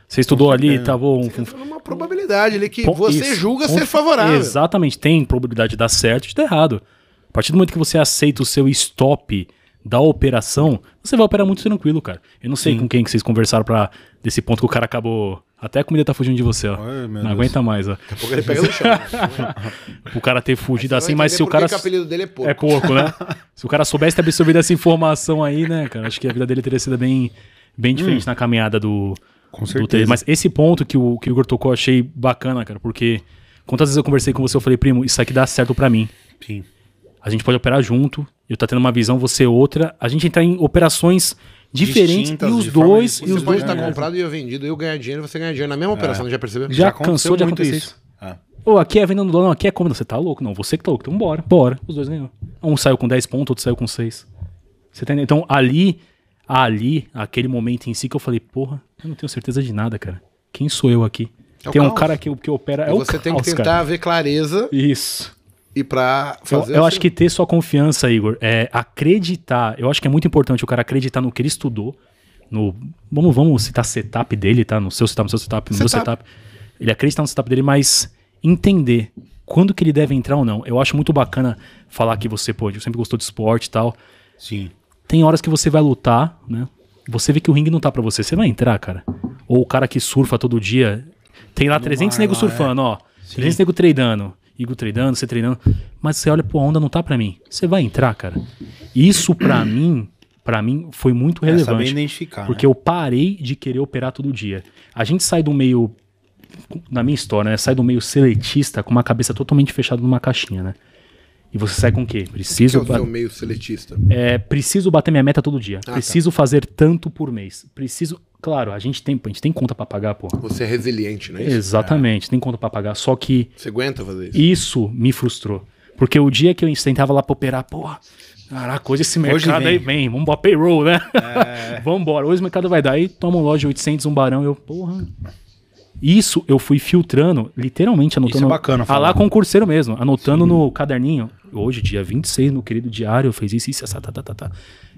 [SPEAKER 2] Você estudou ali, tá bom. um-
[SPEAKER 1] É uma probabilidade ali que
[SPEAKER 2] Pon-
[SPEAKER 1] você
[SPEAKER 2] isso.
[SPEAKER 1] julga
[SPEAKER 2] Pon-
[SPEAKER 1] ser favorável.
[SPEAKER 2] Exatamente, tem probabilidade de dar certo e de dar errado. A partir do momento que você aceita o seu stop da operação, você vai operar muito tranquilo, cara. Eu não sei com quem que vocês conversaram pra desse ponto que o cara acabou. Até a comida tá fugindo de você, ó.
[SPEAKER 3] Ai, meu
[SPEAKER 2] não
[SPEAKER 3] Deus.
[SPEAKER 2] aguenta mais, ó.
[SPEAKER 1] Porque ele pega no chão.
[SPEAKER 2] O cara ter fugido assim,
[SPEAKER 1] Vai
[SPEAKER 2] mas
[SPEAKER 1] entender
[SPEAKER 2] se o
[SPEAKER 1] por
[SPEAKER 2] cara.
[SPEAKER 1] que que o apelido dele é porco.
[SPEAKER 2] É porco, né? se o cara soubesse ter absorvido essa informação aí, né, cara? Acho que a vida dele teria sido bem, bem diferente na caminhada do.
[SPEAKER 3] Hum. Com
[SPEAKER 2] do
[SPEAKER 3] certeza.
[SPEAKER 2] tênis. Mas esse ponto que o, que o Igor tocou, eu achei bacana, cara, porque quantas vezes eu conversei com você, eu falei, primo, isso aqui dá certo pra mim.
[SPEAKER 3] Sim.
[SPEAKER 2] A gente pode operar junto, eu tá tendo uma visão, você outra. A gente entrar em operações diferentes
[SPEAKER 3] Distintas,
[SPEAKER 2] e os
[SPEAKER 3] de forma
[SPEAKER 2] dois. E
[SPEAKER 3] distinta,
[SPEAKER 2] os
[SPEAKER 1] Você
[SPEAKER 2] dois
[SPEAKER 1] pode estar
[SPEAKER 2] É.
[SPEAKER 1] comprado e eu vendido, eu ganhar dinheiro e você ganhar dinheiro na mesma operação, já percebeu?
[SPEAKER 2] Já cansou de acontecer isso?
[SPEAKER 3] Ah,
[SPEAKER 2] Ô, aqui é venda no dólar, não, aqui é como? Não, Você tá louco? Não, você que tá louco. Então bora, bora. Os dois ganhou. Um saiu com 10 pontos, outro saiu com 6. Você tá entendendo? Então ali, ali, aquele momento em si que eu falei, porra, eu não tenho certeza de nada, cara. Quem sou eu aqui?
[SPEAKER 1] É o
[SPEAKER 2] tem um
[SPEAKER 1] caos.
[SPEAKER 2] cara que, que opera.
[SPEAKER 1] E
[SPEAKER 2] é o
[SPEAKER 1] você tem que
[SPEAKER 2] caos,
[SPEAKER 1] tentar
[SPEAKER 2] cara.
[SPEAKER 1] ver clareza
[SPEAKER 2] Isso.
[SPEAKER 1] e pra
[SPEAKER 2] Eu,
[SPEAKER 1] fazer.
[SPEAKER 2] eu
[SPEAKER 1] o
[SPEAKER 2] acho
[SPEAKER 1] seu-
[SPEAKER 2] que ter sua confiança, Igor, é acreditar. Eu acho que é muito importante o cara acreditar no que ele estudou. No, vamos, vamos citar setup dele, tá? No seu setup, no seu setup, no meu
[SPEAKER 1] Setup.
[SPEAKER 2] setup. Ele acreditar no setup dele, mas entender quando que ele deve entrar ou não. Eu acho muito bacana falar que você, pô, eu sempre gostou de esporte e tal.
[SPEAKER 3] Sim.
[SPEAKER 2] Tem horas que você vai lutar, né? Você vê que o ringue não tá pra você, você vai entrar, cara. Ou o cara que surfa todo dia, tem lá 300
[SPEAKER 3] mar
[SPEAKER 2] negros
[SPEAKER 3] lá, é.
[SPEAKER 2] surfando, ó. 300 negros treinando, Igor treinando, você treinando, mas você olha, pô, a onda não tá pra mim. Você vai entrar, cara. Isso pra mim, para mim foi muito
[SPEAKER 3] É né? saber
[SPEAKER 2] relevante.
[SPEAKER 3] identificar.
[SPEAKER 2] Porque eu parei de querer operar todo dia. A gente sai do meio. Na minha história, né? Sai do meio seletista com uma cabeça totalmente fechada numa caixinha, né? E você sai com o quê?
[SPEAKER 1] que é
[SPEAKER 2] Preciso.
[SPEAKER 1] o seu meio seletista.
[SPEAKER 2] É, preciso bater minha meta todo dia.
[SPEAKER 1] tá.
[SPEAKER 2] preciso fazer tanto por mês. Preciso. Claro, a gente tem, a gente tem conta pra pagar, pô.
[SPEAKER 1] Você é resiliente, não é isso?
[SPEAKER 2] Exatamente, tem conta pra pagar. Só que
[SPEAKER 1] Você aguenta fazer isso.
[SPEAKER 2] isso me frustrou. Porque o dia que eu tentava lá pra operar, porra, caraca, hoje esse mercado
[SPEAKER 3] vem. É.
[SPEAKER 2] aí vem, vamos embora, payroll, né? Vambora, hoje o mercado vai dar. Aí toma um loja de 800, um barão, eu, porra. Isso eu fui filtrando, literalmente anotando.
[SPEAKER 3] Isso é bacana
[SPEAKER 2] A
[SPEAKER 3] falar.
[SPEAKER 2] lá concurseiro mesmo, anotando no caderninho. Hoje, dia 26, meu querido diário, eu fiz isso, isso, essa, tá, tá, tá, tá.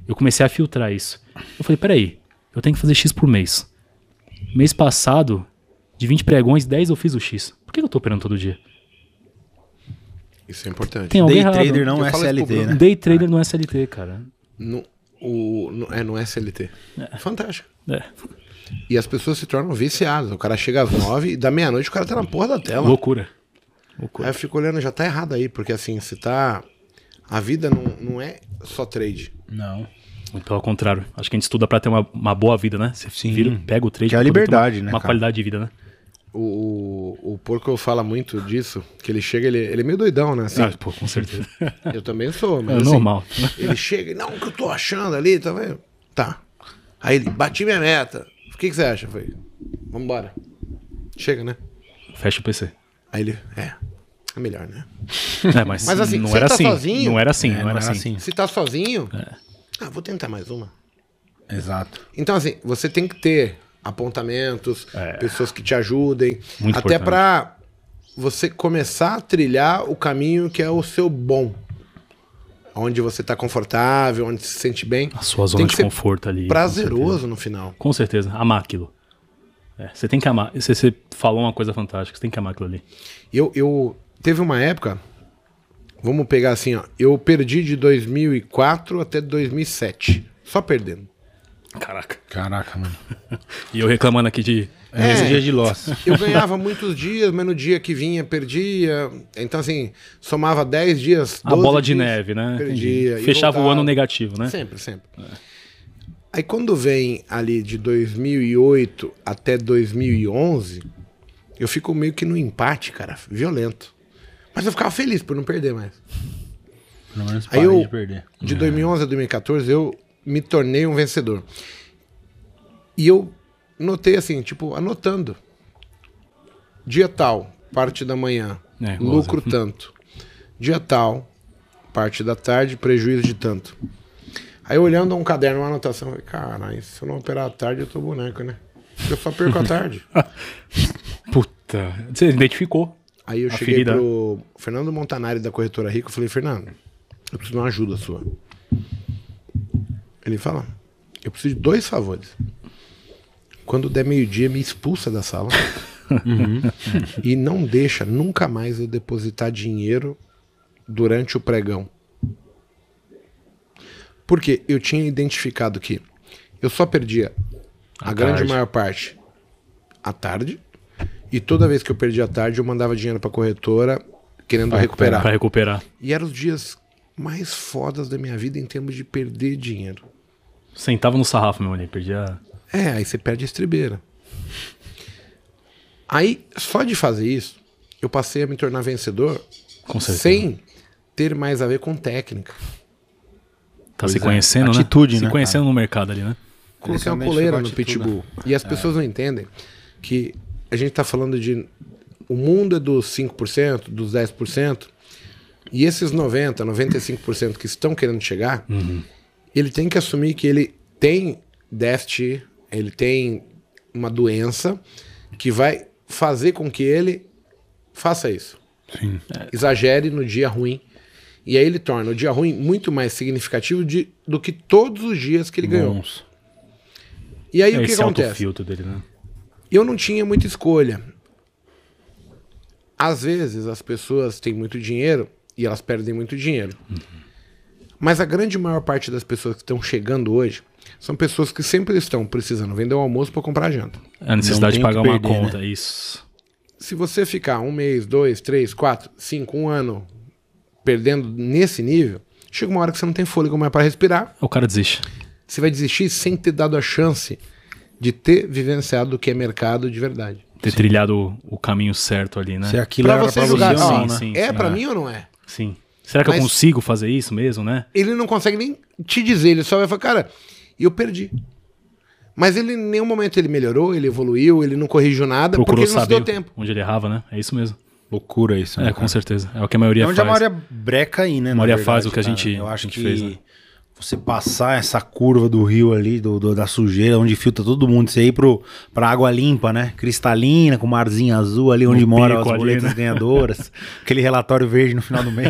[SPEAKER 2] Eu comecei a filtrar isso. Eu falei, peraí, eu tenho que fazer X por mês. Mês passado, de 20 pregões, 10 eu fiz o X. Por que eu tô operando todo dia?
[SPEAKER 1] Isso é importante.
[SPEAKER 2] Tem um- alguém
[SPEAKER 3] Day
[SPEAKER 2] errado.
[SPEAKER 3] trader não
[SPEAKER 1] Eu
[SPEAKER 3] é
[SPEAKER 1] falo isso pro
[SPEAKER 3] SLT,
[SPEAKER 1] Bruno.
[SPEAKER 3] né?
[SPEAKER 2] Day trader não é SLT, cara.
[SPEAKER 1] No, o, no, é, no SLT. Fantástico.
[SPEAKER 2] É.
[SPEAKER 1] E as pessoas se tornam viciadas. O cara chega às nove e da meia-noite o cara tá na porra da tela.
[SPEAKER 2] Loucura.
[SPEAKER 1] Aí eu fico olhando, já tá errado aí, porque assim, você tá. A vida não, não é só trade.
[SPEAKER 3] Não.
[SPEAKER 2] Muito pelo contrário. Acho que a gente estuda pra ter uma, uma boa vida, né? Você
[SPEAKER 3] Sim.
[SPEAKER 2] vira, pega o trade.
[SPEAKER 3] Que é a
[SPEAKER 2] pra poder ter
[SPEAKER 3] liberdade,
[SPEAKER 2] uma,
[SPEAKER 3] né,
[SPEAKER 2] Uma
[SPEAKER 3] cara?
[SPEAKER 2] qualidade de vida, né?
[SPEAKER 1] O, o, o porco fala muito disso, que ele chega, ele, ele é meio doidão, né? Assim,
[SPEAKER 2] Ah, pô, com certeza.
[SPEAKER 3] É,
[SPEAKER 1] Eu também sou, mas.
[SPEAKER 2] É
[SPEAKER 1] assim,
[SPEAKER 2] normal.
[SPEAKER 1] Ele chega e, não, o que eu tô achando ali, tá vendo? Tá. Aí ele, bati minha meta. O que, que você acha? Eu falei, vambora. Chega, né?
[SPEAKER 2] Fecha o PC.
[SPEAKER 1] Aí ele, é, é melhor, né?
[SPEAKER 2] É, mas,
[SPEAKER 1] Mas assim,
[SPEAKER 2] não
[SPEAKER 1] você
[SPEAKER 2] era
[SPEAKER 1] tá
[SPEAKER 2] assim.
[SPEAKER 1] sozinho?
[SPEAKER 2] Não era assim,
[SPEAKER 3] É,
[SPEAKER 2] não era assim.
[SPEAKER 1] Se tá sozinho,
[SPEAKER 2] É.
[SPEAKER 1] ah, vou tentar mais uma.
[SPEAKER 3] Exato.
[SPEAKER 1] Então, assim, você tem que ter apontamentos, pessoas que te ajudem,
[SPEAKER 2] É. Muito
[SPEAKER 1] até
[SPEAKER 2] importante.
[SPEAKER 1] pra você começar a trilhar o caminho que é o seu bom. Onde você tá confortável, onde se sente bem.
[SPEAKER 2] A sua
[SPEAKER 1] Tem
[SPEAKER 2] zona
[SPEAKER 1] que
[SPEAKER 2] de
[SPEAKER 1] ser
[SPEAKER 2] conforto ali.
[SPEAKER 1] Prazeroso no final.
[SPEAKER 2] Com certeza. Amar aquilo. É, você tem que amar. Você, você falou uma coisa fantástica. Você tem que amar aquilo ali.
[SPEAKER 1] Eu, eu teve uma época, vamos pegar assim, ó, eu perdi de 2004 até 2007, só perdendo.
[SPEAKER 2] Caraca.
[SPEAKER 3] Caraca, mano.
[SPEAKER 2] E eu reclamando aqui de.
[SPEAKER 3] É. Esse dia de loss.
[SPEAKER 1] Eu ganhava muitos dias, mas no dia que vinha, perdia. Então, assim, somava 10 dias.
[SPEAKER 2] A
[SPEAKER 1] 12
[SPEAKER 2] bola de
[SPEAKER 1] dias,
[SPEAKER 2] neve, né?
[SPEAKER 1] Perdia.
[SPEAKER 2] Entendi.
[SPEAKER 1] e
[SPEAKER 2] Fechava o
[SPEAKER 1] voltava.
[SPEAKER 2] ano negativo, né?
[SPEAKER 1] Sempre, sempre. Aí quando vem ali de 2008 até 2011, eu fico meio que no empate, cara, violento. Mas eu ficava feliz por não perder mais.
[SPEAKER 3] Pelo menos
[SPEAKER 1] Aí
[SPEAKER 3] parei
[SPEAKER 1] eu,
[SPEAKER 3] de perder.
[SPEAKER 1] de 2011 a 2014, eu me tornei um vencedor. E eu notei assim, tipo, anotando. Dia tal, parte da manhã,
[SPEAKER 2] É, igualzinho.
[SPEAKER 1] lucro tanto. Dia tal, parte da tarde, prejuízo de tanto. Aí olhando um caderno, uma anotação, eu falei, cara, se eu não operar à tarde, eu tô boneco, né? Eu só perco a tarde.
[SPEAKER 2] Puta. Você identificou.
[SPEAKER 1] Aí eu
[SPEAKER 2] A
[SPEAKER 1] cheguei
[SPEAKER 2] ferida.
[SPEAKER 1] pro Fernando Montanari da corretora Rico e falei, Fernando, eu preciso de uma ajuda sua. Ele fala: Eu preciso de dois favores. Quando der meio-dia, me expulsa da sala.
[SPEAKER 2] Uhum.
[SPEAKER 1] e não deixa nunca mais eu depositar dinheiro durante o pregão. Porque eu tinha identificado que eu só perdia a
[SPEAKER 2] À
[SPEAKER 1] grande
[SPEAKER 2] tarde.
[SPEAKER 1] maior parte à tarde. E toda vez que eu perdia a tarde, eu mandava dinheiro pra corretora querendo recuperar.
[SPEAKER 2] Pra recuperar.
[SPEAKER 1] E eram os dias mais fodas da minha vida em termos de perder dinheiro.
[SPEAKER 2] Sentava no sarrafo, meu amigo. Perdia.
[SPEAKER 1] É, aí você perde a estribeira. Aí, só de fazer isso, eu passei a me tornar vencedor
[SPEAKER 2] Com certeza.
[SPEAKER 1] sem ter mais a ver com técnica.
[SPEAKER 2] Tá se
[SPEAKER 3] é.
[SPEAKER 2] conhecendo, né?
[SPEAKER 3] Atitude,
[SPEAKER 2] Se
[SPEAKER 3] né,
[SPEAKER 2] conhecendo no mercado ali, né?
[SPEAKER 1] Coloquei uma
[SPEAKER 3] Principalmente
[SPEAKER 1] coleira
[SPEAKER 3] com
[SPEAKER 1] no
[SPEAKER 3] atitude,
[SPEAKER 1] Pitbull. E as pessoas não entendem que a gente tá falando de. O mundo é dos 5%, dos 10%, e esses 90%, 95% que estão querendo chegar, ele tem que assumir que ele tem déficit, ele tem uma doença que vai fazer com que ele faça isso. Exagere no dia ruim. E aí ele torna o dia ruim muito mais significativo de- do que todos os dias que ele ganhou.
[SPEAKER 3] Bons.
[SPEAKER 1] E aí
[SPEAKER 2] é
[SPEAKER 1] o que
[SPEAKER 2] esse
[SPEAKER 1] acontece?
[SPEAKER 2] autofiltro dele, né?
[SPEAKER 1] Eu não tinha muita escolha. Às vezes as pessoas têm muito dinheiro e elas perdem muito dinheiro.
[SPEAKER 2] Uhum.
[SPEAKER 1] Mas a grande maior parte das pessoas que estão chegando hoje são pessoas que sempre estão precisando vender o almoço para comprar a janta.
[SPEAKER 2] A necessidade de
[SPEAKER 3] tem o que
[SPEAKER 2] pagar uma
[SPEAKER 3] perder,
[SPEAKER 2] conta, isso.
[SPEAKER 1] Se você ficar um mês, dois, três, quatro, cinco, um ano perdendo nesse nível, chega uma hora que você não tem fôlego mais para respirar.
[SPEAKER 2] O cara desiste.
[SPEAKER 1] Você vai desistir sem ter dado a chance de ter vivenciado o que é mercado de verdade.
[SPEAKER 2] Ter trilhado o, o caminho certo ali, né?
[SPEAKER 3] Se aquilo era pra
[SPEAKER 1] você
[SPEAKER 3] você ou
[SPEAKER 1] julgar,
[SPEAKER 3] não,
[SPEAKER 1] ó,
[SPEAKER 3] né?
[SPEAKER 2] sim,
[SPEAKER 1] é
[SPEAKER 2] sim,
[SPEAKER 1] pra
[SPEAKER 2] é.
[SPEAKER 1] mim ou não é?
[SPEAKER 2] Sim. Será que eu
[SPEAKER 1] Mas-
[SPEAKER 2] consigo fazer isso mesmo, né?
[SPEAKER 1] Ele não consegue nem te dizer, ele só vai falar, cara, eu perdi. Mas ele em nenhum momento ele melhorou, ele evoluiu, ele não corrigiu nada,
[SPEAKER 2] Procurou
[SPEAKER 1] porque ele não se deu
[SPEAKER 2] saber
[SPEAKER 1] tempo.
[SPEAKER 2] onde ele errava, né? É isso mesmo.
[SPEAKER 3] Loucura isso,
[SPEAKER 2] É,
[SPEAKER 3] né?
[SPEAKER 2] com certeza. É o que a maioria
[SPEAKER 3] É onde
[SPEAKER 2] faz.
[SPEAKER 3] a maioria breca aí, né?
[SPEAKER 2] A
[SPEAKER 3] na
[SPEAKER 2] maioria
[SPEAKER 3] verdade,
[SPEAKER 2] faz o que a
[SPEAKER 3] cara.
[SPEAKER 2] gente-
[SPEAKER 3] Eu acho
[SPEAKER 2] a gente
[SPEAKER 3] que
[SPEAKER 2] fez, né?
[SPEAKER 3] você passar essa curva do rio ali, do, do- da sujeira, onde filtra todo mundo, você ir pro, pra água limpa, né? Cristalina, com marzinho azul ali, onde
[SPEAKER 2] No
[SPEAKER 3] moram as
[SPEAKER 2] pico ali,
[SPEAKER 3] boletas
[SPEAKER 2] né?
[SPEAKER 3] ganhadoras, aquele relatório verde no final do mês.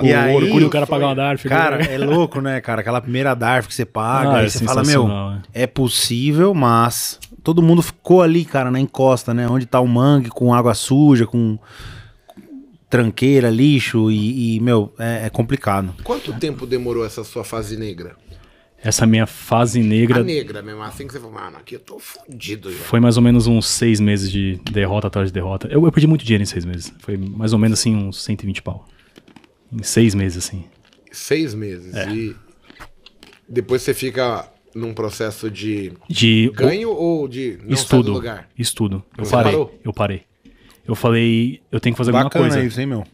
[SPEAKER 2] O orgulho do cara pagar uma DARF.
[SPEAKER 3] Cara, é louco, né, cara? Aquela primeira DARF que você paga,
[SPEAKER 2] Ah,
[SPEAKER 3] aí
[SPEAKER 2] é
[SPEAKER 3] você fala, meu,
[SPEAKER 2] sensacional,
[SPEAKER 3] é possível, mas todo mundo ficou ali, cara, na encosta, né? Onde tá o mangue com água suja, com tranqueira, lixo e, e, meu, é, é complicado.
[SPEAKER 1] Quanto tempo demorou essa sua fase negra?
[SPEAKER 2] essa minha fase negra
[SPEAKER 1] A negra mesmo, assim que você falou, mano, aqui eu tô fudido já.
[SPEAKER 2] foi mais ou menos uns seis meses de derrota atrás de derrota. Eu, eu perdi muito dinheiro em seis meses. Foi mais ou menos assim uns 120 pau. Em seis meses, assim.
[SPEAKER 1] Seis meses.
[SPEAKER 2] É.
[SPEAKER 1] E depois você fica num processo de
[SPEAKER 2] De
[SPEAKER 1] ganho ou de não sai do
[SPEAKER 2] estudo.
[SPEAKER 1] lugar?
[SPEAKER 2] Estudo. Eu
[SPEAKER 1] Você
[SPEAKER 2] parei.
[SPEAKER 1] parou?
[SPEAKER 2] Eu parei. Eu falei, eu tenho que fazer alguma coisa.
[SPEAKER 3] isso, hein, meu?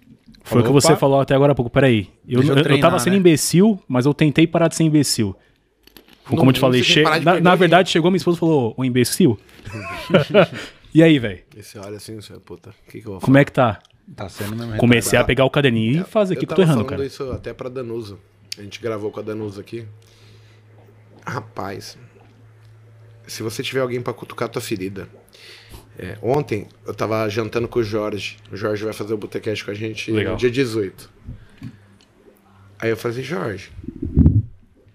[SPEAKER 2] Foi o que você falou até agora há pouco. Peraí. Eu,
[SPEAKER 3] Deixa eu
[SPEAKER 2] eu, eu
[SPEAKER 3] treinar,
[SPEAKER 2] tava sendo
[SPEAKER 3] né?
[SPEAKER 2] imbecil, mas eu tentei parar de ser imbecil. Foi
[SPEAKER 1] Não-
[SPEAKER 2] como eu te falei,
[SPEAKER 1] não sei
[SPEAKER 2] che-
[SPEAKER 1] parar de
[SPEAKER 2] na,
[SPEAKER 1] perder
[SPEAKER 2] na
[SPEAKER 1] o
[SPEAKER 2] verdade chegou minha esposa e falou: Ô imbecil? e aí, velho?
[SPEAKER 1] E você olha assim, você, puta, o que, que eu vou fazer?
[SPEAKER 2] Como é que tá?
[SPEAKER 3] Tá sendo mesmo.
[SPEAKER 2] Comecei a pegar o caderninho e fazer aqui que eu tô
[SPEAKER 1] É, tava
[SPEAKER 2] errando,
[SPEAKER 1] falando
[SPEAKER 2] cara.
[SPEAKER 1] isso até pra Danusa. A gente gravou com a Danusa aqui. Rapaz, se você tiver alguém pra cutucar tua ferida. É, ontem eu tava jantando com o Jorge. O Jorge vai fazer o botecast com a gente
[SPEAKER 2] Legal.
[SPEAKER 1] no dia 18. Aí eu falei assim, Jorge,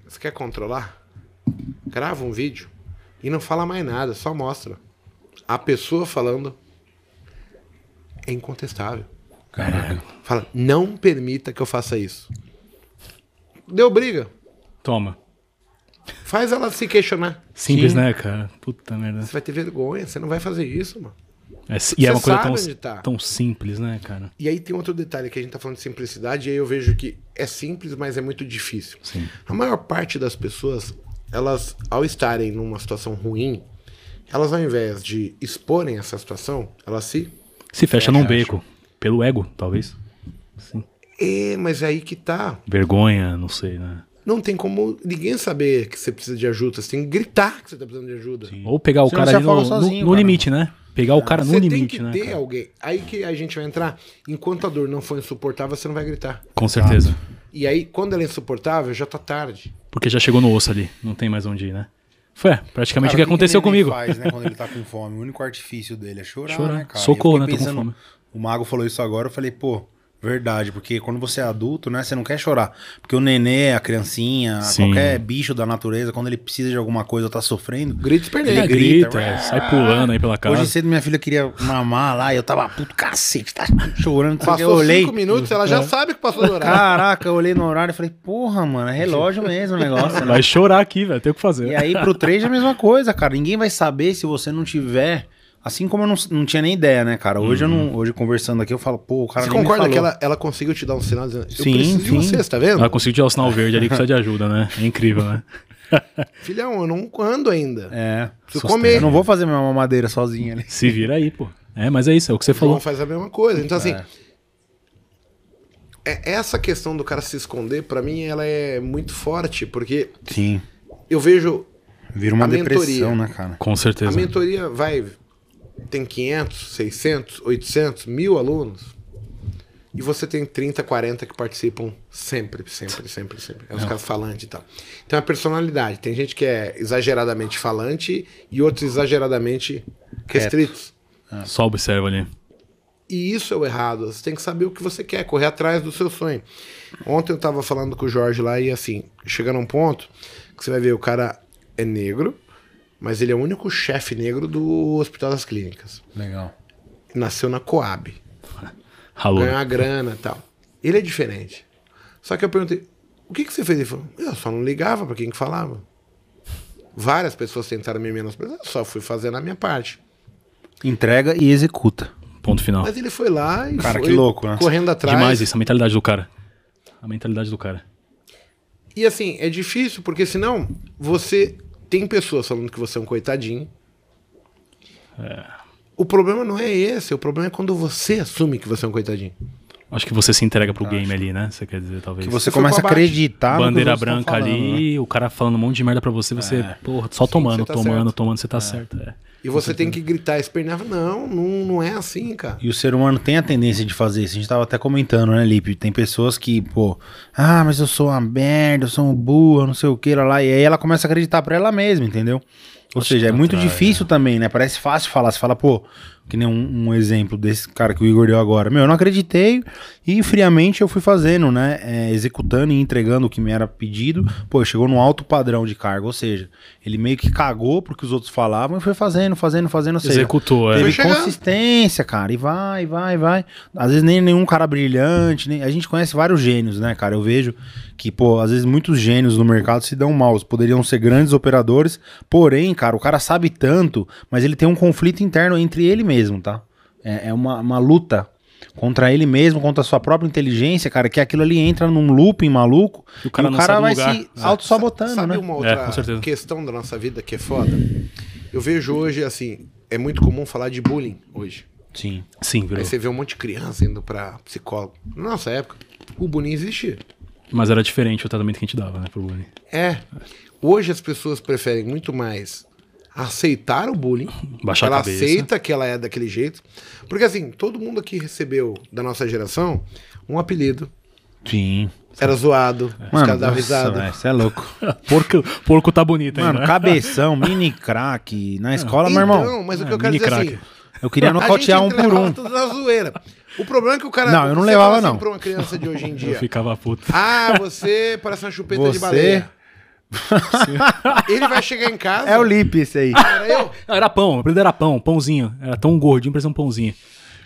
[SPEAKER 1] você quer controlar? Grava um vídeo e não fala mais nada, só mostra. A pessoa falando é incontestável.
[SPEAKER 3] Caralho.
[SPEAKER 1] Fala, não permita que eu faça isso. Deu briga.
[SPEAKER 2] Toma.
[SPEAKER 1] Faz ela se questionar.
[SPEAKER 2] Simples, né, cara? Puta merda.
[SPEAKER 1] Você vai ter vergonha, você não vai fazer isso, mano.
[SPEAKER 2] É, e é uma
[SPEAKER 1] Você
[SPEAKER 2] coisa
[SPEAKER 1] sabe
[SPEAKER 2] tão,
[SPEAKER 1] onde tá.
[SPEAKER 2] tão simples, né, cara?
[SPEAKER 1] E aí tem outro detalhe que a gente tá falando de simplicidade, e aí eu vejo que é simples, mas é muito difícil.
[SPEAKER 2] Sim.
[SPEAKER 1] A maior parte das pessoas, elas, ao estarem numa situação ruim, elas ao invés de exporem essa situação, elas se.
[SPEAKER 2] Se
[SPEAKER 3] É,
[SPEAKER 2] fecha num beco. Pelo ego, talvez. Sim.
[SPEAKER 1] É, mas é aí que tá.
[SPEAKER 2] Vergonha, não sei, né?
[SPEAKER 1] Não tem como ninguém saber que você precisa de ajuda. Você tem que gritar que você tá precisando de ajuda.
[SPEAKER 2] Ou pegar o
[SPEAKER 3] Você
[SPEAKER 2] cara
[SPEAKER 3] não
[SPEAKER 2] ali
[SPEAKER 3] se
[SPEAKER 2] no,
[SPEAKER 3] afoga
[SPEAKER 2] no-
[SPEAKER 3] sozinho,
[SPEAKER 2] no
[SPEAKER 3] cara. É,
[SPEAKER 2] limite, né? Pegar o cara no
[SPEAKER 1] Você tem
[SPEAKER 2] limite,
[SPEAKER 1] que
[SPEAKER 2] né?
[SPEAKER 1] ter
[SPEAKER 2] cara?
[SPEAKER 1] alguém. Aí que a gente vai entrar, enquanto a dor não for insuportável, você não vai gritar.
[SPEAKER 2] Com certeza.
[SPEAKER 1] E aí, quando ela é insuportável, já tá tarde.
[SPEAKER 2] Porque já chegou no osso ali. Não tem mais onde ir, né? Foi, é, praticamente o que
[SPEAKER 3] Cara,
[SPEAKER 2] aconteceu
[SPEAKER 3] neném
[SPEAKER 2] comigo.
[SPEAKER 3] faz, né, quando ele tá com fome? O único artifício dele é chorar,
[SPEAKER 2] Chorar.
[SPEAKER 3] né, cara?
[SPEAKER 2] Socorro,
[SPEAKER 3] Eu
[SPEAKER 2] né, tô
[SPEAKER 3] fiquei
[SPEAKER 2] com fome.
[SPEAKER 3] O Mago falou isso agora, eu falei, pô, Verdade, porque quando você é adulto, né, você não quer chorar. Porque o nenê, a criancinha,
[SPEAKER 2] Sim.
[SPEAKER 3] qualquer bicho da natureza, quando ele precisa de alguma coisa ou tá sofrendo,
[SPEAKER 1] Gritos
[SPEAKER 2] Ele
[SPEAKER 1] perdidos.
[SPEAKER 3] grita,
[SPEAKER 2] grita,
[SPEAKER 3] ué.
[SPEAKER 2] é, sai pulando aí pela casa.
[SPEAKER 3] Hoje cedo minha filha queria mamar lá e eu tava puto cacete, tá chorando. porque eu
[SPEAKER 1] Passou
[SPEAKER 3] olhei. É.
[SPEAKER 1] cinco minutos, né? ela já sabe que passou do horário.
[SPEAKER 3] Caraca, eu olhei no horário e falei, porra, mano, é relógio mesmo o negócio, né?
[SPEAKER 2] Vai chorar aqui, velho. Tem o que fazer.
[SPEAKER 3] E aí pro 3 é a mesma coisa, cara. Ninguém vai saber se você não tiver. Assim como eu não, não tinha nem ideia, né, cara? Hoje eu não. Hoje conversando aqui, eu falo, pô, o cara
[SPEAKER 1] Uhum. Você
[SPEAKER 3] nem me
[SPEAKER 1] concorda
[SPEAKER 3] falou.
[SPEAKER 1] que ela, ela conseguiu te dar um sinal dizendo, eu
[SPEAKER 3] Sim,
[SPEAKER 1] preciso de
[SPEAKER 3] sim.
[SPEAKER 1] vocês, tá vendo?
[SPEAKER 2] Ela conseguiu tirar o sinal verde ali que precisa de ajuda, né? É incrível, né?
[SPEAKER 1] Filhão, eu não ando ainda.
[SPEAKER 3] É.
[SPEAKER 1] Preciso
[SPEAKER 3] sustenta.
[SPEAKER 1] comer.
[SPEAKER 3] Eu não vou fazer minha mamadeira sozinha ali.
[SPEAKER 2] Se vira aí, pô. É, mas é isso, é o que você
[SPEAKER 1] O João
[SPEAKER 2] falou.
[SPEAKER 1] faz a mesma coisa. Então, assim,
[SPEAKER 3] É.
[SPEAKER 1] é- essa questão do cara se esconder, pra mim, ela é muito forte, porque
[SPEAKER 3] Sim.
[SPEAKER 1] eu vejo
[SPEAKER 3] Vira uma
[SPEAKER 1] A
[SPEAKER 3] depressão,
[SPEAKER 1] mentoria.
[SPEAKER 3] né, cara?
[SPEAKER 2] Com
[SPEAKER 1] a
[SPEAKER 2] certeza.
[SPEAKER 1] mentoria vai tem 500, 600, 800, mil alunos e você tem 30, 40 que participam sempre, sempre, sempre, sempre. É os caras falantes e tal. Então é personalidade. Tem gente que é exageradamente falante e outros exageradamente restritos.
[SPEAKER 2] Só observa ali.
[SPEAKER 1] E isso é o errado. Você tem que saber o que você quer, correr atrás do seu sonho. Ontem eu tava falando com o Jorge lá e assim, chega num ponto que você vai ver o cara é negro, mas ele é o único chefe negro do Hospital das Clínicas.
[SPEAKER 3] Legal.
[SPEAKER 1] Nasceu na Coab,
[SPEAKER 2] Ralou. né?
[SPEAKER 1] ganhou a grana e tal. Ele é diferente. Só que eu perguntei, o que, que você fez? Ele falou, eu só não ligava pra quem que falava. Várias pessoas tentaram me menosprezar, eu só fui fazendo a minha parte.
[SPEAKER 3] Entrega e executa.
[SPEAKER 2] Ponto final.
[SPEAKER 1] Mas ele foi lá e
[SPEAKER 3] Cara,
[SPEAKER 1] foi
[SPEAKER 3] que louco, né?
[SPEAKER 1] correndo atrás.
[SPEAKER 2] Demais isso, a mentalidade do cara. A mentalidade do cara.
[SPEAKER 1] E assim, é difícil, porque senão você tem pessoas falando que você é um coitadinho.
[SPEAKER 2] É.
[SPEAKER 1] O problema não é esse, o problema é quando você assume que você é um coitadinho.
[SPEAKER 2] Acho que você se entrega pro game ali, né? Você quer dizer, talvez.
[SPEAKER 3] Que você
[SPEAKER 1] Foi
[SPEAKER 3] começa a
[SPEAKER 1] pra baixo.
[SPEAKER 3] acreditar. no que os
[SPEAKER 2] Bandeira
[SPEAKER 3] outros tão
[SPEAKER 2] branca
[SPEAKER 3] falando, né?
[SPEAKER 2] ali, o cara falando um monte de merda pra você, você, porra, só tomando,
[SPEAKER 1] você tá
[SPEAKER 2] tomando,
[SPEAKER 1] certo.
[SPEAKER 2] tomando, você tá certo. é.
[SPEAKER 1] E você tem que gritar, espernear, não, não, não é assim, cara.
[SPEAKER 3] E o ser humano tem a tendência de fazer isso. A gente tava até comentando, né, Lipe? Tem pessoas que, pô, ah, mas eu sou uma merda, eu sou um burro, não sei o que, lá, lá. E aí ela começa a acreditar pra ela mesma, entendeu? Ou seja, é muito difícil também, né? Parece fácil falar. Você fala, pô, que nem um, um exemplo desse cara que o Igor deu agora. Meu, eu não acreditei e friamente eu fui fazendo, né? É, executando e entregando o que me era pedido. Pô, chegou num alto padrão de cargo. Ou seja, ele meio que cagou porque os outros falavam e foi fazendo, fazendo, fazendo. Ou seja,
[SPEAKER 2] Executou, é.
[SPEAKER 1] Foi
[SPEAKER 3] Teve
[SPEAKER 1] chegando.
[SPEAKER 3] consistência, cara. E vai, vai, vai. Às vezes nem nenhum cara brilhante. Nem... A gente conhece vários gênios, né, cara? Eu vejo que, pô, às vezes muitos gênios no mercado se dão mal. Eles Poderiam ser grandes operadores. Porém, cara, o cara sabe tanto, mas ele tem um conflito interno entre ele mesmo, tá? É, é uma, uma luta contra ele mesmo, contra a sua própria inteligência, cara, que aquilo ali entra num looping maluco
[SPEAKER 2] E o cara
[SPEAKER 3] e o
[SPEAKER 2] não
[SPEAKER 3] cara
[SPEAKER 2] sai do
[SPEAKER 3] vai
[SPEAKER 2] lugar.
[SPEAKER 3] se
[SPEAKER 2] É.
[SPEAKER 3] auto-sabotando,
[SPEAKER 1] Sabe
[SPEAKER 3] né?
[SPEAKER 1] uma
[SPEAKER 2] É,
[SPEAKER 1] outra
[SPEAKER 2] com certeza.
[SPEAKER 1] questão da nossa vida que é foda? Eu vejo hoje, assim, é muito comum falar de bullying hoje.
[SPEAKER 3] Sim.
[SPEAKER 2] Sim, virou.
[SPEAKER 1] Aí você vê um monte de criança indo pra psicólogo. Na nossa época, o bullying existia.
[SPEAKER 2] Mas era diferente o tratamento que a gente dava, né, pro bullying.
[SPEAKER 1] É. Hoje as pessoas preferem muito mais aceitar o bullying.
[SPEAKER 2] Baixar a
[SPEAKER 1] ela
[SPEAKER 2] cabeça.
[SPEAKER 1] aceita que ela é daquele jeito. Porque assim, todo mundo aqui recebeu da nossa geração um apelido.
[SPEAKER 3] Sim.
[SPEAKER 1] Era zoado, os
[SPEAKER 3] Mano,
[SPEAKER 1] caras davam
[SPEAKER 3] nossa,
[SPEAKER 1] risada.
[SPEAKER 3] velho, você é louco.
[SPEAKER 2] Porco, porco tá bonito
[SPEAKER 3] Mano,
[SPEAKER 2] ainda. né?
[SPEAKER 3] cabeção, mini crack na escola, meu
[SPEAKER 1] Então,
[SPEAKER 3] irmão.
[SPEAKER 1] mas o que
[SPEAKER 2] É,
[SPEAKER 1] eu quero
[SPEAKER 2] mini
[SPEAKER 1] dizer é assim.
[SPEAKER 2] crack.
[SPEAKER 3] Eu queria
[SPEAKER 1] a gente
[SPEAKER 3] nocautear um
[SPEAKER 1] entra e
[SPEAKER 3] por
[SPEAKER 1] levava
[SPEAKER 3] um.
[SPEAKER 1] Tudo na zoeira. O problema é que o cara.
[SPEAKER 3] Não, eu não
[SPEAKER 1] você
[SPEAKER 3] levava,
[SPEAKER 1] fala assim
[SPEAKER 3] não.
[SPEAKER 1] Pra uma criança de hoje em
[SPEAKER 2] Eu
[SPEAKER 1] dia.
[SPEAKER 2] ficava puto.
[SPEAKER 1] Ah, você parece uma chupeta
[SPEAKER 3] Você-
[SPEAKER 1] de baleia. Ele vai chegar em casa.
[SPEAKER 3] É o Lipe esse aí.
[SPEAKER 1] Cara, eu,
[SPEAKER 2] Não, era pão, o apelido era pão, pãozinho. Era tão gordinho, parecia um pãozinho.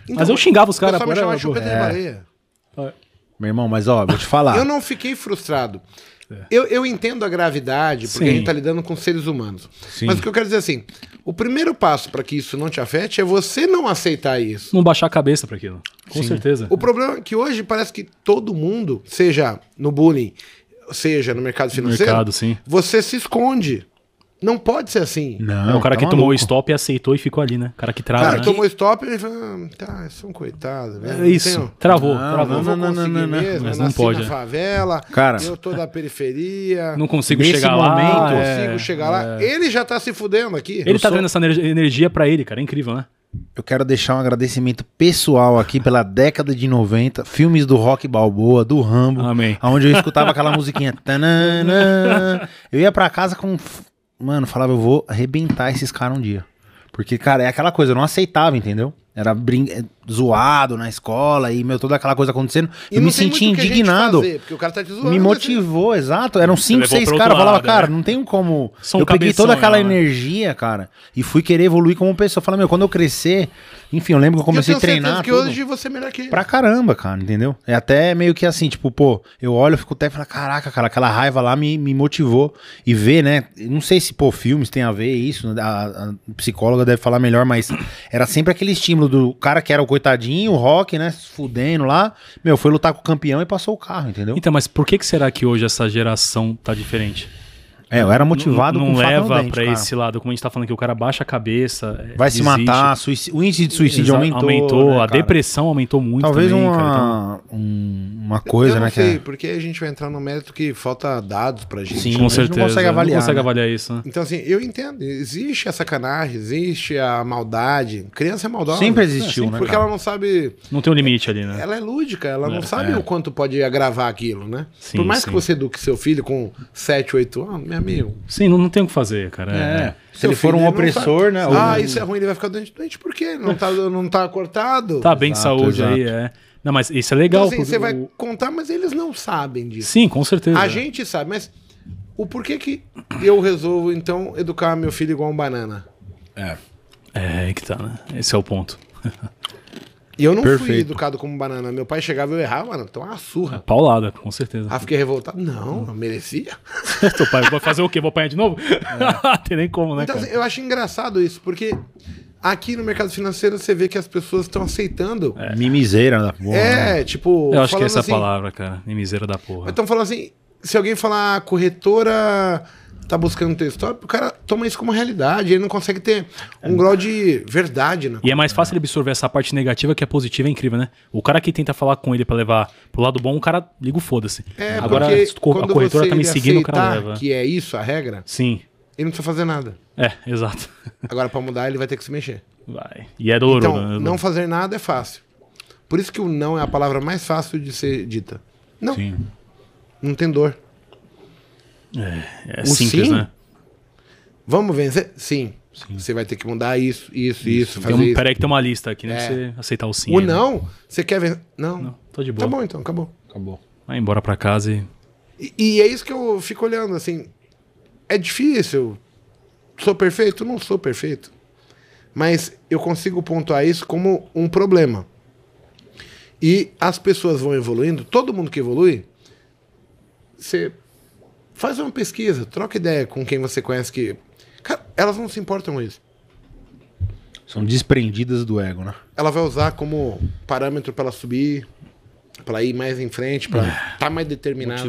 [SPEAKER 2] mas
[SPEAKER 1] Então,
[SPEAKER 2] eu xingava os caras.
[SPEAKER 1] só
[SPEAKER 2] pô,
[SPEAKER 1] me
[SPEAKER 2] era-
[SPEAKER 1] chamava de chupeta de
[SPEAKER 3] É.
[SPEAKER 1] baleia.
[SPEAKER 3] Meu irmão, mas ó, vou te
[SPEAKER 2] Ah.
[SPEAKER 3] falar.
[SPEAKER 1] Eu não fiquei frustrado. Eu, eu entendo a gravidade, porque
[SPEAKER 2] É. Sim.
[SPEAKER 1] a gente tá lidando com seres humanos.
[SPEAKER 3] Sim.
[SPEAKER 1] Mas o que eu quero dizer assim: o primeiro passo para que isso não te afete é você não aceitar isso.
[SPEAKER 2] Não baixar a cabeça pra aquilo. Com certeza.
[SPEAKER 1] O problema é que hoje parece que todo mundo, seja no bullying, seja no mercado financeiro,
[SPEAKER 2] mercado, sim.
[SPEAKER 1] você se esconde. Não pode ser assim.
[SPEAKER 3] Não,
[SPEAKER 2] é o cara
[SPEAKER 3] tá
[SPEAKER 2] que tomou o
[SPEAKER 3] maluco.
[SPEAKER 2] stop e aceitou e ficou ali, né? O cara que trava.
[SPEAKER 1] Cara,
[SPEAKER 2] né?
[SPEAKER 1] tomou stop e falou: ah, tá, eu sou um coitado. velho,
[SPEAKER 2] É
[SPEAKER 1] não
[SPEAKER 2] isso.
[SPEAKER 1] tenho-
[SPEAKER 2] Travou,
[SPEAKER 3] Não,
[SPEAKER 2] travou.
[SPEAKER 1] Não,
[SPEAKER 2] Não,
[SPEAKER 1] vou
[SPEAKER 3] não, não,
[SPEAKER 1] conseguir
[SPEAKER 3] não, não.
[SPEAKER 1] mesmo,
[SPEAKER 2] Mas
[SPEAKER 1] eu
[SPEAKER 2] não
[SPEAKER 1] nasci
[SPEAKER 2] pode,
[SPEAKER 1] na
[SPEAKER 2] é.
[SPEAKER 1] favela,
[SPEAKER 3] Cara.
[SPEAKER 1] eu tô da periferia.
[SPEAKER 2] consigo
[SPEAKER 3] Nesse
[SPEAKER 2] chegar
[SPEAKER 1] não
[SPEAKER 2] lá.
[SPEAKER 3] momento,
[SPEAKER 2] é.
[SPEAKER 1] consigo chegar lá. Ele já tá se fudendo aqui.
[SPEAKER 2] Ele tá
[SPEAKER 3] sou-
[SPEAKER 2] vendo essa ener- energia pra ele, cara. É incrível, né?
[SPEAKER 3] Eu quero deixar um agradecimento pessoal aqui pela década de 90, filmes do Rock Balboa, do Rambo,
[SPEAKER 2] Amém.
[SPEAKER 3] onde eu escutava aquela musiquinha. tananã. Eu ia pra casa com. Mano, falava, eu vou arrebentar esses caras um dia. Porque, cara, é aquela coisa, eu não aceitava, entendeu? Era brin... zoado na escola e, meu, toda aquela coisa acontecendo.
[SPEAKER 1] E
[SPEAKER 3] eu
[SPEAKER 1] não
[SPEAKER 3] me
[SPEAKER 1] tem
[SPEAKER 3] senti
[SPEAKER 1] muito o que a gente
[SPEAKER 3] indignado.
[SPEAKER 1] fazer, porque o cara tá te zoando,
[SPEAKER 3] me
[SPEAKER 1] mas-
[SPEAKER 3] motivou, exato. Eram cinco,
[SPEAKER 2] levou
[SPEAKER 3] seis
[SPEAKER 2] pro
[SPEAKER 3] caras.
[SPEAKER 2] outro
[SPEAKER 3] Eu falava,
[SPEAKER 2] lado,
[SPEAKER 3] cara,
[SPEAKER 2] né?
[SPEAKER 3] não tem como.
[SPEAKER 2] Sou um
[SPEAKER 3] eu peguei
[SPEAKER 2] cabeção
[SPEAKER 3] toda aquela
[SPEAKER 2] ela, né?
[SPEAKER 3] energia, cara, e fui querer evoluir como pessoa. Eu Falei, meu, quando eu crescer. Enfim, eu lembro que eu comecei
[SPEAKER 1] eu
[SPEAKER 3] a
[SPEAKER 1] tenho certeza
[SPEAKER 3] treinar.
[SPEAKER 1] que
[SPEAKER 3] tudo.
[SPEAKER 1] hoje você é melhor que ele.
[SPEAKER 3] Pra caramba, cara, entendeu? É até meio que assim, tipo, pô, eu olho, eu fico até falando, caraca, cara, aquela raiva lá me, me motivou. E ver, né? Não sei se, pô, filmes tem a ver isso, a, a psicóloga deve falar melhor, mas era sempre aquele estímulo do cara que era o coitadinho, o rock, né? Se fudendo lá. Meu, foi lutar com o campeão e passou o carro, entendeu?
[SPEAKER 2] Então, mas por que, que será que hoje essa geração tá diferente?
[SPEAKER 3] É, eu era motivado
[SPEAKER 2] não
[SPEAKER 3] com
[SPEAKER 2] não
[SPEAKER 3] faca no
[SPEAKER 2] leva
[SPEAKER 3] dente,
[SPEAKER 2] pra
[SPEAKER 3] cara.
[SPEAKER 2] esse lado, como a gente tá falando que o cara baixa a cabeça. é,
[SPEAKER 3] Vai se
[SPEAKER 2] desiste.
[SPEAKER 3] matar, suici- o índice de suicídio
[SPEAKER 2] Exa-
[SPEAKER 3] aumentou. né,
[SPEAKER 2] a
[SPEAKER 3] cara?
[SPEAKER 2] depressão aumentou muito
[SPEAKER 3] Talvez
[SPEAKER 2] também,
[SPEAKER 3] uma,
[SPEAKER 2] cara. então-
[SPEAKER 3] um- uma
[SPEAKER 1] eu
[SPEAKER 3] coisa,
[SPEAKER 1] não
[SPEAKER 3] né?
[SPEAKER 1] sei,
[SPEAKER 3] Que é-
[SPEAKER 1] porque a gente vai entrar no mérito que falta dados pra gente.
[SPEAKER 3] Sim.
[SPEAKER 2] com
[SPEAKER 3] a gente não
[SPEAKER 2] certeza.
[SPEAKER 3] consegue avaliar,
[SPEAKER 2] consegue
[SPEAKER 3] né?
[SPEAKER 2] avaliar isso, né?
[SPEAKER 1] Então, assim, eu entendo. Existe a sacanagem, existe a maldade. Criança é maldosa.
[SPEAKER 3] Sempre existiu, né,
[SPEAKER 1] Porque
[SPEAKER 3] cara?
[SPEAKER 1] ela não sabe.
[SPEAKER 2] Não tem um limite ali, né?
[SPEAKER 1] Ela é lúdica, ela não
[SPEAKER 3] é.
[SPEAKER 1] sabe o quanto pode agravar aquilo, né?
[SPEAKER 2] Sim,
[SPEAKER 1] Por mais
[SPEAKER 2] sim.
[SPEAKER 1] que você eduque seu filho com 7, 8 anos, meu amigo.
[SPEAKER 2] Sim, não, não tem o que fazer, cara.
[SPEAKER 3] É.
[SPEAKER 2] É.
[SPEAKER 3] Se
[SPEAKER 1] seu
[SPEAKER 3] ele for
[SPEAKER 1] filho,
[SPEAKER 3] um
[SPEAKER 1] não
[SPEAKER 3] opressor,
[SPEAKER 1] sabe.
[SPEAKER 3] né? ou-
[SPEAKER 1] Ah, isso é ruim, ele vai ficar doente. Doente por quê? Não tá, não tá cortado?
[SPEAKER 2] Tá bem
[SPEAKER 3] Exato,
[SPEAKER 2] de saúde aí, é. Não, mas isso é legal.
[SPEAKER 1] Então, assim,
[SPEAKER 2] porque
[SPEAKER 1] você
[SPEAKER 2] o-
[SPEAKER 1] vai contar, mas eles não sabem disso.
[SPEAKER 2] Sim, com certeza.
[SPEAKER 1] A gente sabe, mas o porquê que eu resolvo, então, educar meu filho igual um banana?
[SPEAKER 2] É, aí que tá, né? Esse é o ponto.
[SPEAKER 1] E eu não fui
[SPEAKER 3] Perfeito.
[SPEAKER 1] educado como banana. Meu pai chegava e eu errava, mano, então uma surra.
[SPEAKER 2] Paulada, com certeza.
[SPEAKER 1] Ah, fiquei revoltado. Não, eu merecia.
[SPEAKER 2] Teu pai, vou fazer o quê? Vou apanhar de novo? tem nem como, né,
[SPEAKER 1] Então,
[SPEAKER 2] cara?
[SPEAKER 1] assim, eu acho engraçado isso, porque aqui no mercado financeiro você vê que as pessoas estão aceitando.
[SPEAKER 3] Mimiseira da porra. né?
[SPEAKER 1] É, tipo.
[SPEAKER 2] É. Eu acho que
[SPEAKER 1] falando
[SPEAKER 2] essa
[SPEAKER 1] assim,
[SPEAKER 2] é a palavra, cara. Miseira da porra.
[SPEAKER 1] Então, falando assim, se alguém falar "Ah, a corretora tá buscando teu histórico, o cara toma isso como realidade. Ele não consegue ter um grau de verdade, né?
[SPEAKER 2] É. E é mais fácil ele absorver essa parte negativa que a positiva é incrível, né? O cara que tenta falar com ele pra levar pro lado bom, o cara liga o foda-se.
[SPEAKER 1] É,
[SPEAKER 2] Agora
[SPEAKER 1] porque
[SPEAKER 2] se co- a
[SPEAKER 1] quando
[SPEAKER 2] corretora
[SPEAKER 1] você
[SPEAKER 2] tá me seguindo, o cara
[SPEAKER 1] aceitar
[SPEAKER 2] leva.
[SPEAKER 1] que é isso a regra,
[SPEAKER 2] Sim.
[SPEAKER 1] ele não precisa fazer nada.
[SPEAKER 2] É, exato.
[SPEAKER 1] Agora, pra mudar, ele vai ter que se mexer.
[SPEAKER 2] Vai. E é doloroso. né?
[SPEAKER 1] Então, não fazer nada é fácil. Por isso que o não é a palavra mais fácil de ser dita. Não,
[SPEAKER 2] Sim.
[SPEAKER 1] não tem dor.
[SPEAKER 2] É
[SPEAKER 1] O
[SPEAKER 2] simples,
[SPEAKER 1] sim?
[SPEAKER 2] né?
[SPEAKER 1] Vamos vencer? Sim. Você vai ter que mudar isso, isso, isso,
[SPEAKER 2] Tem
[SPEAKER 1] fazer
[SPEAKER 2] um,
[SPEAKER 1] isso.
[SPEAKER 2] peraí que tem uma lista aqui, né?
[SPEAKER 1] É.
[SPEAKER 2] Pra você aceitar o sim.
[SPEAKER 1] O
[SPEAKER 2] aí, né?
[SPEAKER 1] não, você quer vencer? Não.
[SPEAKER 2] Não, tô de boa.
[SPEAKER 1] Tá bom então, acabou.
[SPEAKER 3] Acabou.
[SPEAKER 2] Vai embora pra casa e.
[SPEAKER 1] E, e é isso que eu fico olhando, assim. É difícil. Sou perfeito? Não sou perfeito. Mas eu consigo pontuar isso como um problema. E as pessoas vão evoluindo, todo mundo que evolui, você faz uma pesquisa, troca ideia com quem você conhece que. Cara, elas não se importam com isso.
[SPEAKER 3] São desprendidas do ego, né?
[SPEAKER 1] Ela vai usar como parâmetro para ela subir, para ir mais em frente, para estar mais determinada.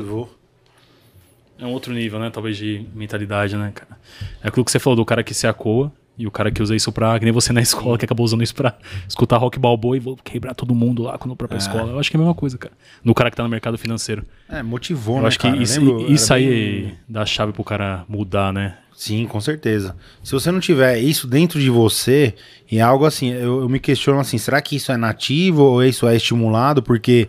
[SPEAKER 2] É um outro nível, né? Talvez de mentalidade, né, cara? É aquilo que você falou do cara que se acoa e o cara que usa isso pra. Que nem você na escola que acabou usando isso pra escutar rock balboa e vou quebrar todo mundo lá quando eu própria escola. Eu acho que é a mesma coisa, cara. No cara que tá no mercado financeiro.
[SPEAKER 3] É, motivou,
[SPEAKER 2] Eu
[SPEAKER 3] né,
[SPEAKER 2] acho que
[SPEAKER 3] cara?
[SPEAKER 2] isso,
[SPEAKER 3] Lembro, era
[SPEAKER 2] isso aí
[SPEAKER 3] bem-
[SPEAKER 2] dá a chave pro cara mudar, né?
[SPEAKER 3] Sim, com certeza. Se você não tiver isso dentro de você, e é algo assim, eu, eu me questiono assim, será que isso é nativo ou isso é estimulado? Porque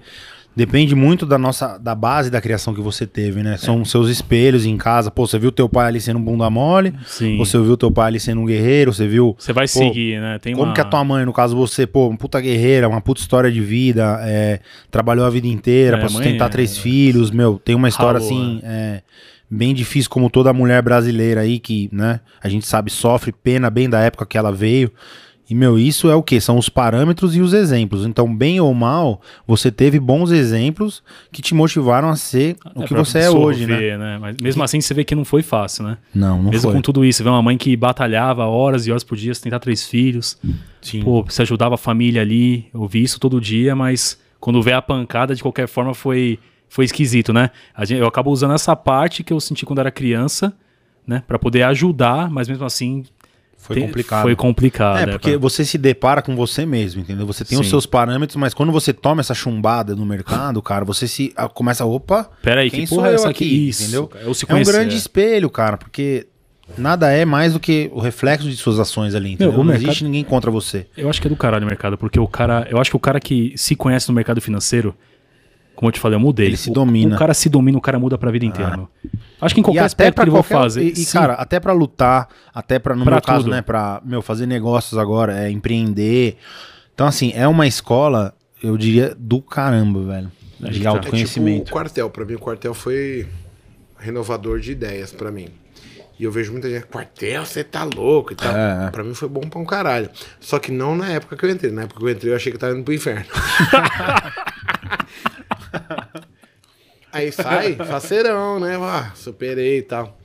[SPEAKER 3] depende muito da nossa, da base da criação que você teve,
[SPEAKER 2] É.
[SPEAKER 3] né? São os seus espelhos em casa. Pô, você viu teu pai ali sendo um bunda mole,
[SPEAKER 2] Sim.
[SPEAKER 3] você viu teu pai ali sendo um guerreiro, você viu...
[SPEAKER 2] Você vai
[SPEAKER 3] pô,
[SPEAKER 2] seguir, né? Tem
[SPEAKER 3] Como
[SPEAKER 2] uma...
[SPEAKER 3] que é a tua mãe, no caso você, pô, uma puta guerreira, uma puta história de vida, é, trabalhou a vida inteira
[SPEAKER 2] É,
[SPEAKER 3] pra
[SPEAKER 2] mãe
[SPEAKER 3] sustentar
[SPEAKER 2] é-
[SPEAKER 3] três filhos, meu, tem uma história
[SPEAKER 2] Ralou,
[SPEAKER 3] assim, é, bem difícil, como toda mulher brasileira aí, que, né, a gente sabe, sofre pena bem da época que ela veio. E, meu, isso é o quê? São os parâmetros e os exemplos. Então, bem ou mal, você teve bons exemplos que te motivaram a ser o que
[SPEAKER 2] pra
[SPEAKER 3] você é hoje, né?
[SPEAKER 2] absorver, Mas mesmo assim você vê que não foi fácil, né?
[SPEAKER 3] Não, não
[SPEAKER 2] Mesmo
[SPEAKER 3] foi.
[SPEAKER 2] com tudo isso, você vê uma mãe que batalhava horas e horas por dia, tentar três filhos.
[SPEAKER 3] Sim.
[SPEAKER 2] Pô, você ajudava a família ali, eu vi isso todo dia, mas quando vê a pancada, de qualquer forma, foi, foi esquisito, né? A gente- eu acabo usando essa parte que eu senti quando era criança, né? Pra poder ajudar, mas mesmo assim.
[SPEAKER 3] foi
[SPEAKER 2] te-
[SPEAKER 3] complicado.
[SPEAKER 2] Foi complicado. né,
[SPEAKER 3] É, porque
[SPEAKER 2] cara?
[SPEAKER 3] você se depara com você mesmo, entendeu? Você tem os
[SPEAKER 2] Ah, Sim.
[SPEAKER 3] seus parâmetros, mas quando você toma essa chumbada no mercado, cara, você se ah, começa, opa,
[SPEAKER 2] Peraí,
[SPEAKER 3] quem
[SPEAKER 2] que
[SPEAKER 3] sou
[SPEAKER 2] porra é
[SPEAKER 3] eu
[SPEAKER 2] essa
[SPEAKER 3] aqui,
[SPEAKER 2] aqui? Isso,
[SPEAKER 3] entendeu?
[SPEAKER 2] cara, Eu se
[SPEAKER 3] é um
[SPEAKER 2] conhecer.
[SPEAKER 3] grande espelho, cara, porque nada é mais do que o reflexo de suas ações ali, entendeu?
[SPEAKER 2] o
[SPEAKER 3] Não
[SPEAKER 2] mercado-
[SPEAKER 3] existe ninguém contra você.
[SPEAKER 2] Eu acho que é do caralho o mercado, porque o cara. Eu acho que o cara que se conhece no mercado financeiro, como eu te falei, eu mudei.
[SPEAKER 3] Ele se
[SPEAKER 2] O-
[SPEAKER 3] domina. Ah.
[SPEAKER 2] O cara se domina, o cara muda pra vida inteira. meu. Acho que em qualquer
[SPEAKER 3] e até
[SPEAKER 2] aspecto que
[SPEAKER 3] pra
[SPEAKER 2] ele
[SPEAKER 3] qualquer, um,
[SPEAKER 2] vou fazer.
[SPEAKER 3] e, e,
[SPEAKER 2] Sim,
[SPEAKER 3] cara, até pra lutar, até pra, no
[SPEAKER 2] Pra
[SPEAKER 3] meu caso,
[SPEAKER 2] tudo.
[SPEAKER 3] né, pra, meu, fazer negócios agora, é, empreender, Então, assim, é uma escola, eu diria, do caramba, velho.
[SPEAKER 2] que
[SPEAKER 3] De
[SPEAKER 2] tá.
[SPEAKER 1] É
[SPEAKER 3] autoconhecimento.
[SPEAKER 1] tipo o quartel. Pra mim, o quartel foi renovador de ideias pra mim. E eu vejo muita gente, quartel, você tá louco e tal.
[SPEAKER 3] É.
[SPEAKER 1] Pra mim foi bom pra um caralho. Só que não na época que eu entrei. Na época que eu entrei, eu achei que eu tava indo pro inferno. Aí sai, faceirão, né? Ah, superei e tal.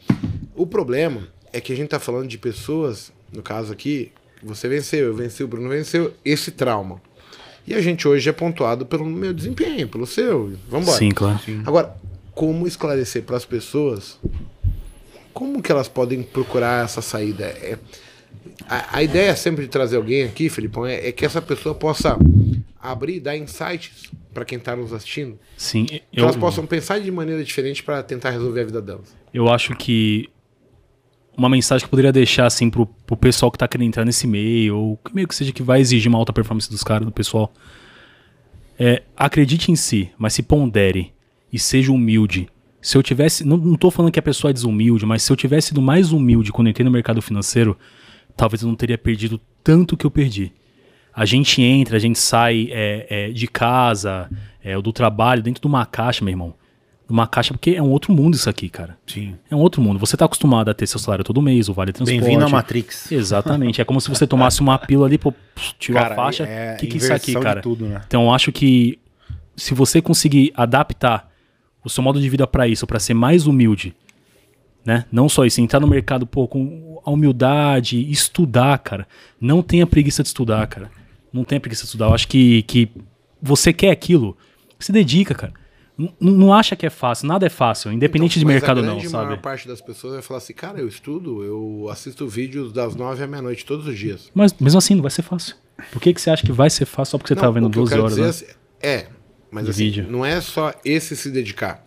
[SPEAKER 1] O problema é que a gente tá falando de pessoas, no caso aqui, você venceu, eu venci, o Bruno venceu, esse trauma. E a gente hoje é pontuado pelo meu desempenho, pelo seu. Vambora.
[SPEAKER 2] Sim, claro.
[SPEAKER 1] Agora, como esclarecer para as pessoas como que elas podem procurar essa saída? É- a, a ideia é sempre de trazer alguém aqui, Felipão, é, é que essa pessoa possa abrir, e dar insights para quem está nos assistindo,
[SPEAKER 2] Sim,
[SPEAKER 1] que
[SPEAKER 2] eu,
[SPEAKER 1] elas possam pensar de maneira diferente para tentar resolver a vida delas.
[SPEAKER 2] eu acho que uma mensagem que eu poderia deixar assim pro, pro pessoal que tá querendo entrar nesse meio, ou que meio que seja que vai exigir uma alta performance dos caras, do pessoal, é acredite em si, mas se pondere e seja humilde. Se eu tivesse, não, não tô falando que a pessoa é desumilde, mas se eu tivesse sido mais humilde quando eu entrei no mercado financeiro, talvez eu não teria perdido tanto que eu perdi. A gente entra, a gente sai é, é, de casa, é, ou do trabalho, dentro de uma caixa, meu irmão. Uma caixa, porque é um outro mundo isso aqui, cara.
[SPEAKER 3] Sim.
[SPEAKER 2] É um outro mundo. Você tá acostumado a ter seu salário todo mês, o vale transporte.
[SPEAKER 3] Bem-vindo à Matrix.
[SPEAKER 2] Exatamente. É como se você tomasse uma pílula ali, pô, tirou
[SPEAKER 3] Cara,
[SPEAKER 2] a faixa.
[SPEAKER 3] é
[SPEAKER 2] que que é isso aqui,
[SPEAKER 3] inversão de
[SPEAKER 2] cara?
[SPEAKER 3] tudo, né?
[SPEAKER 2] Então, eu acho que se você conseguir adaptar o seu modo de vida para isso, para ser mais humilde, né? Não só isso, entrar no mercado pô, com a humildade, estudar, cara. Não tenha preguiça de estudar, cara. Não tenha preguiça de estudar. Eu acho que, que você quer aquilo, se dedica, cara. N- n- não acha que é fácil, nada é fácil,
[SPEAKER 1] Então,
[SPEAKER 2] independente de
[SPEAKER 1] mas
[SPEAKER 2] mercado
[SPEAKER 1] a
[SPEAKER 2] não,
[SPEAKER 1] grande maior
[SPEAKER 2] sabe?
[SPEAKER 1] parte das pessoas vai falar assim, cara, eu estudo, eu assisto vídeos das nove à meia-noite todos os dias.
[SPEAKER 2] Mas mesmo assim, não vai ser fácil. Por que, que você acha que vai ser fácil só porque você
[SPEAKER 1] Não,
[SPEAKER 2] tá
[SPEAKER 1] o
[SPEAKER 2] vendo
[SPEAKER 1] que eu
[SPEAKER 2] 12
[SPEAKER 1] quero
[SPEAKER 2] horas?
[SPEAKER 1] dizer
[SPEAKER 2] né?
[SPEAKER 1] assim- É, mas
[SPEAKER 2] De
[SPEAKER 1] assim,
[SPEAKER 2] vídeo.
[SPEAKER 1] não é só esse se dedicar.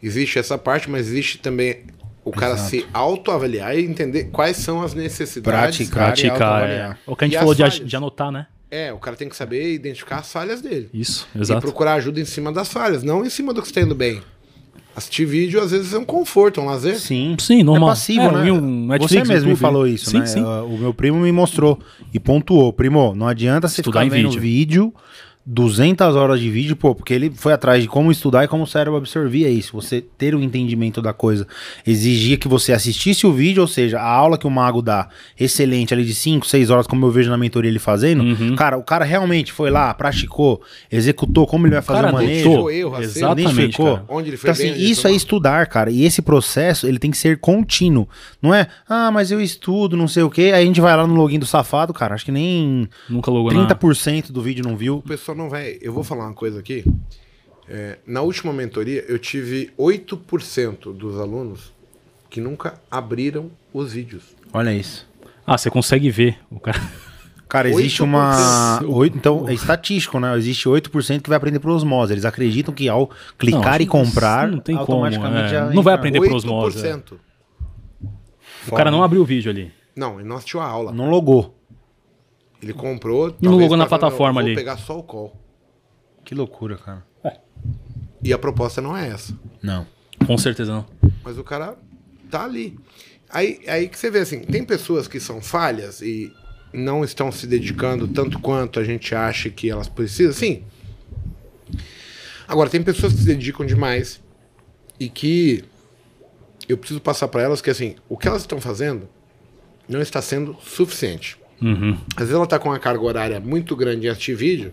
[SPEAKER 1] Existe essa parte, mas existe também o cara se autoavaliar e entender quais são as necessidades.
[SPEAKER 3] Praticar.
[SPEAKER 2] Praticar.
[SPEAKER 3] autoavaliar.
[SPEAKER 2] É. O que a gente
[SPEAKER 1] E as
[SPEAKER 2] falou de, a-
[SPEAKER 1] falhas?
[SPEAKER 2] de anotar, né?
[SPEAKER 1] É, o cara tem que saber identificar as falhas dele.
[SPEAKER 2] Isso,
[SPEAKER 1] E
[SPEAKER 2] exato.
[SPEAKER 1] procurar ajuda em cima das falhas, não em cima do que está indo bem. Assistir vídeo às vezes é um conforto, é um lazer.
[SPEAKER 3] Sim.
[SPEAKER 2] Sim, normal.
[SPEAKER 3] É passivo,
[SPEAKER 2] É, eu
[SPEAKER 3] né?
[SPEAKER 2] vi um Netflix,
[SPEAKER 3] você mesmo me
[SPEAKER 2] YouTube.
[SPEAKER 3] falou isso,
[SPEAKER 2] Sim,
[SPEAKER 3] né?
[SPEAKER 2] sim.
[SPEAKER 3] Ah, O meu primo me mostrou e pontuou. Primo, não adianta você
[SPEAKER 2] Estudar
[SPEAKER 3] ficar
[SPEAKER 2] em
[SPEAKER 3] vendo vídeo. 200 horas de vídeo, pô, porque ele foi atrás de como estudar e como o cérebro absorvia isso. Você ter o entendimento da coisa exigia que você assistisse o vídeo, ou seja, a aula que o mago dá, excelente, ali de 5, 6 horas, como eu vejo na mentoria ele fazendo.
[SPEAKER 2] Uhum.
[SPEAKER 3] Cara, o cara realmente foi lá, praticou, executou como ele vai fazer
[SPEAKER 2] cara
[SPEAKER 3] o manejo.
[SPEAKER 2] adotou.
[SPEAKER 1] erro, acerto,
[SPEAKER 2] Exatamente,
[SPEAKER 3] identificou.
[SPEAKER 2] cara.
[SPEAKER 1] Onde ele foi
[SPEAKER 3] Então,
[SPEAKER 1] bem,
[SPEAKER 3] assim,
[SPEAKER 1] onde ele
[SPEAKER 3] isso
[SPEAKER 1] foi
[SPEAKER 3] é
[SPEAKER 1] mal.
[SPEAKER 3] estudar, cara. E esse processo, ele tem que ser contínuo. Não é, ah, mas eu estudo, não sei o quê. Aí a gente vai lá no login do safado, cara. Acho que nem
[SPEAKER 2] Nunca né? logou nada.
[SPEAKER 3] 30% do vídeo não viu.
[SPEAKER 1] O pessoal não vai. Eu vou falar uma coisa aqui. É, na última mentoria, eu tive 8% dos alunos que nunca abriram os vídeos.
[SPEAKER 3] Olha isso.
[SPEAKER 2] Ah, você consegue ver o cara.
[SPEAKER 3] Cara, existe
[SPEAKER 1] 8%.
[SPEAKER 3] uma. oito- então, é estatístico, né? Existe 8% que vai aprender por osmose. Eles acreditam que ao clicar
[SPEAKER 2] Não,
[SPEAKER 3] e comprar,
[SPEAKER 2] não tem como,
[SPEAKER 3] automaticamente
[SPEAKER 2] é.
[SPEAKER 3] já
[SPEAKER 2] Não
[SPEAKER 3] entra.
[SPEAKER 2] vai aprender. por osmose, é. O cara não abriu o vídeo ali.
[SPEAKER 1] Não, ele não assistiu a aula.
[SPEAKER 3] Não logou.
[SPEAKER 1] Ele comprou.
[SPEAKER 2] Não
[SPEAKER 1] talvez
[SPEAKER 2] logou na
[SPEAKER 1] tá falando,
[SPEAKER 2] plataforma
[SPEAKER 1] "Eu
[SPEAKER 2] ali."
[SPEAKER 1] Vou pegar só o call.
[SPEAKER 3] Que loucura, cara.
[SPEAKER 1] E a proposta não é essa.
[SPEAKER 3] Não.
[SPEAKER 2] Com certeza não.
[SPEAKER 1] Mas o cara tá ali. Aí, aí que você vê assim, tem pessoas que são falhas e não estão se dedicando tanto quanto a gente acha que elas precisam, sim. Agora, tem pessoas que se dedicam demais e que eu preciso passar para elas que assim, o que elas estão fazendo não está sendo suficiente.
[SPEAKER 2] Uhum.
[SPEAKER 1] Às vezes ela tá com uma carga horária muito grande em assistir vídeo,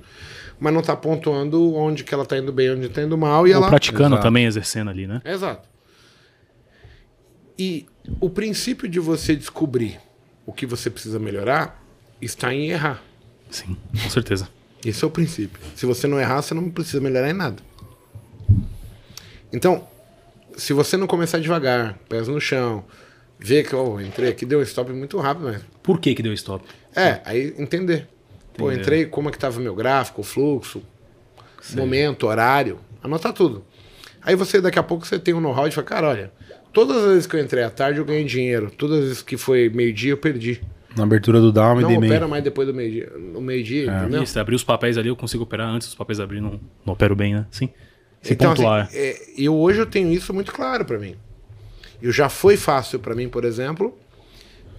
[SPEAKER 1] mas não tá pontuando onde que ela tá indo bem, onde tá indo mal e
[SPEAKER 2] Ou
[SPEAKER 1] ela
[SPEAKER 2] praticando
[SPEAKER 3] Exato.
[SPEAKER 2] também, exercendo ali, né?
[SPEAKER 1] Exato. E o princípio de você descobrir o que você precisa melhorar está em errar.
[SPEAKER 2] Sim, com certeza.
[SPEAKER 1] Esse é o princípio. Se você não errar, você não precisa melhorar em nada. Então, se você não começar devagar, pés no chão, ver que eu entrei aqui, deu um stop muito rápido, mas
[SPEAKER 2] Por que que deu stop?
[SPEAKER 1] é, aí entender. Pô,
[SPEAKER 2] Entendeu.
[SPEAKER 1] entrei, como é que tava meu gráfico, o fluxo, momento, horário. Anotar tudo. Aí você, daqui a pouco, você tem um know-how de falar, cara, olha, todas as vezes que eu entrei à tarde eu ganhei dinheiro. Todas as vezes que foi meio-dia eu perdi.
[SPEAKER 3] Na abertura do Down e
[SPEAKER 1] Não
[SPEAKER 3] dei
[SPEAKER 1] opera
[SPEAKER 3] meio.
[SPEAKER 1] mais depois do meio-dia. No meio-dia, entendeu?
[SPEAKER 2] É. Isso, abrir os papéis ali, eu consigo operar antes dos papéis abrir, não, não opero bem, né? Sim. Se
[SPEAKER 1] Então,
[SPEAKER 2] pontuar.
[SPEAKER 1] assim, é, eu hoje eu tenho isso muito claro pra mim. Eu já foi fácil pra mim, por exemplo,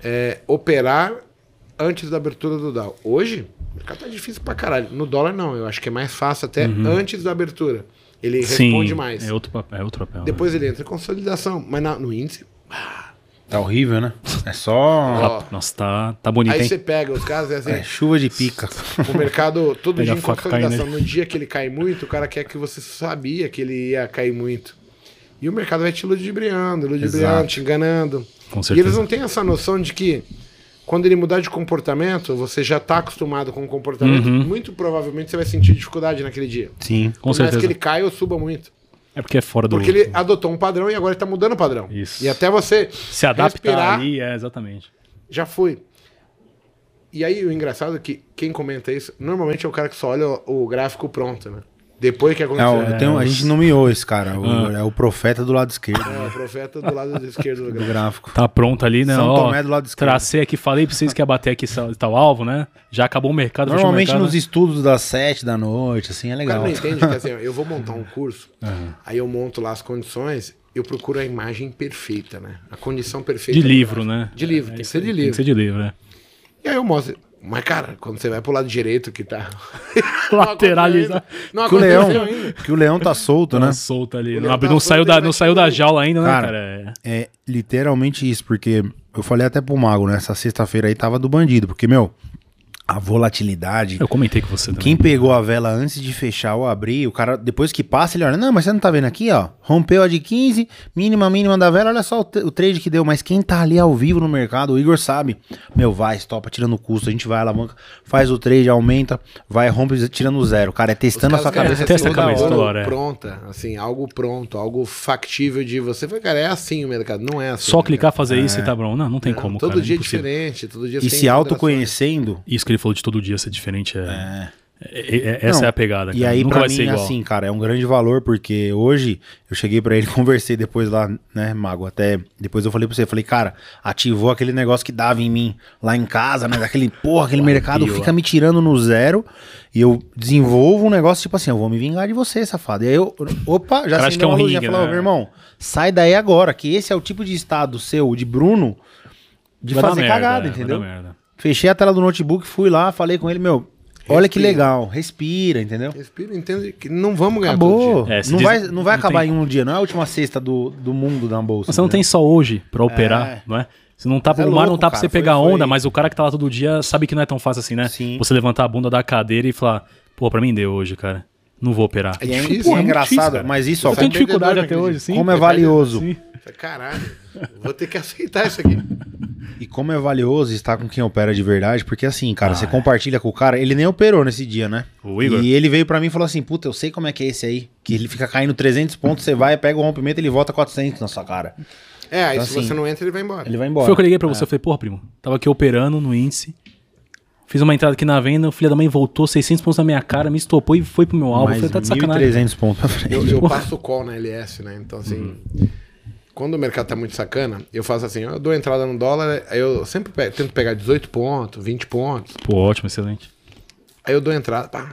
[SPEAKER 1] é, operar antes da abertura do DAO. Hoje, O mercado tá difícil pra caralho. No dólar, não. Eu acho que é mais fácil até
[SPEAKER 2] Uhum.
[SPEAKER 1] antes da abertura. Ele
[SPEAKER 2] Sim,
[SPEAKER 1] responde mais.
[SPEAKER 2] É outro papel. É outro papel né?
[SPEAKER 1] Depois ele entra em consolidação. Mas na- no índice.
[SPEAKER 3] Tá horrível, né? É
[SPEAKER 1] ó,
[SPEAKER 3] só.
[SPEAKER 2] Nossa, tá, tá bonito,
[SPEAKER 1] aí
[SPEAKER 2] hein?
[SPEAKER 1] você pega os casos é assim.
[SPEAKER 3] é chuva de pica.
[SPEAKER 1] O mercado, todo
[SPEAKER 2] Pega
[SPEAKER 1] dia
[SPEAKER 2] a
[SPEAKER 1] em
[SPEAKER 2] faca, cai
[SPEAKER 1] consolidação,
[SPEAKER 2] nele.
[SPEAKER 1] no dia que ele cai muito, o cara quer que você sabia que ele ia cair muito. E o mercado vai te ludibriando, ludibriando,
[SPEAKER 3] Exato.
[SPEAKER 1] te enganando. E
[SPEAKER 2] Com
[SPEAKER 1] eles
[SPEAKER 2] certeza.
[SPEAKER 1] não têm essa noção de que quando ele mudar de comportamento, você já está acostumado com o comportamento,
[SPEAKER 2] Uhum.
[SPEAKER 1] muito provavelmente você vai sentir dificuldade naquele dia.
[SPEAKER 3] Sim.
[SPEAKER 2] Com
[SPEAKER 1] Por mais
[SPEAKER 2] certeza.
[SPEAKER 1] que ele caia ou suba muito.
[SPEAKER 2] É porque é fora do.
[SPEAKER 1] Porque ele adotou um padrão e agora ele tá mudando o padrão.
[SPEAKER 2] Isso.
[SPEAKER 1] E até você
[SPEAKER 2] Se adaptar
[SPEAKER 1] respirar-
[SPEAKER 2] ali, é, exatamente.
[SPEAKER 1] já foi. E aí o engraçado é que quem comenta isso, normalmente é o cara que só olha o o gráfico pronto, né? Depois que
[SPEAKER 3] É,
[SPEAKER 1] aconteceu.
[SPEAKER 3] o- eu tenho- a gente nomeou esse cara. o-
[SPEAKER 2] Ah.
[SPEAKER 3] É o profeta do lado esquerdo né,
[SPEAKER 1] É, o profeta do lado esquerdo do
[SPEAKER 3] do
[SPEAKER 1] gráfico.
[SPEAKER 3] gráfico.
[SPEAKER 2] Tá pronto ali, né?
[SPEAKER 3] São
[SPEAKER 2] Ó,
[SPEAKER 3] Tomé do lado esquerdo.
[SPEAKER 2] Tracei aqui, falei pra vocês que ia bater aqui essa- tal alvo, né? Já acabou o mercado. fechou o
[SPEAKER 3] Normalmente
[SPEAKER 2] mercado,
[SPEAKER 3] nos
[SPEAKER 2] né?
[SPEAKER 3] estudos das sete da noite, assim, é
[SPEAKER 1] O cara
[SPEAKER 3] legal.
[SPEAKER 1] não entende que assim, ó, eu vou montar um curso, aí eu monto lá as condições, eu procuro a imagem perfeita, né? A condição perfeita.
[SPEAKER 2] De
[SPEAKER 1] da
[SPEAKER 2] livro,
[SPEAKER 1] imagem.
[SPEAKER 2] né?
[SPEAKER 1] De livro, tem que ser de
[SPEAKER 2] Tem que
[SPEAKER 1] livro.
[SPEAKER 2] ser de livro, né?
[SPEAKER 1] E aí eu mostro. Mas, cara, quando você vai pro lado direito que tá.
[SPEAKER 2] Lateralizar.
[SPEAKER 1] Não
[SPEAKER 3] Que o,
[SPEAKER 1] aconteceu ainda. Não aconteceu
[SPEAKER 3] leão,
[SPEAKER 1] ainda.
[SPEAKER 3] que o leão tá solto, né?
[SPEAKER 2] Tá solto ali.
[SPEAKER 1] O
[SPEAKER 2] Não,
[SPEAKER 1] leão
[SPEAKER 2] abre-
[SPEAKER 1] tá
[SPEAKER 2] não
[SPEAKER 1] solto,
[SPEAKER 2] saiu, da,
[SPEAKER 1] ele vai
[SPEAKER 2] não
[SPEAKER 1] te
[SPEAKER 2] saiu da
[SPEAKER 1] comer.
[SPEAKER 2] jaula ainda, né, cara?
[SPEAKER 3] Cara,
[SPEAKER 2] É.
[SPEAKER 3] É literalmente isso, porque eu falei até pro Mago, né? Essa sexta-feira aí tava do bandido, porque, meu, a volatilidade.
[SPEAKER 2] Eu comentei com você também.
[SPEAKER 3] Quem pegou a vela antes de fechar ou abrir, o cara, depois que passa, ele olha, não, mas você não tá vendo aqui, ó, rompeu a de 15, mínima, mínima da vela, olha só o, t- o trade que deu, mas quem tá ali ao vivo no mercado, o Igor sabe, meu, vai, estopa, tirando o custo, a gente vai, alavanca, faz o trade, aumenta, vai, rompe, tirando o zero, cara, é testando a sua
[SPEAKER 1] caras
[SPEAKER 3] cabeça
[SPEAKER 1] querem
[SPEAKER 2] testa a
[SPEAKER 1] toda
[SPEAKER 2] cabeça toda hora, é.
[SPEAKER 1] Pronta, assim, algo pronto, algo factível de você. Fala, Cara, é assim o mercado, não é assim.
[SPEAKER 2] Só
[SPEAKER 1] né,
[SPEAKER 2] clicar, fazer isso e tá bom. Não, não tem
[SPEAKER 1] cara?
[SPEAKER 2] como,
[SPEAKER 1] Todo
[SPEAKER 2] cara, é
[SPEAKER 1] dia é
[SPEAKER 2] impossível.
[SPEAKER 1] diferente, todo dia
[SPEAKER 3] e
[SPEAKER 1] você
[SPEAKER 3] se
[SPEAKER 1] tem
[SPEAKER 3] autoconhecendo,
[SPEAKER 2] Isso que ele falou de todo dia ser diferente é. é- é- é- essa
[SPEAKER 3] Não,
[SPEAKER 2] é a pegada, cara.
[SPEAKER 3] E aí,
[SPEAKER 2] Nunca
[SPEAKER 3] pra
[SPEAKER 2] vai
[SPEAKER 3] mim,
[SPEAKER 2] ser igual.
[SPEAKER 3] assim, cara, é um grande valor, porque hoje eu cheguei pra ele, conversei depois lá, né, Mago? Até depois eu falei pra você, eu falei, cara, ativou aquele negócio que dava em mim lá em casa, né? Aquele, porra, aquele mercado
[SPEAKER 2] arrepio,
[SPEAKER 3] fica me tirando no zero e eu desenvolvo um negócio tipo assim, eu vou me vingar de você, safado. E aí eu, opa, já
[SPEAKER 2] Cara, acho que é
[SPEAKER 3] acendeu
[SPEAKER 2] um
[SPEAKER 3] uma luzinha,
[SPEAKER 2] ringue,
[SPEAKER 3] falou,
[SPEAKER 2] né?
[SPEAKER 3] meu irmão, sai daí agora, que esse é o tipo de estado seu, de Bruno, de
[SPEAKER 2] Vai dar
[SPEAKER 3] fazer
[SPEAKER 2] merda,
[SPEAKER 3] cagada,
[SPEAKER 2] é, vai dar
[SPEAKER 3] entendeu?
[SPEAKER 2] merda.
[SPEAKER 3] Fechei a tela do notebook, fui lá, falei com ele, meu, olha que
[SPEAKER 1] Respira.
[SPEAKER 3] legal, respira, entendeu?
[SPEAKER 1] Respira, entende que não vamos ganhar todo
[SPEAKER 3] Acabou.
[SPEAKER 1] dia.
[SPEAKER 2] É, se
[SPEAKER 3] não,
[SPEAKER 2] diz-
[SPEAKER 3] vai, não
[SPEAKER 2] não
[SPEAKER 3] vai acabar
[SPEAKER 2] tem-
[SPEAKER 3] em um dia, não é a última sexta do, do mundo na bolsa.
[SPEAKER 2] Você não tem só hoje pra operar,
[SPEAKER 3] É.
[SPEAKER 2] não é? Se não tá,
[SPEAKER 3] Mas é
[SPEAKER 2] o mar não
[SPEAKER 3] louco,
[SPEAKER 2] tá pra
[SPEAKER 3] cara,
[SPEAKER 2] você
[SPEAKER 3] foi-
[SPEAKER 2] pegar
[SPEAKER 3] foi-
[SPEAKER 2] onda, mas o cara que tá lá todo dia sabe que não é tão fácil assim, né?
[SPEAKER 3] Sim.
[SPEAKER 2] Você levantar a bunda da cadeira e falar, pô, pra mim deu hoje, cara. Não vou operar.
[SPEAKER 1] É
[SPEAKER 3] E é,
[SPEAKER 1] difícil,
[SPEAKER 3] e é
[SPEAKER 1] é muito
[SPEAKER 3] engraçado,
[SPEAKER 2] difícil, cara.
[SPEAKER 3] mas isso, ó,
[SPEAKER 2] Eu tenho
[SPEAKER 1] Sai perdedor
[SPEAKER 2] dificuldade até
[SPEAKER 1] naquele
[SPEAKER 2] hoje,
[SPEAKER 1] dia.
[SPEAKER 2] sim.
[SPEAKER 3] como é valioso.
[SPEAKER 2] Sim.
[SPEAKER 1] Fala, Caralho, vou ter que aceitar isso aqui.
[SPEAKER 3] E como é valioso estar com quem opera de verdade, porque assim, cara,
[SPEAKER 2] Ah,
[SPEAKER 3] você
[SPEAKER 2] é.
[SPEAKER 3] compartilha com o cara, ele nem operou nesse dia, né?
[SPEAKER 2] O Igor?
[SPEAKER 3] E ele veio pra mim e falou assim: Puta, eu sei como é que é esse aí. Que ele fica caindo 300 pontos, você vai, pega o rompimento, ele volta 400 na sua cara.
[SPEAKER 1] É, aí
[SPEAKER 3] Então,
[SPEAKER 1] se
[SPEAKER 3] assim,
[SPEAKER 1] você não entra, ele vai embora.
[SPEAKER 3] Ele vai embora.
[SPEAKER 2] Foi o que eu liguei pra você. Eu falei, porra, primo, tava aqui operando no índice. Fiz uma entrada aqui na venda, o filho da mãe voltou 600 pontos na minha cara, me estopou e foi pro meu alvo. Eu
[SPEAKER 3] Mais
[SPEAKER 2] falei, tá de sacanagem.
[SPEAKER 3] 1.300 pontos pra frente.
[SPEAKER 1] Eu, eu passo o call na LS, né? Então, assim,
[SPEAKER 3] Uhum.
[SPEAKER 1] quando o mercado tá muito sacana, eu faço assim, eu dou entrada no dólar, aí eu sempre pe- tento pegar 18 pontos, 20 pontos,
[SPEAKER 2] Pô, ótimo, excelente.
[SPEAKER 1] aí eu dou entrada, pá,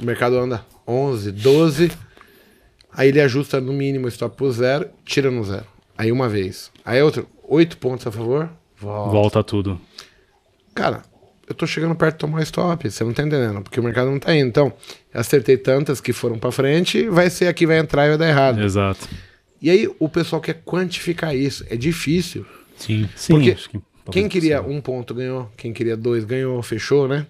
[SPEAKER 1] o mercado anda 11, 12, aí ele ajusta no mínimo o stop pro zero, tira no zero. Aí uma vez. Aí outro, 8 pontos a favor, volta.
[SPEAKER 2] Volta tudo.
[SPEAKER 1] Cara, eu tô chegando perto de tomar stop, você não tá entendendo, porque o mercado não tá indo. Então, eu acertei tantas que foram pra frente, vai ser aqui, vai entrar e vai dar errado.
[SPEAKER 2] Exato.
[SPEAKER 1] E aí o pessoal quer quantificar isso. É difícil.
[SPEAKER 3] Sim.
[SPEAKER 2] Sim,
[SPEAKER 1] Porque
[SPEAKER 2] acho que-
[SPEAKER 1] Quem queria um ponto ganhou. Quem queria dois ganhou, fechou, né?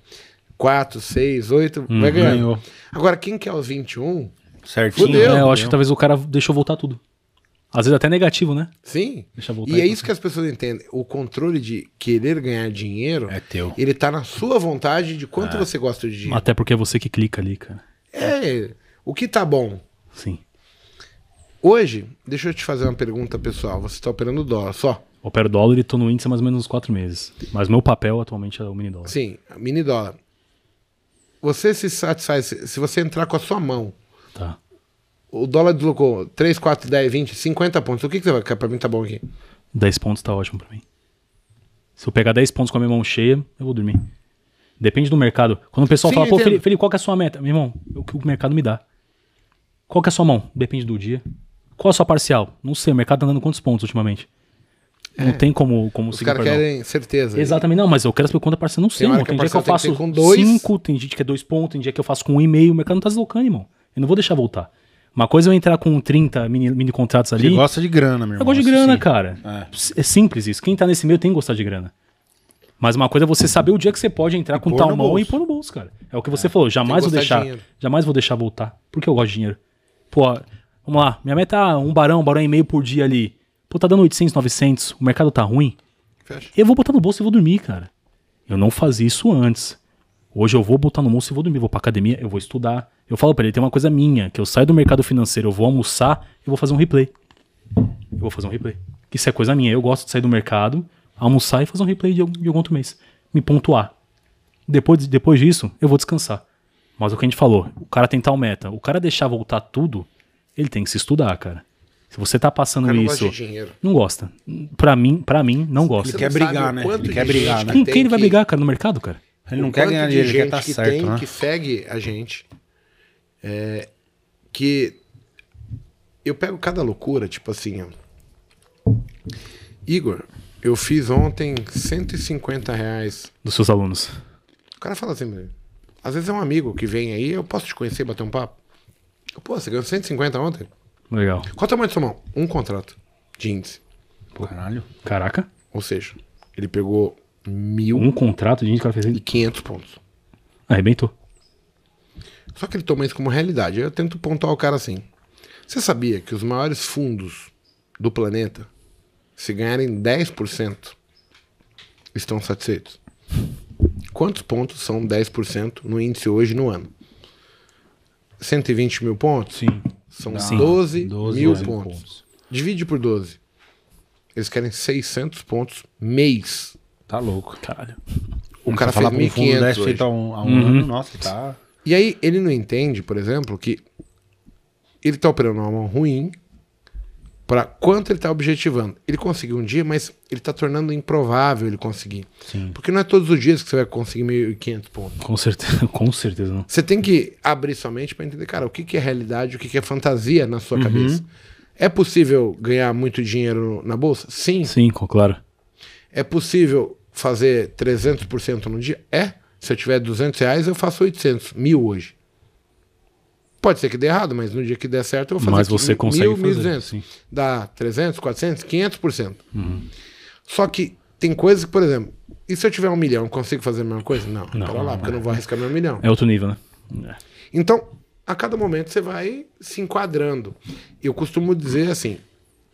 [SPEAKER 1] Quatro, seis, oito, vai ganhar.
[SPEAKER 3] ganhou.
[SPEAKER 1] Agora, quem quer os 21,
[SPEAKER 3] Certinho. né?
[SPEAKER 1] Fudeu.
[SPEAKER 2] É, eu acho que talvez o cara deixou voltar tudo. Às vezes até negativo, né?
[SPEAKER 1] sim.
[SPEAKER 2] Deixa eu voltar
[SPEAKER 1] E é
[SPEAKER 2] aí,
[SPEAKER 1] isso que as pessoas entendem. O controle de querer ganhar dinheiro,
[SPEAKER 3] É teu.
[SPEAKER 1] ele tá na sua vontade de quanto você gosta de dinheiro.
[SPEAKER 2] Até porque é você que clica ali, cara.
[SPEAKER 1] É, o que tá bom.
[SPEAKER 2] Sim.
[SPEAKER 1] Hoje, deixa eu te fazer uma pergunta, pessoal. Você tá operando dólar só?
[SPEAKER 2] Opero dólar e tô no índice há mais ou menos uns 4 meses. Mas meu papel atualmente é o mini dólar.
[SPEAKER 1] Sim, mini dólar. Você se satisfaz se se você entrar com a sua mão
[SPEAKER 2] Tá.
[SPEAKER 1] O dólar deslocou 3, 4, 10, 20, 50 pontos. O que, que você vai. Pra mim tá bom aqui.
[SPEAKER 2] 10 pontos tá ótimo pra mim. Se eu pegar 10 pontos com a minha mão cheia, eu vou dormir. Depende do mercado. Quando o pessoal
[SPEAKER 1] Sim,
[SPEAKER 2] fala,
[SPEAKER 1] eu
[SPEAKER 2] pô,
[SPEAKER 1] entendo.
[SPEAKER 2] Felipe, Felipe, qual que é a sua meta? Meu irmão, é o que o mercado me dá. Qual que é a sua mão? Depende do dia. Qual a sua parcial? Não sei, o mercado tá andando quantos pontos ultimamente? Não tem como, como
[SPEAKER 1] Os
[SPEAKER 2] seguir o
[SPEAKER 1] caras
[SPEAKER 2] padrão.
[SPEAKER 1] querem certeza.
[SPEAKER 2] Exatamente, não, mas eu quero saber quando a parcela não
[SPEAKER 1] Tem
[SPEAKER 2] 100,
[SPEAKER 1] hora
[SPEAKER 2] irmão.
[SPEAKER 1] que
[SPEAKER 2] Tem
[SPEAKER 1] a
[SPEAKER 2] dia que eu
[SPEAKER 1] parcela tem
[SPEAKER 2] faço
[SPEAKER 1] que ter com dois.
[SPEAKER 2] 5, tem dia que é 2 pontos, tem dia que eu faço com 1,5. O mercado não tá deslocando, irmão. Eu não vou deixar voltar. Uma coisa é eu entrar com 30 mini, mini contratos ali.
[SPEAKER 3] Ele gosta de grana, meu irmão.
[SPEAKER 2] Eu gosto de
[SPEAKER 3] isso
[SPEAKER 2] grana, assim.
[SPEAKER 3] sim.
[SPEAKER 2] cara. É. simples isso. Quem tá nesse meio tem que gostar de grana. Mas uma coisa é você saber o dia que você pode entrar com
[SPEAKER 3] pôr
[SPEAKER 2] tal
[SPEAKER 3] no
[SPEAKER 2] mão e
[SPEAKER 3] bolso.
[SPEAKER 2] pôr no bolso, cara. É o que você falou. Jamais
[SPEAKER 1] Tem que
[SPEAKER 2] vou
[SPEAKER 1] gostar de
[SPEAKER 2] deixar.
[SPEAKER 1] dinheiro.
[SPEAKER 2] Jamais vou deixar voltar. Porque eu gosto de dinheiro. Pô, vamos lá. Minha meta é um barão, um barão e meio por dia ali. Pô, tá dando 800, 900. O mercado tá ruim.
[SPEAKER 1] Fecha.
[SPEAKER 2] Eu vou botar no bolso e vou dormir, cara. Eu não fazia isso antes. Hoje eu vou botar no bolso e vou dormir. Vou pra academia, eu vou estudar. Eu falo pra ele, tem uma coisa minha, que eu saio do mercado financeiro, eu vou almoçar e vou fazer um replay. Eu vou fazer um replay. Isso é coisa minha. Eu gosto de sair do mercado, almoçar e fazer um replay de algum, de algum outro mês. Me pontuar. Depois, depois disso, eu vou descansar. Mas o que a gente falou, o cara tem tal meta. O cara deixar voltar tudo, ele tem que se estudar, cara. Se você tá passando
[SPEAKER 1] O cara não
[SPEAKER 2] isso.
[SPEAKER 1] gosta de dinheiro.
[SPEAKER 2] Não gosta. Pra mim, pra mim, não gosta.
[SPEAKER 1] Você
[SPEAKER 3] Ele quer
[SPEAKER 1] não sabe
[SPEAKER 3] brigar,
[SPEAKER 1] o
[SPEAKER 3] né?
[SPEAKER 1] quanto
[SPEAKER 3] Ele quer
[SPEAKER 1] de
[SPEAKER 3] brigar,
[SPEAKER 1] gente
[SPEAKER 3] né?
[SPEAKER 1] que
[SPEAKER 2] Com quem ele
[SPEAKER 1] tem
[SPEAKER 2] vai
[SPEAKER 1] que-
[SPEAKER 2] brigar, cara, no mercado, cara?
[SPEAKER 3] Ele não
[SPEAKER 1] o
[SPEAKER 3] quer
[SPEAKER 1] quanto
[SPEAKER 3] ganhar
[SPEAKER 1] de
[SPEAKER 3] dinheiro, ele quer
[SPEAKER 1] gente
[SPEAKER 3] estar
[SPEAKER 1] que
[SPEAKER 3] certo,
[SPEAKER 1] tem,
[SPEAKER 3] né?
[SPEAKER 1] que segue a gente, é, que eu pego cada loucura, tipo assim, ó. Igor, eu fiz ontem 150 reais.
[SPEAKER 2] Dos seus alunos.
[SPEAKER 1] O cara fala assim, às vezes é um amigo que vem aí, eu posso te conhecer, bater um papo. Eu, Pô, você ganhou 150 ontem?
[SPEAKER 2] Legal.
[SPEAKER 1] Qual o tamanho do seu mão? Um contrato de índice.
[SPEAKER 3] Caralho.
[SPEAKER 2] Caraca.
[SPEAKER 1] Ou seja, ele pegou
[SPEAKER 2] Um contrato de gente que ela fez.
[SPEAKER 1] 1.500 pontos.
[SPEAKER 2] Arrebentou.
[SPEAKER 1] Só que ele toma isso como realidade. Eu tento pontuar o cara assim. Você sabia que os maiores fundos do planeta, se ganharem 10%, estão satisfeitos? Quantos pontos são 10% no índice hoje no ano? 120 mil pontos?
[SPEAKER 2] Sim.
[SPEAKER 1] São
[SPEAKER 2] Sim.
[SPEAKER 1] 12,
[SPEAKER 3] 12
[SPEAKER 1] mil
[SPEAKER 3] mil
[SPEAKER 1] pontos.
[SPEAKER 3] pontos. Um
[SPEAKER 1] Divide por 12. Eles querem 600 pontos mês.
[SPEAKER 3] Tá louco.
[SPEAKER 2] Caralho.
[SPEAKER 1] O cara fez
[SPEAKER 3] falar pra um fundo
[SPEAKER 1] 1.500 hoje.
[SPEAKER 3] a um, a um
[SPEAKER 2] Uhum.
[SPEAKER 3] ano, nossa, ele tá...
[SPEAKER 1] E aí ele não entende, por exemplo, que ele tá operando uma mão ruim para quanto ele tá objetivando. Ele conseguiu um dia, mas ele tá tornando improvável ele conseguir.
[SPEAKER 2] Sim.
[SPEAKER 1] Porque não é todos os dias que você vai conseguir 1.500 pontos.
[SPEAKER 2] Com certeza, com certeza não.
[SPEAKER 1] Você tem que abrir sua mente para entender, cara, o que, que é realidade, o que, que é fantasia na sua cabeça. É possível ganhar muito dinheiro na bolsa? Sim.
[SPEAKER 2] Sim, com- claro.
[SPEAKER 1] É possível fazer 300% no dia? É. Se eu tiver 200 reais, eu faço 800, mil hoje. Pode ser que dê errado, mas no dia que der certo, eu vou fazer
[SPEAKER 2] Mas você
[SPEAKER 1] mil,
[SPEAKER 2] consegue fazer,
[SPEAKER 1] 1.200.
[SPEAKER 2] sim. Uhum.
[SPEAKER 1] Dá 300, 400, 500%. Só que tem coisas que, por exemplo, e se eu tiver um milhão, eu consigo fazer a mesma coisa? Não,
[SPEAKER 2] Não,
[SPEAKER 1] pera lá,
[SPEAKER 2] não,
[SPEAKER 1] porque eu não vou arriscar meu milhão.
[SPEAKER 2] É outro nível, né? É.
[SPEAKER 1] Então, a cada momento você vai se enquadrando. Eu costumo dizer assim: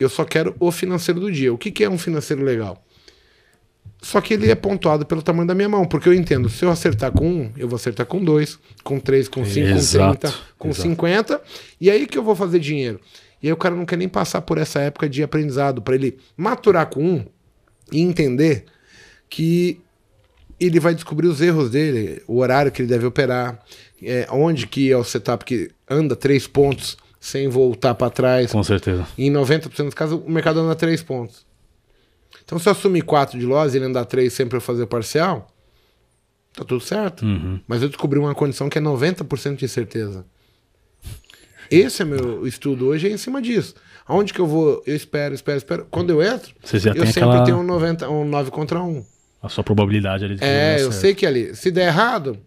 [SPEAKER 1] eu só quero o financeiro do dia. O que, que é um financeiro legal? Só que ele é pontuado pelo tamanho da minha mão, porque eu entendo, se eu acertar com um, eu vou acertar com dois, com três, com cinco,
[SPEAKER 2] Exato,
[SPEAKER 1] com 30, com
[SPEAKER 2] exato.
[SPEAKER 1] 50, e aí que eu vou fazer dinheiro. E aí o cara não quer nem passar por essa época de aprendizado, para ele maturar com um e entender que ele vai descobrir os erros dele, o horário que ele deve operar, é, onde que é o setup que anda três pontos sem voltar para trás.
[SPEAKER 2] Com certeza.
[SPEAKER 1] Em 90% dos casos, o mercado anda três pontos. Então, se eu assumir quatro de loss e ele andar três sempre eu fazer parcial, tá tudo certo.
[SPEAKER 2] Uhum.
[SPEAKER 1] Mas eu descobri uma condição que é 90% de certeza. Esse é meu estudo hoje, é em cima disso. Aonde que eu vou? Eu espero, espero, espero. Quando eu entro,
[SPEAKER 2] Você já
[SPEAKER 1] eu
[SPEAKER 2] tem
[SPEAKER 1] sempre
[SPEAKER 2] aquela-
[SPEAKER 1] tenho um, 90, um 9 contra 1.
[SPEAKER 2] A sua probabilidade ali de
[SPEAKER 1] É, eu
[SPEAKER 2] certo.
[SPEAKER 1] sei que ali, se der errado,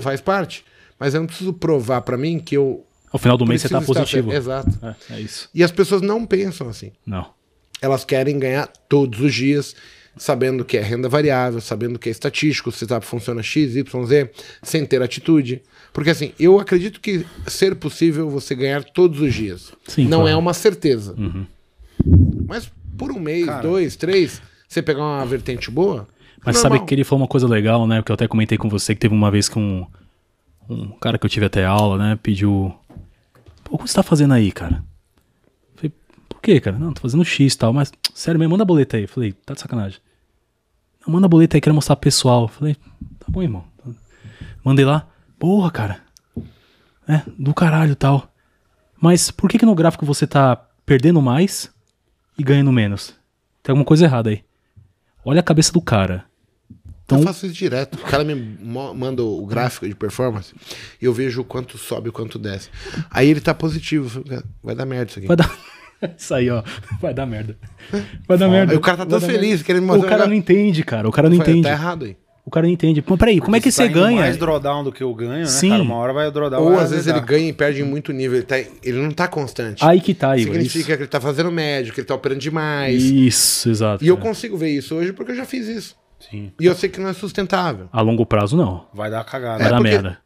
[SPEAKER 1] faz parte. Mas eu não preciso provar pra mim que eu.
[SPEAKER 2] Ao final do mês você tá
[SPEAKER 1] preciso estar
[SPEAKER 2] positivo.
[SPEAKER 1] certo. Exato.
[SPEAKER 2] É, é isso.
[SPEAKER 1] E as pessoas não pensam assim.
[SPEAKER 2] Não.
[SPEAKER 1] Elas querem ganhar todos os dias, sabendo que é renda variável, sabendo que é estatístico, o setup funciona X, Y, Z, sem ter atitude. Porque assim, eu acredito que ser possível você ganhar todos os dias.
[SPEAKER 2] Sim,
[SPEAKER 1] não
[SPEAKER 2] claro. Uhum.
[SPEAKER 1] é uma certeza. Mas por um mês, dois, três, você pegar uma vertente boa.
[SPEAKER 2] Mas sabe que ele falou uma coisa legal, né? Porque eu até comentei com você que teve uma vez que um, um cara que eu tive até aula, né? Pediu. Pô, o que você tá fazendo aí, cara? Eu Falei, por quê, cara? Não, tô fazendo X e tal, mas sério mesmo, manda a boleta aí. Eu Falei, tá de sacanagem. Não, manda a boleta aí, quero mostrar pro pessoal. Eu Falei, tá bom, irmão. Mandei lá, porra, cara. É, do caralho e tal. Mas por que que no gráfico você tá perdendo mais e ganhando menos? Tem alguma coisa errada aí. Olha a cabeça do cara.
[SPEAKER 1] Eu
[SPEAKER 2] Então-
[SPEAKER 1] faço isso direto. O cara me mo- manda o gráfico de performance e eu vejo o quanto sobe e o quanto desce. Aí ele tá positivo. Vai dar merda isso aqui.
[SPEAKER 2] Vai dar. Isso aí, ó. Vai dar merda. Vai dar merda.
[SPEAKER 1] O cara tá
[SPEAKER 2] Vai
[SPEAKER 1] tão
[SPEAKER 2] dar
[SPEAKER 1] feliz
[SPEAKER 2] merda.
[SPEAKER 1] querendo é-
[SPEAKER 2] O cara não entende, cara. O cara não entende.
[SPEAKER 1] Tá errado aí.
[SPEAKER 2] O cara não entende. Mas peraí, como é que
[SPEAKER 3] Isso tá
[SPEAKER 2] você
[SPEAKER 3] indo
[SPEAKER 2] ganha?
[SPEAKER 3] mais drawdown do que eu ganho, né?
[SPEAKER 2] Sim.
[SPEAKER 3] Cara, uma hora vai o drawdown.
[SPEAKER 1] Ou
[SPEAKER 3] vai
[SPEAKER 1] às vezes ele
[SPEAKER 3] azedar.
[SPEAKER 1] ganha e perde em muito nível. Ele, tá- ele não tá constante.
[SPEAKER 2] Aí que tá, Igor.
[SPEAKER 1] Significa
[SPEAKER 2] Isso,
[SPEAKER 1] que ele tá fazendo médio, que ele tá operando demais.
[SPEAKER 2] Isso, exato.
[SPEAKER 1] E eu
[SPEAKER 2] cara.
[SPEAKER 1] consigo ver isso hoje porque eu já fiz isso.
[SPEAKER 3] Sim.
[SPEAKER 1] E eu sei que não é sustentável.
[SPEAKER 2] A longo prazo, não.
[SPEAKER 3] Vai dar cagada.
[SPEAKER 2] Vai dar
[SPEAKER 1] É, porque-
[SPEAKER 2] merda.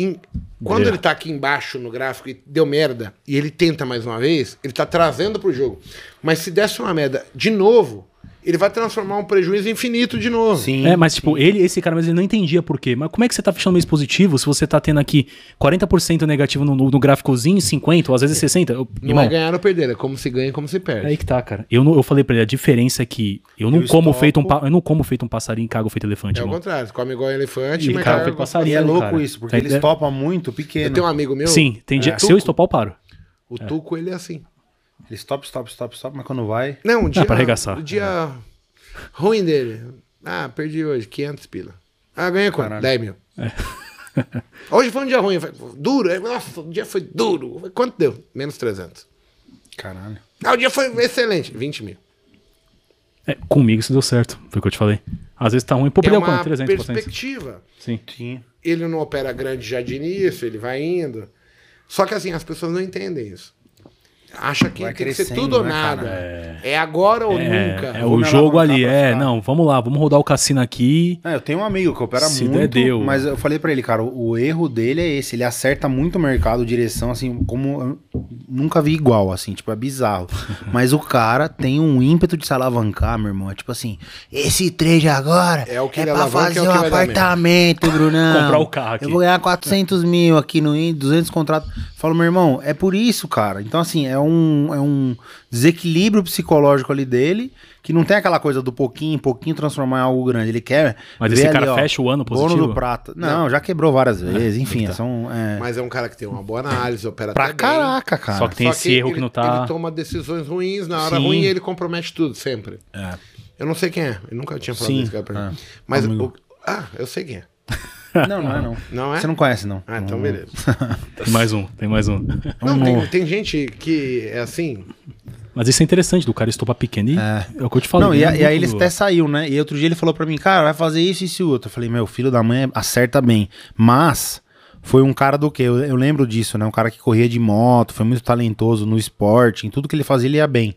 [SPEAKER 1] Em- quando
[SPEAKER 2] Beleza.
[SPEAKER 1] ele tá aqui embaixo no gráfico e deu merda, e ele tenta mais uma vez, ele tá trazendo pro jogo. Mas se desse uma merda de novo, ele vai transformar um prejuízo infinito de novo.
[SPEAKER 3] Sim.
[SPEAKER 2] É, mas tipo, ele, esse cara, mas ele não entendia por quê. Mas como é que você tá fechando mês positivo se você tá tendo aqui 40% negativo no, no gráficozinho, 50%, ou às vezes 60%? Eu,
[SPEAKER 1] Não
[SPEAKER 2] irmão,
[SPEAKER 1] é ganhar ou perder, é como se ganha e como se
[SPEAKER 2] é
[SPEAKER 1] perde.
[SPEAKER 2] aí que tá, cara. Eu, não- eu falei pra ele, a diferença é que eu não
[SPEAKER 3] Eu
[SPEAKER 2] como
[SPEAKER 3] estoco.
[SPEAKER 2] feito um pa- eu não como feito um passarinho e cago feito elefante,
[SPEAKER 1] É o
[SPEAKER 2] tá, irmão.
[SPEAKER 1] contrário, você come igual elefante,
[SPEAKER 2] E
[SPEAKER 1] mas
[SPEAKER 2] cara,
[SPEAKER 1] caga
[SPEAKER 2] foi
[SPEAKER 1] igual-
[SPEAKER 2] passar-
[SPEAKER 3] E é louco
[SPEAKER 2] cara.
[SPEAKER 3] isso, porque
[SPEAKER 2] Tá
[SPEAKER 3] eles
[SPEAKER 2] entendendo?
[SPEAKER 3] topam muito
[SPEAKER 1] Eu
[SPEAKER 3] pequeno.
[SPEAKER 1] tenho um amigo meu, É.
[SPEAKER 2] Sim, tem dia. Se eu estopar, eu paro.
[SPEAKER 1] o Tuco, ele é assim.
[SPEAKER 3] Eles top, stop, stop, stop, mas quando vai.
[SPEAKER 1] Não, um dia,
[SPEAKER 2] pra arregaçar.
[SPEAKER 1] o dia ruim dele. Ah, perdi hoje, 500 pila. Ah, ganhei quanto?
[SPEAKER 3] Caralho.
[SPEAKER 1] 10 mil.
[SPEAKER 2] É.
[SPEAKER 1] Hoje foi um dia ruim, foi duro. aí, Nossa, o dia foi duro. Quanto deu? Menos 300.
[SPEAKER 3] Caralho.
[SPEAKER 1] Ah, o dia foi excelente. 20 mil.
[SPEAKER 2] É, comigo isso deu certo, foi o que eu te falei. Às vezes tá ruim. Pô,
[SPEAKER 1] É
[SPEAKER 2] perdeu
[SPEAKER 1] uma
[SPEAKER 2] quanto? 300%.
[SPEAKER 1] perspectiva.
[SPEAKER 2] Sim.
[SPEAKER 3] Sim.
[SPEAKER 1] Ele não opera grande já de início, ele vai indo. Só que assim, as pessoas não entendem isso. Acha que
[SPEAKER 3] Vai
[SPEAKER 1] tem que ser
[SPEAKER 3] crescendo,
[SPEAKER 1] tudo ou
[SPEAKER 3] né,
[SPEAKER 1] nada.
[SPEAKER 3] cara?
[SPEAKER 1] É... agora ou nunca.
[SPEAKER 2] É, é
[SPEAKER 3] Vou
[SPEAKER 2] o
[SPEAKER 3] me
[SPEAKER 2] jogo
[SPEAKER 3] alavancar
[SPEAKER 2] ali,
[SPEAKER 3] pra
[SPEAKER 2] é.
[SPEAKER 3] ficar.
[SPEAKER 2] Não, vamos lá, vamos rodar o cassino aqui.
[SPEAKER 3] É, eu tenho um amigo que opera
[SPEAKER 2] Se
[SPEAKER 3] muito,
[SPEAKER 2] der, deu.
[SPEAKER 3] mas eu falei pra ele, cara, o, o erro dele é esse, ele acerta muito o mercado, direção, assim, como eu nunca vi igual, assim, tipo, é bizarro. mas o cara tem um ímpeto de se alavancar, meu irmão, é tipo assim, esse trade agora
[SPEAKER 1] É o que ele
[SPEAKER 3] pra
[SPEAKER 1] alavanca, é o
[SPEAKER 3] fazer
[SPEAKER 1] que vai
[SPEAKER 3] um
[SPEAKER 1] dar mesmo."
[SPEAKER 3] apartamento, Brunão.
[SPEAKER 2] Comprar o carro aqui.
[SPEAKER 3] Eu vou ganhar 400 mil aqui no Indy, 200 contratos. Falo, meu irmão, é por isso, cara. Então, assim, é um, é um desequilíbrio psicológico ali dele, que não tem aquela coisa do pouquinho em pouquinho transformar em algo grande. Ele quer.
[SPEAKER 2] Mas
[SPEAKER 3] ver
[SPEAKER 2] esse
[SPEAKER 3] ali,
[SPEAKER 2] cara
[SPEAKER 3] ó,
[SPEAKER 2] fecha o ano
[SPEAKER 3] Dono
[SPEAKER 2] positivo?
[SPEAKER 3] do prata. Não, já quebrou várias vezes. Enfim,
[SPEAKER 2] tá.
[SPEAKER 3] são. É,
[SPEAKER 1] Mas é um cara que tem uma boa análise, opera
[SPEAKER 3] pra
[SPEAKER 1] até bem.
[SPEAKER 3] caraca, cara.
[SPEAKER 2] Só que tem
[SPEAKER 1] Só
[SPEAKER 2] esse erro que
[SPEAKER 1] ele-
[SPEAKER 2] não tá.
[SPEAKER 1] Ele toma decisões ruins, na hora
[SPEAKER 2] Sim.
[SPEAKER 1] ruim ele compromete tudo, sempre.
[SPEAKER 3] É.
[SPEAKER 1] Eu não sei quem é. Eu nunca tinha falado
[SPEAKER 3] Sim,
[SPEAKER 1] desse cara pra mim.
[SPEAKER 3] é.
[SPEAKER 1] Mas.
[SPEAKER 3] Amigo.
[SPEAKER 1] o- ah, eu sei quem é.
[SPEAKER 3] Não, não é não.
[SPEAKER 1] Não é?
[SPEAKER 3] Você não conhece, não.
[SPEAKER 1] Ah, então
[SPEAKER 3] Não.
[SPEAKER 1] beleza.
[SPEAKER 2] Tem mais um, tem mais um.
[SPEAKER 1] Não, tem, tem gente que é assim.
[SPEAKER 2] Mas isso é interessante, do cara estopar pequeno e é, o que eu te falei.
[SPEAKER 3] Não, e, a-
[SPEAKER 2] né?
[SPEAKER 3] e aí ele
[SPEAKER 2] Muito-
[SPEAKER 3] até saiu, né? E outro dia ele falou pra mim, cara, vai fazer isso, isso e outro. Eu falei, meu, filho da mãe acerta bem. Mas foi um cara do quê? Eu, eu lembro disso, né? Um cara que corria de moto, foi muito talentoso no esporte, em tudo que ele fazia ele ia bem.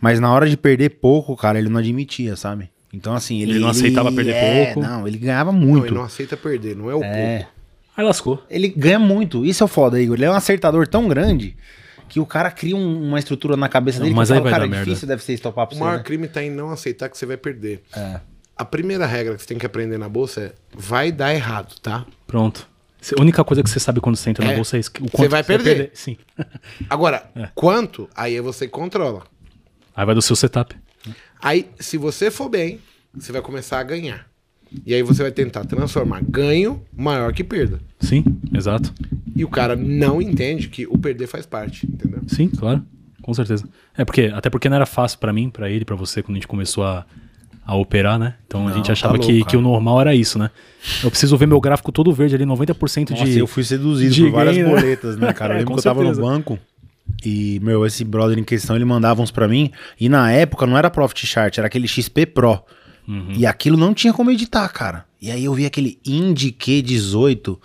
[SPEAKER 3] Mas na hora de perder pouco, cara, ele não admitia, sabe? Então, assim, ele,
[SPEAKER 2] Ele não aceitava perder
[SPEAKER 3] é,
[SPEAKER 2] pouco.
[SPEAKER 3] Não, ele ganhava
[SPEAKER 1] Não,
[SPEAKER 3] muito.
[SPEAKER 1] ele não aceita perder, não é o
[SPEAKER 3] É.
[SPEAKER 1] pouco.
[SPEAKER 2] Aí lascou.
[SPEAKER 3] Ele ganha muito. Isso é o foda, Igor. Ele é um acertador tão grande que o cara cria um- uma estrutura na cabeça
[SPEAKER 2] Não,
[SPEAKER 3] dele.
[SPEAKER 2] mas
[SPEAKER 3] que eu
[SPEAKER 2] aí
[SPEAKER 3] falo,
[SPEAKER 2] vai
[SPEAKER 3] cara, é
[SPEAKER 2] dar merda.
[SPEAKER 3] difícil deve ser estopar pra
[SPEAKER 1] O
[SPEAKER 3] você.
[SPEAKER 2] é.
[SPEAKER 1] maior
[SPEAKER 3] né?
[SPEAKER 1] crime tá em não aceitar que você vai perder.
[SPEAKER 3] É.
[SPEAKER 1] A primeira regra que você tem que aprender na bolsa é: vai dar errado, tá?
[SPEAKER 2] Pronto. Cê- A única coisa que você sabe quando você entra na
[SPEAKER 1] É.
[SPEAKER 2] bolsa é isso, que- o
[SPEAKER 1] Você
[SPEAKER 2] quanto que
[SPEAKER 1] vai perder.
[SPEAKER 2] Sim.
[SPEAKER 1] Agora,
[SPEAKER 2] É.
[SPEAKER 1] quanto? Aí você controla.
[SPEAKER 2] Aí vai do seu setup.
[SPEAKER 1] Aí, se você for bem, você vai começar a ganhar. E aí você vai tentar transformar ganho maior que perda.
[SPEAKER 2] Sim, exato.
[SPEAKER 1] E o cara não entende que o perder faz parte, entendeu?
[SPEAKER 2] Sim, claro. Com certeza. É porque, até porque não era fácil pra mim, pra ele, pra você, quando a gente começou a, a operar, né? Então a gente
[SPEAKER 3] tá
[SPEAKER 2] achava
[SPEAKER 3] louco,
[SPEAKER 2] que,
[SPEAKER 3] cara.
[SPEAKER 2] que o normal era isso, né? Eu preciso ver meu gráfico todo verde ali, 90%
[SPEAKER 3] Nossa,
[SPEAKER 2] de.
[SPEAKER 3] eu fui seduzido
[SPEAKER 2] de
[SPEAKER 3] por várias
[SPEAKER 2] ganho, né?
[SPEAKER 3] boletas, né, cara? Eu
[SPEAKER 2] É,
[SPEAKER 3] lembro
[SPEAKER 2] com
[SPEAKER 3] que eu tava
[SPEAKER 2] certeza.
[SPEAKER 3] no banco e, meu, esse brother em questão, ele mandava uns pra mim. E na época não era Profit Chart, era aquele XP Pro.
[SPEAKER 2] Uhum.
[SPEAKER 3] E aquilo não tinha como editar, cara. E aí eu vi aquele Indy Q18.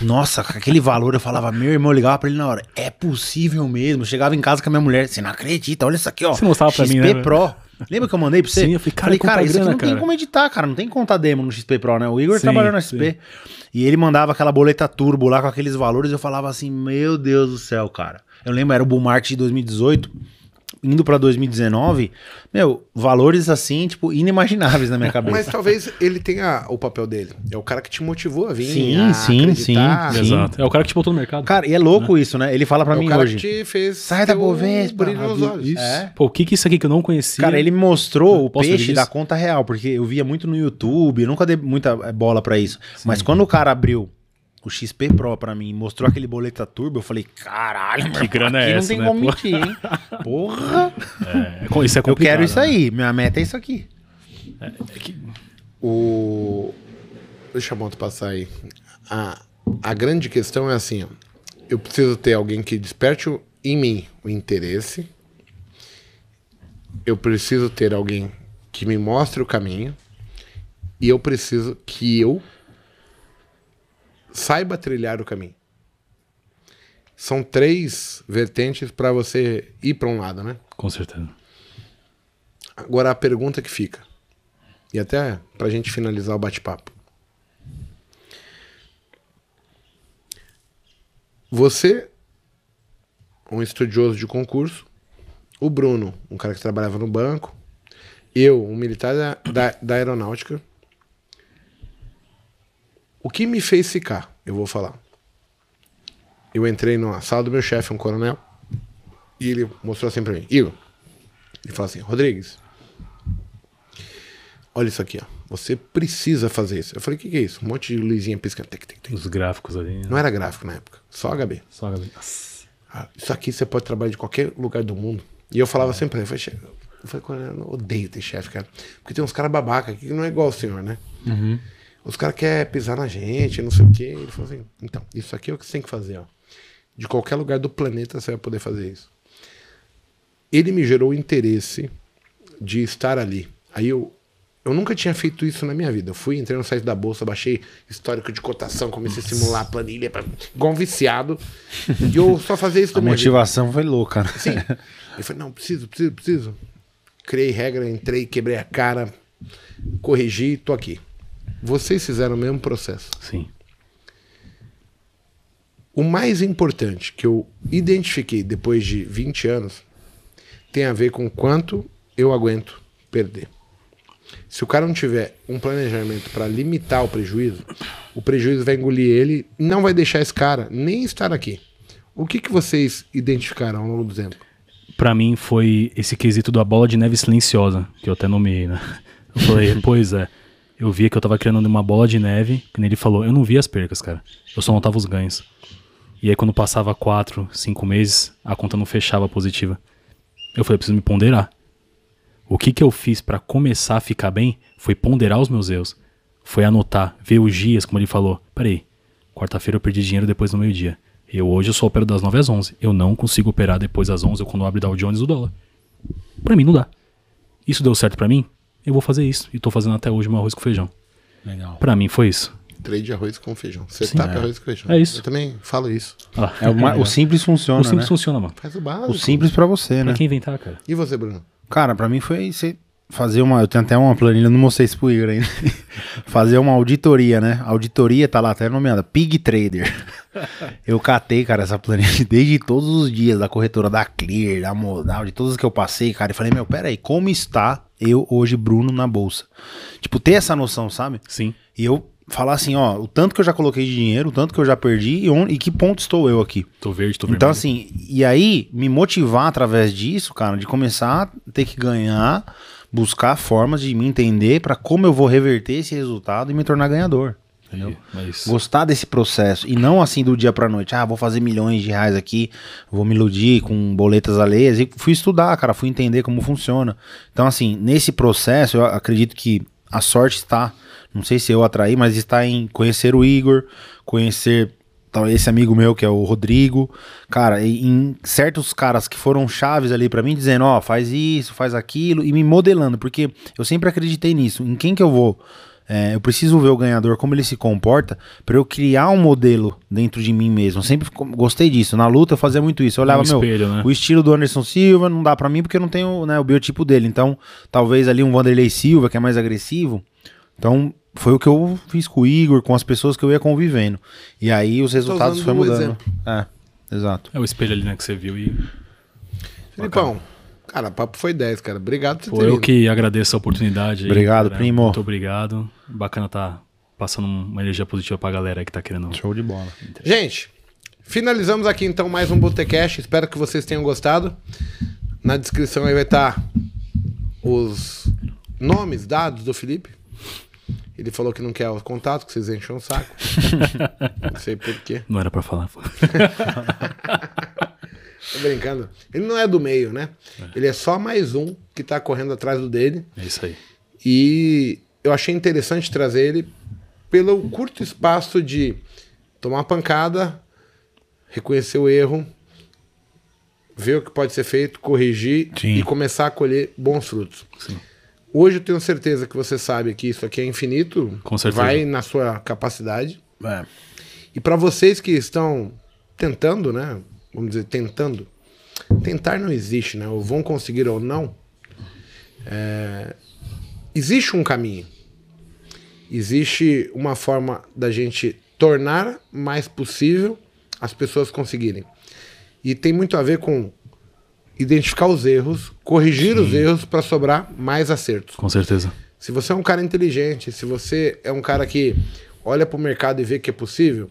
[SPEAKER 3] Nossa, com aquele valor eu falava, meu irmão, eu ligava pra ele na hora. É possível mesmo. Eu chegava em casa com a minha mulher, você não acredita, olha isso aqui, ó.
[SPEAKER 2] Você mostrava pra mim, né,
[SPEAKER 3] XP
[SPEAKER 2] velho?
[SPEAKER 3] Pro. Lembra que eu mandei pra você?
[SPEAKER 2] Sim, eu falei, cara, compra
[SPEAKER 3] cara, isso aqui
[SPEAKER 2] grana,
[SPEAKER 3] não tem
[SPEAKER 2] cara."
[SPEAKER 3] como editar, cara. Não tem conta demo no XP Pro, né? O Igor
[SPEAKER 2] Sim,
[SPEAKER 3] trabalhou no
[SPEAKER 2] sim.
[SPEAKER 3] XP. E ele mandava aquela boleta turbo lá com aqueles valores. Eu falava assim, meu Deus do céu, cara. Eu lembro, era o bull market de 2018. Indo pra 2019, meu, valores assim, tipo, inimagináveis na minha cabeça.
[SPEAKER 1] Mas talvez ele tenha o papel dele. É o cara que te motivou a vir.
[SPEAKER 3] Sim,
[SPEAKER 1] a
[SPEAKER 3] sim,
[SPEAKER 1] acreditar.
[SPEAKER 3] Ah, sim.
[SPEAKER 2] Exato. É o cara que te botou no mercado.
[SPEAKER 3] Cara, e é louco isso, né? Ele fala pra
[SPEAKER 1] É o
[SPEAKER 3] mim
[SPEAKER 1] cara
[SPEAKER 3] hoje.
[SPEAKER 1] que te fez.
[SPEAKER 3] Sai da
[SPEAKER 1] ter um
[SPEAKER 3] Bovespa.
[SPEAKER 1] Brilho nos olhos.
[SPEAKER 2] Isso.
[SPEAKER 3] É.
[SPEAKER 2] Pô, o que que é isso aqui que eu não conhecia?
[SPEAKER 3] Cara, ele me mostrou o
[SPEAKER 2] Posso ver
[SPEAKER 3] peixe
[SPEAKER 2] isso?
[SPEAKER 3] da conta real, porque eu via muito no YouTube, eu nunca dei muita eh, bola pra isso. Mas quando o cara abriu o XP Pro pra mim e mostrou aquele boleta turbo, eu falei, caralho, meu,
[SPEAKER 2] grana é
[SPEAKER 3] aqui
[SPEAKER 2] essa,
[SPEAKER 3] não tem
[SPEAKER 2] né,
[SPEAKER 3] como
[SPEAKER 2] pô?"
[SPEAKER 3] mentir, hein? Porra!
[SPEAKER 2] É, co- isso é
[SPEAKER 3] eu
[SPEAKER 2] complicado.
[SPEAKER 3] quero isso
[SPEAKER 2] né?
[SPEAKER 3] aí, minha meta é isso aqui.
[SPEAKER 2] É que-
[SPEAKER 1] O. Deixa a moto passar aí. A, a grande questão é assim: ó, eu preciso ter alguém que desperte o- em mim o interesse. Eu preciso ter alguém que me mostre o caminho. E eu preciso que eu saiba trilhar o caminho. São três vertentes para você ir para um lado, né?
[SPEAKER 2] Com certeza.
[SPEAKER 1] Agora a pergunta que fica, e até para a gente finalizar o bate-papo. Você, um estudioso de concurso, o Bruno, um cara que trabalhava no banco, eu, um militar da, da, da aeronáutica, o que me fez ficar? Eu vou falar. Eu entrei na sala do meu chefe, um coronel, e ele mostrou assim pra mim: Igor. Ele falou assim: Rodrigues, olha isso aqui, ó. Você precisa fazer isso. Eu falei: o que, que é isso? Um monte de luzinha piscando. Tic, tic, tic.
[SPEAKER 2] Os gráficos ali. Né?
[SPEAKER 1] Não era gráfico na época, só HB.
[SPEAKER 2] Só a galera.
[SPEAKER 1] Ah, Isso aqui você pode trabalhar de qualquer lugar do mundo. E eu falava sempre pra ele: eu falei, "Che- eu falei, coronel, eu odeio ter chefe, cara. Porque tem uns caras babaca aqui que não é igual o senhor, né? Os caras querem pisar na gente, não sei o quê. Ele falou assim: então, isso aqui é o que você tem que fazer, ó. De qualquer lugar do planeta você vai poder fazer isso. Ele me gerou o interesse de estar ali. Aí eu, eu nunca tinha feito isso na minha vida. Eu fui, entrei no site da bolsa, baixei histórico de cotação, comecei a simular a planilha, pra- igual um viciado. E eu só fazia isso na
[SPEAKER 3] A
[SPEAKER 1] minha vida.
[SPEAKER 3] motivação foi louca, né?
[SPEAKER 1] Sim. Eu falei, não, preciso, preciso, preciso. Criei regra, entrei, quebrei a cara, corrigi, tô aqui. Vocês fizeram o mesmo processo.
[SPEAKER 2] Sim.
[SPEAKER 1] O mais importante que eu identifiquei depois de 20 anos tem a ver com quanto eu aguento perder. Se o cara não tiver um planejamento para limitar o prejuízo, o prejuízo vai engolir ele, não vai deixar esse cara nem estar aqui. O que, que vocês identificaram ao longo do tempo?
[SPEAKER 2] Pra mim foi esse quesito da bola de neve silenciosa, que eu até nomeei, né? Eu falei, pois é. Eu via que eu tava criando uma bola de neve, que nem ele falou, eu não via as percas, cara. Eu só notava os ganhos. E aí quando passava quatro, cinco meses, a conta não fechava positiva. Eu falei, eu preciso me ponderar. O que que eu fiz pra começar a ficar bem foi ponderar os meus erros. Foi anotar, ver os dias, como ele falou. Peraí, quarta-feira eu perdi dinheiro depois do meio-dia. Eu hoje eu só opero das 9 às 11. Eu não consigo operar depois das 11 ou quando abre Dow Jones o dólar. Pra mim não dá. Isso deu certo pra mim? Eu vou fazer isso. E tô fazendo até hoje meu arroz com feijão.
[SPEAKER 3] Legal.
[SPEAKER 2] Pra mim foi isso.
[SPEAKER 1] Trade arroz com feijão. Setup
[SPEAKER 3] é.
[SPEAKER 1] arroz com feijão.
[SPEAKER 2] É isso.
[SPEAKER 1] Eu também falo isso.
[SPEAKER 2] Ah,
[SPEAKER 3] É o, ma- o
[SPEAKER 2] legal.
[SPEAKER 3] simples funciona,
[SPEAKER 2] O simples
[SPEAKER 3] né?
[SPEAKER 2] funciona, mano.
[SPEAKER 1] Faz o básico.
[SPEAKER 3] O simples pra você, né?
[SPEAKER 2] Pra quem inventar, cara.
[SPEAKER 1] E você, Bruno?
[SPEAKER 3] Cara, pra mim foi você fazer uma. Eu tenho até uma planilha, não mostrei isso pro Igor ainda. fazer uma auditoria, né? Auditoria tá lá até nomeada Pig Trader. eu catei, cara, essa planilha desde todos os dias da corretora da Clear, da Modal, de todas que eu passei, cara. E falei, meu, peraí, como está eu hoje, Bruno, na bolsa? Tipo, ter essa noção, sabe?
[SPEAKER 2] Sim.
[SPEAKER 3] E eu falar assim, ó, o tanto que eu já coloquei de dinheiro, o tanto que eu já perdi e, onde, e que ponto estou eu aqui.
[SPEAKER 2] Tô verde, tô vermelho.
[SPEAKER 3] Então, assim, e aí me motivar através disso, cara, de começar a ter que ganhar, buscar formas de me entender pra como eu vou reverter esse resultado e me tornar ganhador. Entendeu?
[SPEAKER 2] Mas...
[SPEAKER 3] Gostar desse processo e não assim do dia pra noite, ah, vou fazer milhões de reais aqui, vou me iludir com boletas alheias. E fui estudar, cara, fui entender como funciona. Então, assim, nesse processo, eu acredito que a sorte está, não sei se eu atraí, mas está em conhecer o Igor, conhecer tal- esse amigo meu que é o Rodrigo, cara, e- em certos caras que foram chaves ali pra mim, dizendo, ó, faz isso, faz aquilo, e me modelando, porque eu sempre acreditei nisso, em quem que eu vou? É, eu preciso ver o ganhador, como ele se comporta, pra eu criar um modelo dentro de mim mesmo. Eu sempre co- gostei disso. Na luta eu fazia muito isso. Eu olhava,
[SPEAKER 2] Um
[SPEAKER 3] meu,
[SPEAKER 2] espelho, né?
[SPEAKER 3] o estilo do Anderson Silva não dá pra mim porque eu não tenho né, o biotipo dele. Então, talvez ali um Vanderlei Silva, que é mais agressivo. Então, foi o que eu fiz com o Igor, com as pessoas que eu ia convivendo. E aí os resultados
[SPEAKER 1] usando
[SPEAKER 3] foram
[SPEAKER 1] o
[SPEAKER 3] mudando.
[SPEAKER 1] exemplo.
[SPEAKER 3] É, exato.
[SPEAKER 2] É o espelho ali, né, que você viu e...
[SPEAKER 1] Filipão, cara, papo foi 10, cara. Obrigado por
[SPEAKER 2] Pô,
[SPEAKER 1] ter
[SPEAKER 2] eu
[SPEAKER 1] vindo.
[SPEAKER 2] que agradeço a oportunidade. aí,
[SPEAKER 3] Obrigado,
[SPEAKER 2] cara.
[SPEAKER 3] primo.
[SPEAKER 2] Muito obrigado. Bacana tá passando uma energia positiva pra galera aí que tá querendo.
[SPEAKER 3] Show de bola.
[SPEAKER 1] Gente, finalizamos aqui então mais um Botecast. Espero que vocês tenham gostado. Na descrição aí vai estar os nomes, dados do Felipe. Ele falou que não quer o contato, que vocês enchem o saco. não sei porquê.
[SPEAKER 2] Não era pra falar.
[SPEAKER 1] Tô brincando. Ele não é do meio, né? Ele é só mais um que tá correndo atrás do dele.
[SPEAKER 2] É isso aí.
[SPEAKER 1] E eu achei interessante trazer ele pelo curto espaço de tomar pancada, reconhecer o erro, ver o que pode ser feito, corrigir
[SPEAKER 3] Sim.
[SPEAKER 1] e começar a colher bons frutos. Hoje eu tenho certeza que você sabe que isso aqui é infinito,
[SPEAKER 2] Com certeza.
[SPEAKER 1] vai na sua capacidade.
[SPEAKER 3] É.
[SPEAKER 1] E para vocês que estão tentando, né? Vamos dizer, tentando. Tentar não existe, né? Ou vão conseguir ou não. É, Existe um caminho. Existe uma forma da gente tornar mais possível as pessoas conseguirem. E tem muito a ver com identificar os erros, corrigir os erros para sobrar mais acertos.
[SPEAKER 2] Com certeza.
[SPEAKER 1] Se você é um cara inteligente, se você é um cara que olha pro mercado e vê que é possível,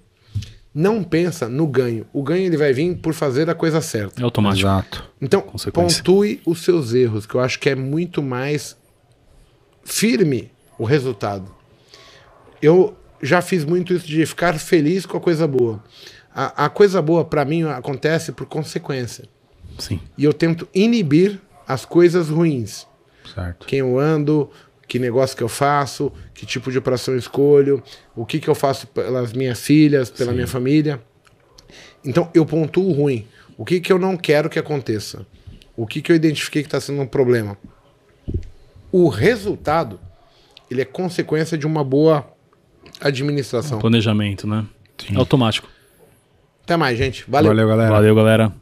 [SPEAKER 1] não pensa no ganho. O ganho ele vai vir por fazer a coisa certa.
[SPEAKER 2] É automático.
[SPEAKER 3] Exato.
[SPEAKER 1] Então,
[SPEAKER 2] Consequência.
[SPEAKER 1] pontue os seus erros, que eu acho que é muito mais firme o resultado. Eu já fiz muito isso de ficar feliz com a coisa boa. A, a coisa boa, para mim, acontece por consequência.
[SPEAKER 2] Sim.
[SPEAKER 1] E eu tento inibir as coisas ruins
[SPEAKER 3] Certo.
[SPEAKER 1] quem eu ando, que negócio que eu faço, que tipo de operação eu escolho, o que, que eu faço pelas minhas filhas, pela minha família. Então eu pontuo o ruim. O que, que eu não quero que aconteça? O que, que eu identifiquei que está sendo um problema? O resultado ele é consequência de uma boa administração.
[SPEAKER 2] Planejamento, né?
[SPEAKER 3] Sim. É.
[SPEAKER 2] É automático.
[SPEAKER 1] Até mais, gente. Valeu.
[SPEAKER 3] Valeu, galera.
[SPEAKER 2] Valeu, galera.